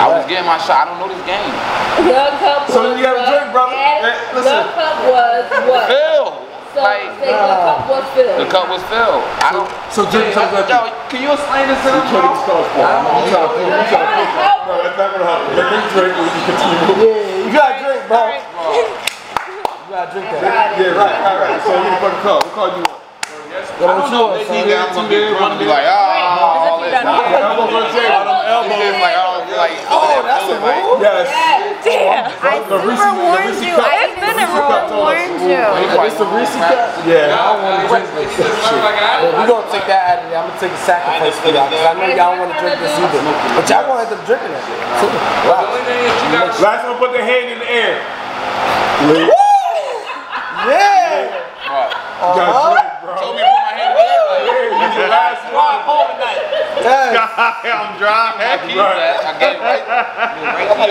Speaker 1: I was getting my shot. I don't know this game.
Speaker 6: The cup
Speaker 1: So
Speaker 6: was
Speaker 1: you gotta
Speaker 6: what?
Speaker 1: drink, brother.
Speaker 6: And
Speaker 1: Eh, listen.
Speaker 6: The cup was what?
Speaker 1: Phil.
Speaker 6: So say uh, the cup was
Speaker 1: The
Speaker 6: filled.
Speaker 1: cup was filled. I don't.
Speaker 2: So Jimmy, talk about
Speaker 1: Yo, can you explain this to them?
Speaker 2: You trying to get stars for him. You trying to you trying to push him. No, that's not gonna help. Let him drink and we can continue.
Speaker 5: Yeah, you gotta drink, bro. You gotta drink that.
Speaker 2: Yeah, right, right, right. So you fucking call. What call do you want?
Speaker 5: Yo, what you want, son?
Speaker 1: He got to be drunk. Be like, ah, all this.
Speaker 2: Elbows on the table.
Speaker 1: Elbows like, oh, like, oh, that's a rule.
Speaker 2: Yes.
Speaker 6: Damn.
Speaker 2: I super warned you.
Speaker 6: It's been a roll.
Speaker 2: warned you.
Speaker 5: It's the Reese cup.
Speaker 2: Yeah.
Speaker 5: I don't want to drink this shit. Yeah, we gonna take that out of there. I'm gonna take a sacrifice for y'all because I know y'all don't want to drink this either. But y'all gonna end up drinking that shit. Wow.
Speaker 2: Last one, put their hand in the air.
Speaker 5: Yeah.
Speaker 2: You gotta
Speaker 5: Uh-huh.
Speaker 2: drink, bro. Told me to put my hand in the air. Yeah, you the last one.
Speaker 5: Yes.
Speaker 7: I'm dry.
Speaker 1: I keep that. I gave it right. Right to you.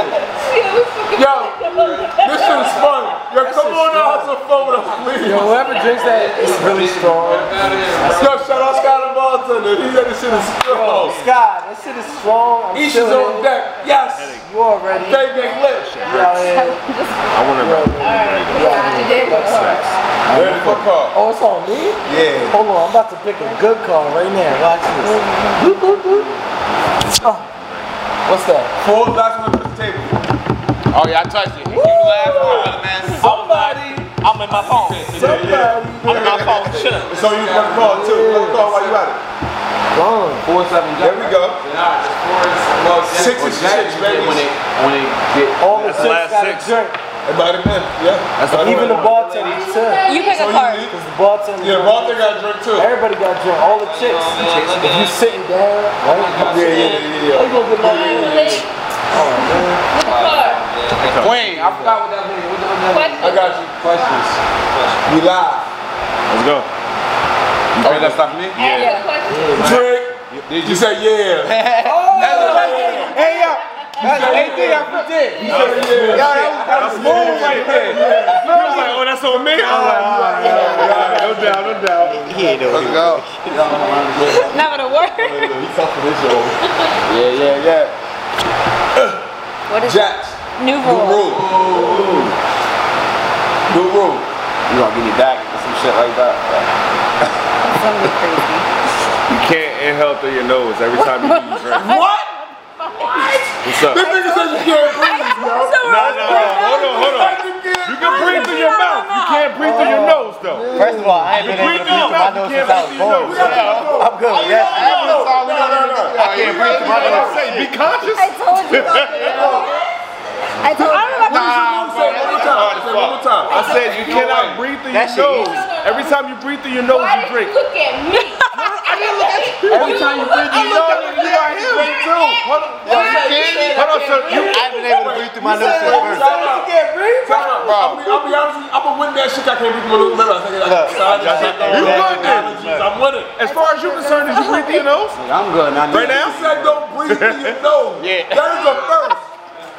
Speaker 2: Yo, this shit is fun. Yo, come on out, have some fun with us, please.
Speaker 5: Yo, whoever drinks that is really strong.
Speaker 2: Yo, shout out Scott Bartender. He said this shit is strong.
Speaker 5: Yo, Scott, that shit is strong. I'm
Speaker 2: Isha's
Speaker 5: chilling.
Speaker 2: on deck. Yes.
Speaker 5: You already.
Speaker 2: Bang, bang, lit.
Speaker 5: You out here.
Speaker 7: I want to wrap it
Speaker 2: Ready for call.
Speaker 5: Oh, it's on me?
Speaker 2: Yeah.
Speaker 5: Hold on, I'm about to pick a good call right now. Watch this. Boop, boop, boop. Oh, what's that?
Speaker 2: Four last one to the table.
Speaker 1: Oh, yeah, I touched it. You the last one, man.
Speaker 2: Somebody.
Speaker 4: I'm in my phone.
Speaker 2: Somebody.
Speaker 4: I'm in my phone chilling.
Speaker 2: So you can call too. You can call while you at it.
Speaker 5: Gone.
Speaker 1: Four seven.
Speaker 2: There we go. Six is six, baby.
Speaker 1: When it when it get
Speaker 5: All the
Speaker 7: That's
Speaker 5: six
Speaker 7: last
Speaker 5: got a
Speaker 7: six.
Speaker 5: drink.
Speaker 2: Everybody been. Yeah.
Speaker 7: That's the
Speaker 5: Even the bartender too.
Speaker 6: You pick a
Speaker 2: So
Speaker 6: card.
Speaker 2: you-
Speaker 5: Cause the bartender.
Speaker 2: Yeah,
Speaker 5: got
Speaker 2: Walter got a drink too.
Speaker 5: drink. Everybody got drunk. All the chicks. If you sitting down, right?
Speaker 2: Yeah, yeah, yeah,
Speaker 5: You gonna get my
Speaker 1: Wayne, I forgot what that means. What the- what that means?
Speaker 2: yeah. I got you. Questions. We live.
Speaker 7: Let's go.
Speaker 1: You ready to stop me?
Speaker 6: Yeah.
Speaker 2: Drink. Did you say yeah?
Speaker 1: That's a question.
Speaker 5: Hey, yo. That's AD, I forget. Yo, that was smooth right there. No, I was like, oh, that's on me. I was like,
Speaker 7: No doubt, no doubt. He ain't Let's go.
Speaker 35: Not gonna work.
Speaker 7: He's talking this show. Yeah, yeah, yeah.
Speaker 35: What is
Speaker 2: Jax.
Speaker 35: New rule.
Speaker 2: New rule. You gonna get me back or some shit like that.
Speaker 7: You can't inhale through your nose every time you use drink.
Speaker 5: What?
Speaker 7: What's up?
Speaker 5: This nigga says you can't breathe, bro.
Speaker 7: No, no, no. Hold on, hold on. You can breathe through your mouth. You can't breathe through your nose, though.
Speaker 4: First of all, I ain't
Speaker 7: You
Speaker 4: been able
Speaker 7: breathe
Speaker 4: to
Speaker 7: through
Speaker 4: breathe
Speaker 7: your
Speaker 4: through my
Speaker 7: mouth. You
Speaker 4: nose
Speaker 7: can't
Speaker 4: since I was born. so
Speaker 7: breathe through your nose.
Speaker 4: I'm good. Yes. I can't breathe through my nose.
Speaker 7: Be conscious.
Speaker 3: I told you about this. I told you about
Speaker 7: Nah, bro. I said you cannot breathe through your
Speaker 4: That shit
Speaker 7: nose. Every time you breathe through your nose, you drink.
Speaker 35: Look at me. I didn't look at you.
Speaker 7: Every time you breathe through your nose, you are drink too. Hold on,
Speaker 4: Yo, you kidding me?
Speaker 7: hold on, so you.
Speaker 4: I've been able to breathe through my
Speaker 7: You
Speaker 4: nose
Speaker 7: said
Speaker 4: since
Speaker 7: that
Speaker 4: birth.
Speaker 5: Tell him you can't breathe, bro.
Speaker 2: I'll be, I'll be honest with you, I'm gonna win that shit. I can't be gonna remember. I think
Speaker 4: Look,
Speaker 2: like, sorry,
Speaker 4: that's
Speaker 2: shit,
Speaker 4: not-
Speaker 2: though.
Speaker 7: You
Speaker 4: Exactly.
Speaker 7: good then?
Speaker 2: I'm winning.
Speaker 7: As far as you're concerned, did you breathe through your nose?
Speaker 4: I'm good. I
Speaker 7: Right
Speaker 4: need
Speaker 7: now?
Speaker 2: He said don't breathe through your nose.
Speaker 4: Yeah.
Speaker 2: That is a first.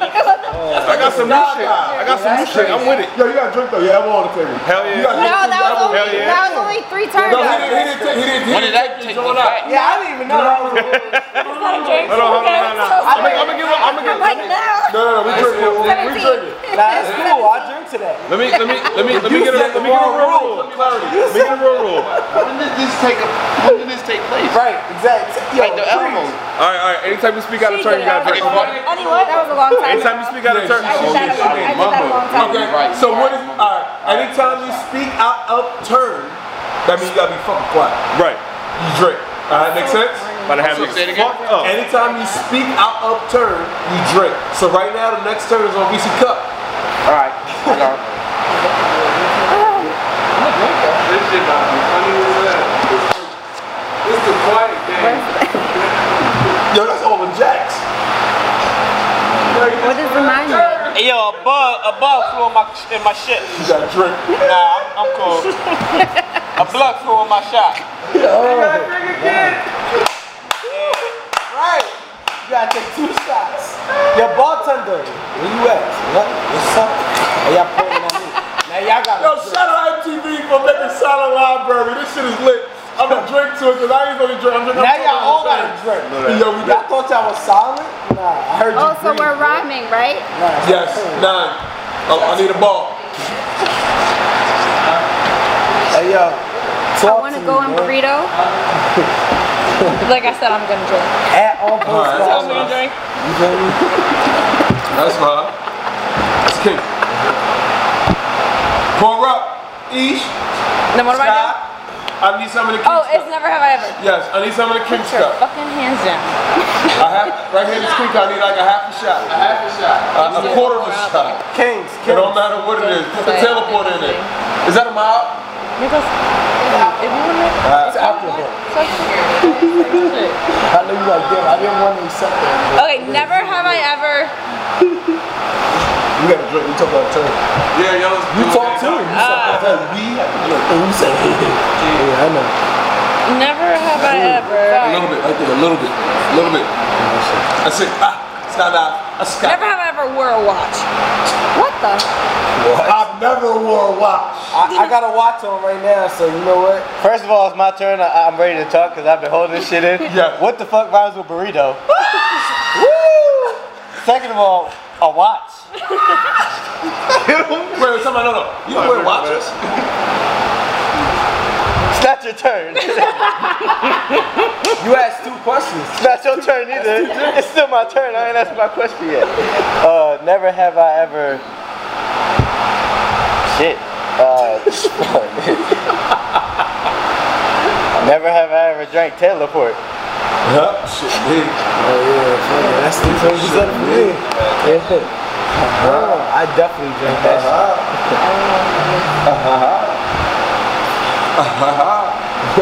Speaker 7: I got some new shit. I got some new shit. I'm with it.
Speaker 5: Yo, you gotta drink though. Yeah, I'm on the table.
Speaker 7: Hell
Speaker 5: You
Speaker 7: yeah.
Speaker 5: gotta
Speaker 3: No,
Speaker 5: drink
Speaker 3: that was
Speaker 5: too.
Speaker 3: only,
Speaker 7: Hell yeah.
Speaker 3: that was only three times.
Speaker 2: No, he didn't, he didn't take, he didn't, he
Speaker 4: When
Speaker 2: didn't
Speaker 4: did
Speaker 2: take
Speaker 4: that
Speaker 2: his
Speaker 4: take
Speaker 2: joint
Speaker 4: effect?
Speaker 2: out.
Speaker 5: Yeah, I didn't even know that was a rule.
Speaker 7: Hold on, hold on, hold on. I'm gonna- I'm gonna give him. I'm gonna give
Speaker 3: Right now.
Speaker 2: No, no, no, we drink it, we drink it.
Speaker 5: Nah, that's cool. I drink to that.
Speaker 7: Let me let me let me let me
Speaker 5: You
Speaker 7: get a
Speaker 5: said
Speaker 7: let
Speaker 5: the
Speaker 7: me get a
Speaker 5: wrong
Speaker 7: real
Speaker 5: rule.
Speaker 7: rule. Let me get a real rule.
Speaker 4: When did this take? When did this take place?
Speaker 5: Right, exactly. Yo,
Speaker 4: Like the Elmo.
Speaker 5: please.
Speaker 7: All right, all right. Anytime you speak out of
Speaker 3: She
Speaker 7: turn,
Speaker 3: did
Speaker 7: you
Speaker 3: that.
Speaker 7: gotta drink.
Speaker 3: Honey, what? That was a long time
Speaker 7: Anytime
Speaker 3: ago.
Speaker 7: you speak out of turn,
Speaker 3: I did that a long, I did that a long time
Speaker 2: Okay,
Speaker 3: ago.
Speaker 2: so what is, alright, anytime you speak out of turn, that means you gotta be fucking quiet.
Speaker 7: right.
Speaker 2: You drink. Alright, make sense?
Speaker 7: About to have you
Speaker 4: Say it again?
Speaker 7: fucked up.
Speaker 2: Anytime you speak out of turn, you drink. So right now, the next turn is on BC Cup.
Speaker 4: All right. I got it.
Speaker 36: This shit about to be funny as hell. This the quiet game.
Speaker 2: Yo, that's all in Jax.
Speaker 3: What is the mine?
Speaker 4: Hey, yo, a bug, a bug flew in my in my shit.
Speaker 2: You gotta drink.
Speaker 4: Nah, I'm, I'm cool. a bug flew in my shot.
Speaker 5: Right. You gotta take two shots. Your bartender, where you at? What? What's up? Are y'all pointing at me? Now y'all gotta
Speaker 2: Yo,
Speaker 5: drink.
Speaker 2: shout out MTV for making Silent Library. This shit is lit. I'm gonna drink to it because I ain't gonna drink. I'm just
Speaker 5: Now
Speaker 2: gonna
Speaker 5: y'all all gotta drink.
Speaker 2: Yo, we
Speaker 5: Y'all thought y'all was silent? Nah, I heard you
Speaker 3: Oh, so
Speaker 5: breathe.
Speaker 3: we're rhyming, right?
Speaker 5: Nah,
Speaker 2: Yes, nine. Oh, I need a ball.
Speaker 5: Hey, yo.
Speaker 3: I
Speaker 5: Talk
Speaker 3: want to
Speaker 5: to
Speaker 3: go
Speaker 5: me,
Speaker 3: in
Speaker 5: bro.
Speaker 3: burrito.
Speaker 35: Like I said, I'm gonna drink.
Speaker 5: At all
Speaker 2: Alright.
Speaker 5: post
Speaker 35: I'm gonna drink.
Speaker 5: You feel me?
Speaker 2: That's fine. That's king. Pour up. Each.
Speaker 35: Then what do I do?
Speaker 2: I need some of the
Speaker 35: Oh,
Speaker 2: king's
Speaker 35: it's
Speaker 2: cup.
Speaker 35: never have I ever.
Speaker 2: Yes, I need some of the
Speaker 35: Put
Speaker 2: king's
Speaker 35: your
Speaker 2: cup.
Speaker 35: fucking hands down.
Speaker 2: I have right here this king cup. I need like a half a shot, a,
Speaker 36: Half a shot.
Speaker 2: a quarter of a shot.
Speaker 5: Kings,
Speaker 2: It
Speaker 5: kings.
Speaker 2: don't matter what it is. Put the teleport in it. Is that a mob?
Speaker 35: Because if you want to,
Speaker 5: It's alcohol.
Speaker 35: suck shit.
Speaker 5: I know you like, damn, I didn't want to accept that.
Speaker 35: Okay, never have I ever.
Speaker 5: You gotta drink. We talk about turn.
Speaker 36: Yeah, y'all was
Speaker 5: You talk to him. You talk about We have to drink. And you say, yeah, I know.
Speaker 35: Never have I ever.
Speaker 2: A little bit, right there, a little bit, a little bit. That's it. Ah, it's not out. That's got
Speaker 35: Never have I ever wore a watch.
Speaker 3: What the?
Speaker 2: I've never wore a watch.
Speaker 5: I, I got a watch on right now, so you know what?
Speaker 4: First of all, it's my turn. I, I'm ready to talk because I've been holding this shit in.
Speaker 2: Yeah.
Speaker 4: What the fuck rhymes with burrito? Second of all, a watch.
Speaker 2: Wait, wait, somebody, no, no. You don't wear watches?
Speaker 4: It's not your turn. it's
Speaker 5: You asked two questions.
Speaker 4: not your turn either. It's still my turn. I ain't asked my question yet. Uh, never have I ever. Shit. Uh, never have I ever drank teleport.
Speaker 2: Huh? Shit, big.
Speaker 5: Oh, yeah. yeah that's the thing you said for me. Yeah. Oh, I definitely drink that shit.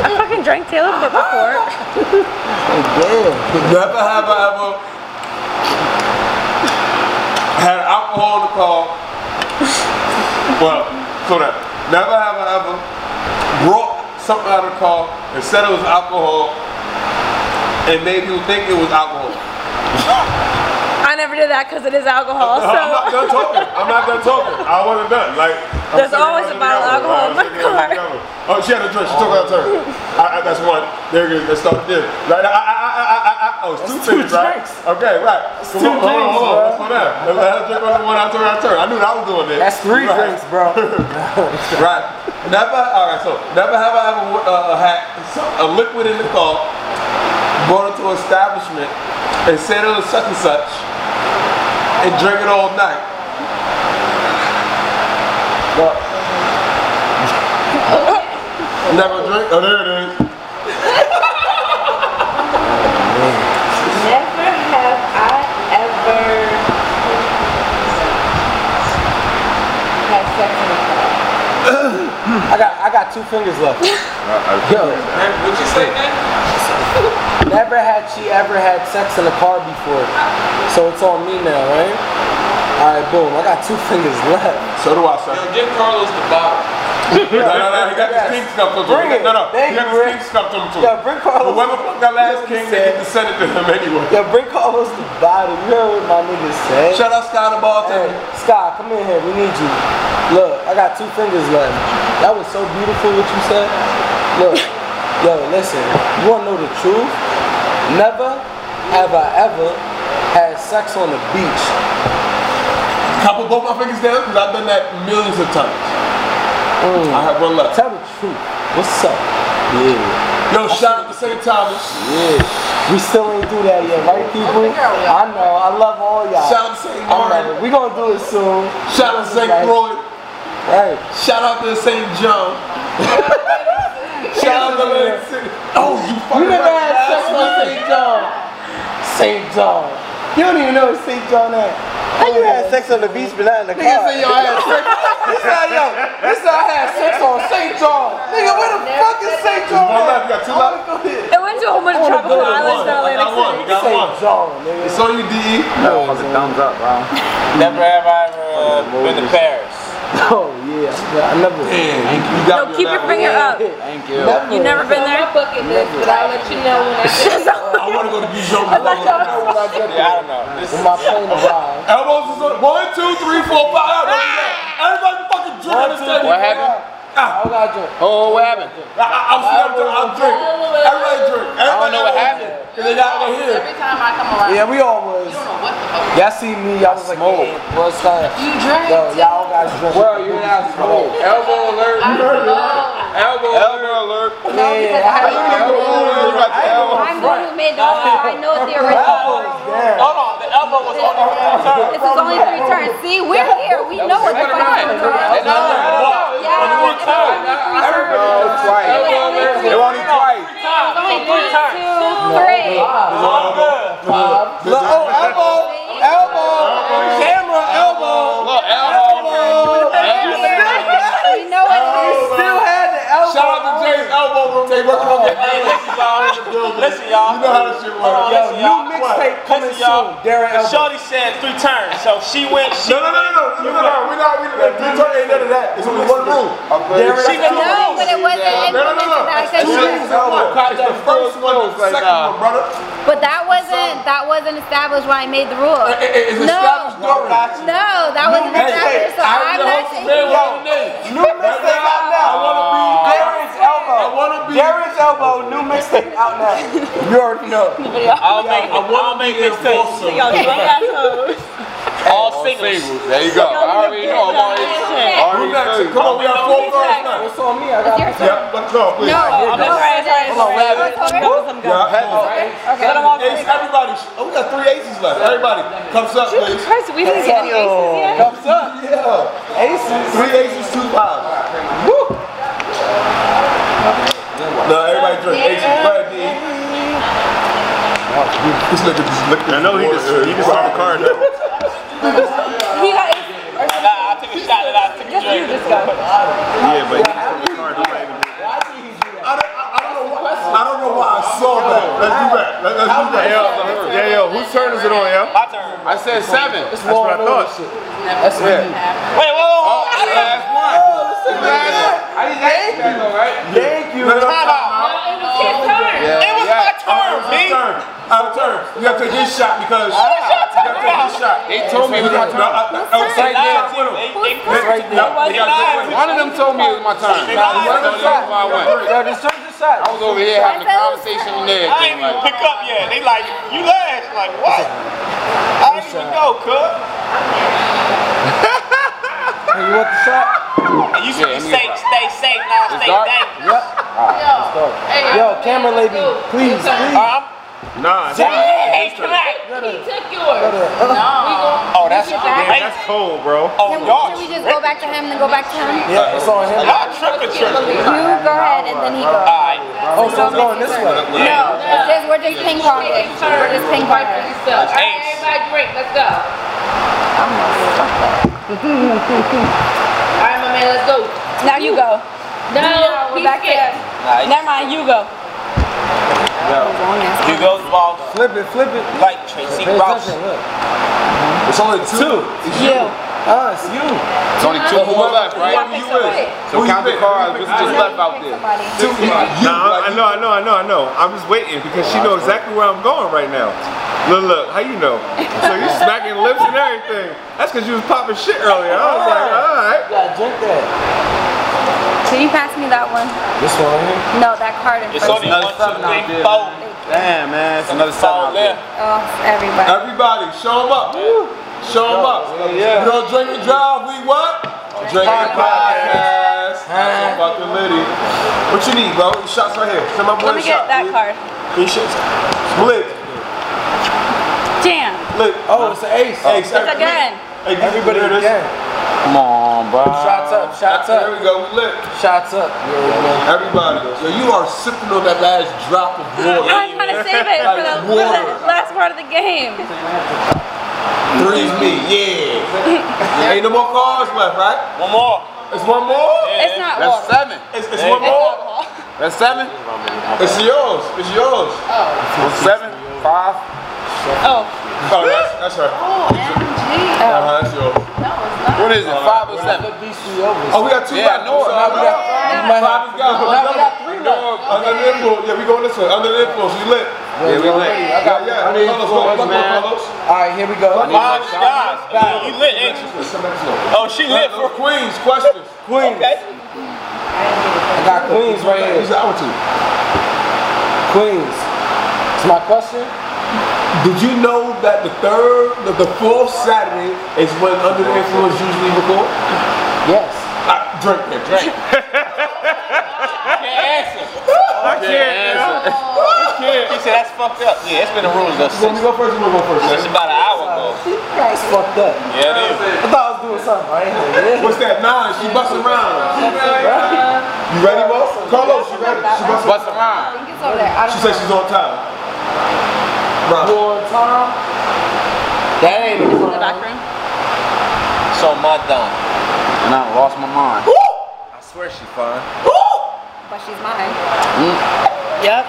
Speaker 35: I fucking drank Taylor Swift before.
Speaker 5: Damn.
Speaker 2: Never have I ever had alcohol in the car. Well, so that. Never have I ever brought something out of the car and said it was alcohol and made people think it was alcohol.
Speaker 37: don't ever do that because it is alcohol. So
Speaker 2: I'm not done talking. I'm not done talking. I wasn't done. Like I'm
Speaker 37: There's
Speaker 2: sitting
Speaker 37: always
Speaker 2: around
Speaker 37: a bottle of
Speaker 2: in the
Speaker 37: alcohol in my
Speaker 2: hour. I'm sitting around in the hour. Oh, she had a drink. She took out a turn. I, I, that's one. There it is. Let's start there. Right. I, I, I, I, I, I, oh, it's two things, right? Okay, right. Come
Speaker 5: two
Speaker 2: on, hold on,
Speaker 5: drinks,
Speaker 2: hold on.
Speaker 5: bro.
Speaker 2: Let's slow down. Let's let her drink on the one. I took out a turn. I knew that I was doing this.
Speaker 5: That's three
Speaker 2: Right.
Speaker 5: drinks, bro.
Speaker 2: right. Never. All right. So never have I ever uh, had a liquid in the car, brought it to an establishment, and said it was such and such, and drink it all night. What? Never drink. Oh, there it is.
Speaker 38: Never have I ever
Speaker 6: had sex in a car.
Speaker 5: I got I got two fingers left. Yo,
Speaker 39: What'd you say, man?
Speaker 5: never had she ever had sex in a car before, so it's on me now, right? All right, boom. I got two fingers left.
Speaker 2: So do I, sir.
Speaker 39: Yo, give Carlos the bottle.
Speaker 2: no, no, no. He got the king scuff to him.
Speaker 5: Bring it.
Speaker 2: No, no.
Speaker 5: Thank
Speaker 2: he got
Speaker 5: you,
Speaker 2: the
Speaker 5: Rick.
Speaker 2: king scuff to him too.
Speaker 5: Yo, bring Carlos.
Speaker 2: Whoever fucked that last king, they get to send it to him anyway.
Speaker 5: Yo, bring Carlos the bottle. You heard what my nigga said.
Speaker 2: Shout out Sky the ball
Speaker 5: Hey, Sky, come in here. We need you. Look, I got two fingers left. That was so beautiful what you said. Look, yo, listen. You wanna know the truth? Never have I ever had sex on the beach.
Speaker 2: I put both my fingers down because I've done that millions of times. I have one left.
Speaker 5: Uh-huh. Tell the truth. What's up? Yeah.
Speaker 2: Yo, shout out to St. Thomas.
Speaker 5: Yeah. We still ain't do that yet, right, people? I know. I love all y'all.
Speaker 2: Shout out to St.
Speaker 5: I love
Speaker 2: Martin.
Speaker 5: it. We gonna do it soon.
Speaker 2: Shout out to St.
Speaker 5: Right.
Speaker 2: Floyd.
Speaker 5: Right.
Speaker 2: Shout out to St. John. Shout out to Atlantic City. Oh, you fucking
Speaker 5: You never
Speaker 2: right.
Speaker 5: had sex with St. John. St. John. You don't even know where St. John at.
Speaker 40: How you had sex on the beach but not in the car?
Speaker 5: Nigga said y'all had sex. This how yo. This how I had sex on St. John. Nigga, where the fuck is St. John?
Speaker 2: One
Speaker 5: at?
Speaker 2: left, you got two left.
Speaker 37: It went to a whole bunch of
Speaker 5: I wanna
Speaker 37: tropical
Speaker 4: Oh,
Speaker 5: go to
Speaker 37: islands in
Speaker 5: one. Oh, I
Speaker 37: Atlantic
Speaker 5: got one.
Speaker 37: City.
Speaker 2: You got
Speaker 5: St.
Speaker 2: one.
Speaker 5: John, nigga.
Speaker 2: It's on you, DE.
Speaker 40: No, fucking thumbs up, bro.
Speaker 4: Never have I ever uh, been to Paris.
Speaker 5: Oh yeah, I never.
Speaker 2: you
Speaker 5: got
Speaker 37: No, keep your finger up.
Speaker 40: Thank you.
Speaker 37: You never been there?
Speaker 6: Bucket list, but I'll let you know when I get it.
Speaker 2: I want to go to Dijon.
Speaker 6: I
Speaker 2: I
Speaker 6: like y'all.
Speaker 2: when I get there. Yeah, I don't know. This
Speaker 5: When my plane arrived.
Speaker 2: Elbows is on. One, two, three, four, five. Elbows is on. Everybody fucking drink on the table.
Speaker 5: What happened? Ah! I don't gotta drink.
Speaker 2: Oh, what happened? Ah. I, I, I'm sitting there, I'm drinking. Everybody drink. Everybody I don't know what happened. Cause they got over here.
Speaker 6: Every time I come around,
Speaker 5: Yeah, we all was. Y'all see me, y'all was like, man, what's that?
Speaker 6: You drank
Speaker 5: Yo, y'all guys drink. Well, you're not smoke.
Speaker 39: Elbow alert.
Speaker 6: I love
Speaker 39: Elbow alert.
Speaker 5: Yeah, I
Speaker 39: How you
Speaker 5: had
Speaker 39: get elbow alert? You got the elbow.
Speaker 3: I'm the one who made the offer. I know the original.
Speaker 4: Hold on, the elbow was on the turn.
Speaker 3: This is only three turns. See, we're here. We know what the fuck is going on.
Speaker 39: It was only twice.
Speaker 3: Only three, two, three.
Speaker 5: Look, oh, elbow, elbow, camera, elbow.
Speaker 4: Look, elbow.
Speaker 3: We know
Speaker 2: Oh,
Speaker 3: what it is.
Speaker 5: Still had the elbow.
Speaker 2: Shout out to Jay's elbow room. They working on their elbows.
Speaker 4: Listen, y'all.
Speaker 2: You know how this shit works.
Speaker 5: Yo,
Speaker 4: Listen,
Speaker 5: new
Speaker 4: y'all.
Speaker 5: mixtape coming
Speaker 4: Listen, y'all.
Speaker 5: soon. Darren
Speaker 4: The
Speaker 5: Elbow.
Speaker 4: shorty said three turns, so she went. She
Speaker 2: No, no, no, no, no, no, no, no. We not, we not. We talking ain't none of that. It's only one room.
Speaker 5: Darren
Speaker 4: She
Speaker 5: Elbow.
Speaker 4: been-
Speaker 3: No, but it wasn't
Speaker 2: No, no, no, no.
Speaker 3: implemented back
Speaker 2: Two
Speaker 3: then.
Speaker 2: rooms in one. It's the first one, the second one, brother.
Speaker 3: But that wasn't that wasn't established when I made the rule.
Speaker 2: It's established
Speaker 3: No,
Speaker 2: door.
Speaker 3: no, that wasn't established. So I'm not taking.
Speaker 5: New mixtape out now. I wanna be Darren's elbow. I wanna be Darren's elbow. New mixtape out now. You already know.
Speaker 4: I'll make. I'll make mistakes.
Speaker 41: Yo, drunk ass hoes.
Speaker 4: All singles.
Speaker 7: There you go. I already know. I'm already
Speaker 2: Who
Speaker 7: already
Speaker 2: next?
Speaker 7: know.
Speaker 2: Come on, we got four girls now.
Speaker 5: It's on me. I got
Speaker 3: Your turn.
Speaker 2: Yeah, let's go, please.
Speaker 3: No,
Speaker 41: I'm just right, right,
Speaker 2: Hold on,
Speaker 41: right.
Speaker 2: rabbit.
Speaker 41: I'm going, I'm going.
Speaker 2: Yeah, hey,
Speaker 41: Let them all
Speaker 2: Ace, everybody. Oh, we got three aces left. Everybody, comes up, please.
Speaker 41: Jesus Christ, we didn't get any aces yet.
Speaker 5: Thumbs up.
Speaker 2: Yeah.
Speaker 5: Aces.
Speaker 2: Three aces, two fives. No, everybody drink aces. Go ahead, D. This nigga just licked
Speaker 7: I know he just he just saw the card. though.
Speaker 41: He got aces.
Speaker 4: Nah, I took a shot and I took a
Speaker 41: Just you
Speaker 4: drink.
Speaker 41: just go.
Speaker 7: Yeah, but he just saw the card. I'm not even-
Speaker 2: I don't, I, I don't know why. I don't know why I saw that. Let's do that. Let, let's do that.
Speaker 7: Yeah, yeah, yo, whose turn is it on, yo?
Speaker 4: My turn.
Speaker 39: I said seven.
Speaker 5: It's
Speaker 7: That's
Speaker 5: law
Speaker 7: what I
Speaker 5: and order
Speaker 7: thought.
Speaker 5: shit. That's what you need.
Speaker 4: Wait, whoa, whoa, whoa.
Speaker 39: Last one. I didn't ask you that though, right?
Speaker 5: Thank you.
Speaker 2: Let him time out.
Speaker 41: His turn.
Speaker 4: It was my
Speaker 2: I'm
Speaker 4: turn,
Speaker 2: out of
Speaker 4: B.
Speaker 2: turn. Out of turn. You gotta take this shot because.
Speaker 5: Ah.
Speaker 2: That's gotta take the shot.
Speaker 7: They told me it was my
Speaker 2: No, I- I-
Speaker 7: time.
Speaker 2: I was
Speaker 7: Right
Speaker 2: saying
Speaker 7: there,
Speaker 2: that
Speaker 7: too.
Speaker 2: too.
Speaker 7: They- they got- One of them told me it was my time.
Speaker 2: They lied.
Speaker 7: One of them told me where I went.
Speaker 5: Yo, this church is sad.
Speaker 7: I was over here having a conversation in there.
Speaker 2: I ain't even pick up yet. They like, you last. Like, what? I didn't even go, cuz.
Speaker 5: You want the shot?
Speaker 4: It used to be
Speaker 5: Yeah, let me
Speaker 4: safe,
Speaker 5: get
Speaker 4: stay safe, now
Speaker 5: It's
Speaker 4: stay
Speaker 5: dark?
Speaker 4: dangerous.
Speaker 5: Yep. Alright, let's go.
Speaker 4: Hey,
Speaker 5: Yo,
Speaker 4: I'm-
Speaker 5: camera lady, please, please.
Speaker 7: Nah.
Speaker 5: Damn,
Speaker 4: Hey,
Speaker 5: it's
Speaker 4: black.
Speaker 6: He took yours.
Speaker 5: No.
Speaker 4: Oh, that's
Speaker 7: Man, that's cold, bro.
Speaker 4: Oh,
Speaker 3: Can we, can we just go back to him and then go back to him?
Speaker 5: Yeah, it's on him.
Speaker 4: Y'all tripping, tripping.
Speaker 3: You go ahead and then he goes.
Speaker 5: Oh, so it's going this way.
Speaker 3: No, it's just, we're just ping ponging. We're just ping ponging.
Speaker 6: All right, everybody drink. Let's go. All right, my man, let's go.
Speaker 3: Now you go.
Speaker 6: No,
Speaker 3: we're
Speaker 6: he
Speaker 3: back to
Speaker 6: skipped.
Speaker 3: Never mind, you go.
Speaker 4: You goes ball.
Speaker 5: Flip it, flip it.
Speaker 4: Like Tracy
Speaker 5: Pay
Speaker 4: Ross.
Speaker 5: attention, look. It's only two. It's you. Us, you.
Speaker 7: It's only two of us left, right?
Speaker 5: Whoever you with.
Speaker 7: So count the cards. What's just left out there?
Speaker 5: Two.
Speaker 7: Nah, I I know, I know, I know, I know. I'm just waiting because she knows exactly where I'm going right now. Look, look, how you know? So you smacking lips and everything. That's because you was popping shit earlier. I was like, all right.
Speaker 5: Yeah, drink that.
Speaker 3: Can you pass me that one?
Speaker 5: This one right here.
Speaker 3: No, that card in front.
Speaker 2: another seven out there. Damn, man. It's another seven out there.
Speaker 3: Oh, everybody.
Speaker 2: Everybody, show 'em up. Show 'em up.
Speaker 5: yeah.
Speaker 2: You don't drink and drive, we what? Drink and podcast. That's about the lady. What you need, bro? The shots right here. Send my boy
Speaker 3: Let
Speaker 2: a
Speaker 3: me
Speaker 2: shot.
Speaker 3: get that card.
Speaker 2: Three shots. Split.
Speaker 3: Damn.
Speaker 2: Look.
Speaker 5: Oh, it's an ace.
Speaker 2: Ace.
Speaker 3: Look again.
Speaker 2: Hey,
Speaker 5: Everybody
Speaker 2: there it is.
Speaker 5: again.
Speaker 4: Come on, bro.
Speaker 5: Shots up, shots
Speaker 2: There
Speaker 5: up,
Speaker 2: we go. We lit.
Speaker 5: shots up. Yeah,
Speaker 2: Everybody. Yo, you are sipping on that last drop of
Speaker 5: Oh,
Speaker 2: water.
Speaker 3: I'm trying to save it for the, for the
Speaker 2: Water.
Speaker 3: last part of the game.
Speaker 2: Three's me. Yeah. Ain't no more cards left, right?
Speaker 4: One more.
Speaker 2: It's one more.
Speaker 3: It's not
Speaker 7: That's
Speaker 3: water.
Speaker 7: seven.
Speaker 2: It's, it's one more.
Speaker 7: That's seven.
Speaker 2: It's yours. It's yours.
Speaker 7: Seven. Five.
Speaker 2: Oh, that's, that's right.
Speaker 3: Oh.
Speaker 2: Uh-huh, that's yours. Uh-huh.
Speaker 7: What is it? Five or seven?
Speaker 2: Oh, we got two
Speaker 7: Yeah,
Speaker 2: left.
Speaker 7: no,
Speaker 2: So,
Speaker 7: no,
Speaker 2: we
Speaker 7: we
Speaker 2: got-
Speaker 5: might
Speaker 2: Five is gone.
Speaker 5: Now we got three
Speaker 2: No, Under the influence. Yeah, we going this way. Under the influence. We lit.
Speaker 7: Yeah, we lit.
Speaker 5: I got
Speaker 2: Yeah,
Speaker 5: I need
Speaker 2: yeah. Carlos, go,
Speaker 5: influence,
Speaker 2: go, go,
Speaker 5: man.
Speaker 2: Carlos.
Speaker 5: All right, here we go.
Speaker 2: Five
Speaker 4: Five
Speaker 2: shots.
Speaker 4: guys. You lit, ain't you? Oh, she lit.
Speaker 2: No queens. Questions. Oh,
Speaker 5: Queens.
Speaker 4: Okay.
Speaker 5: I got queens right
Speaker 2: Who's
Speaker 5: here.
Speaker 2: our two?
Speaker 5: Queens. It's my question.
Speaker 2: Did you know that the third, that the fourth Saturday is when Under the Influence usually record?
Speaker 5: Yes.
Speaker 2: I drink that. Drink.
Speaker 7: I can't.
Speaker 4: He said that's fucked up. Yeah, it's been the rules though
Speaker 2: Let
Speaker 4: since,
Speaker 2: me go first. Let me go first.
Speaker 4: since
Speaker 2: man.
Speaker 4: about an hour ago.
Speaker 5: That's fucked up.
Speaker 4: Yeah, it is.
Speaker 5: I thought I was doing something. I ain't doing it.
Speaker 2: What's that? Nine. She busting around. You ready, Mo? Carlos, you ready? She busting.
Speaker 7: What's
Speaker 3: I
Speaker 7: around?
Speaker 3: think it's over there. I
Speaker 2: She
Speaker 3: don't
Speaker 2: said
Speaker 3: know.
Speaker 2: she's on time. Right.
Speaker 5: One time. That ain't a
Speaker 3: In the back
Speaker 5: crime.
Speaker 3: room.
Speaker 4: So my dumb.
Speaker 7: And I lost my mind.
Speaker 4: I swear she fine.
Speaker 3: But she's mine. Yep.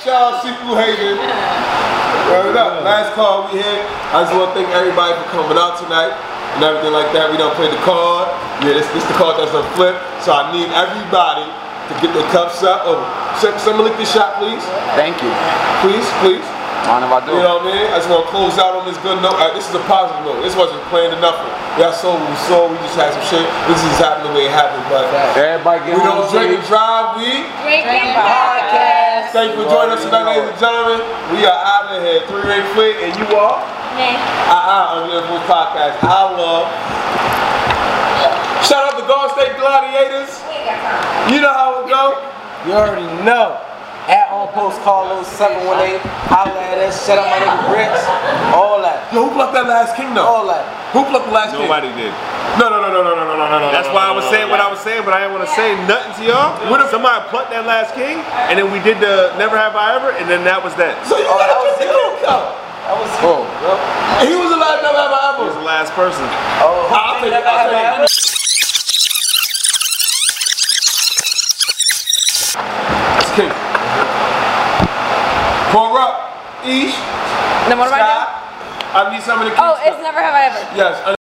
Speaker 2: Shout out Seafood Haven. Word up. Last call we had. I just want to thank everybody for coming out tonight and everything like that. We done played the card. Yeah, this this the card that's on flip. So I need everybody to get their cups up. Oh, some some lick the shot, please.
Speaker 7: Thank you.
Speaker 2: Please, please.
Speaker 7: Mind if I do?
Speaker 2: You know what I mean? I just want to close out on this good note. Uh, this is a positive note. This wasn't planned or nothing. Y'all saw what we saw. We just had some shit. This is happening the way it happened. But
Speaker 7: Everybody get
Speaker 2: we
Speaker 7: on
Speaker 2: don't drink and drive. We
Speaker 6: Drinking
Speaker 2: Thank you for joining us tonight, ladies and gentlemen. We are out of here. Three Ray Flick, and you are I I on the Liverpool Podcast. I love. Shout out to Golden State Gladiators. You know how it go.
Speaker 5: You already know. At on post
Speaker 2: oh
Speaker 5: Carlos 718. Holla at us. Shout out my nigga Bricks. All that.
Speaker 2: Yo, who plucked that last king though?
Speaker 5: All that.
Speaker 2: Who plucked the last king?
Speaker 7: Nobody did.
Speaker 2: No, no, no, no, no, no, no, no, no, no.
Speaker 7: That's
Speaker 2: no,
Speaker 7: why I
Speaker 2: no, no,
Speaker 7: was saying
Speaker 2: no,
Speaker 7: what
Speaker 2: no.
Speaker 7: I was saying, but I didn't want to say nothing to y'all. What if somebody plucked that last king, and then we did the Never Have I Ever, and then that was that.
Speaker 2: So you gotta put the king though.
Speaker 5: That was
Speaker 7: Oh,
Speaker 2: He was alive, never ever
Speaker 7: I was
Speaker 2: ever.
Speaker 7: the last person.
Speaker 5: Oh,
Speaker 2: I'll take it. I'll take it. That's king. Pour up, Ish.
Speaker 3: Then what do I do?
Speaker 2: I need some of the kings.
Speaker 3: Oh, it's never have I ever.
Speaker 2: Yes, I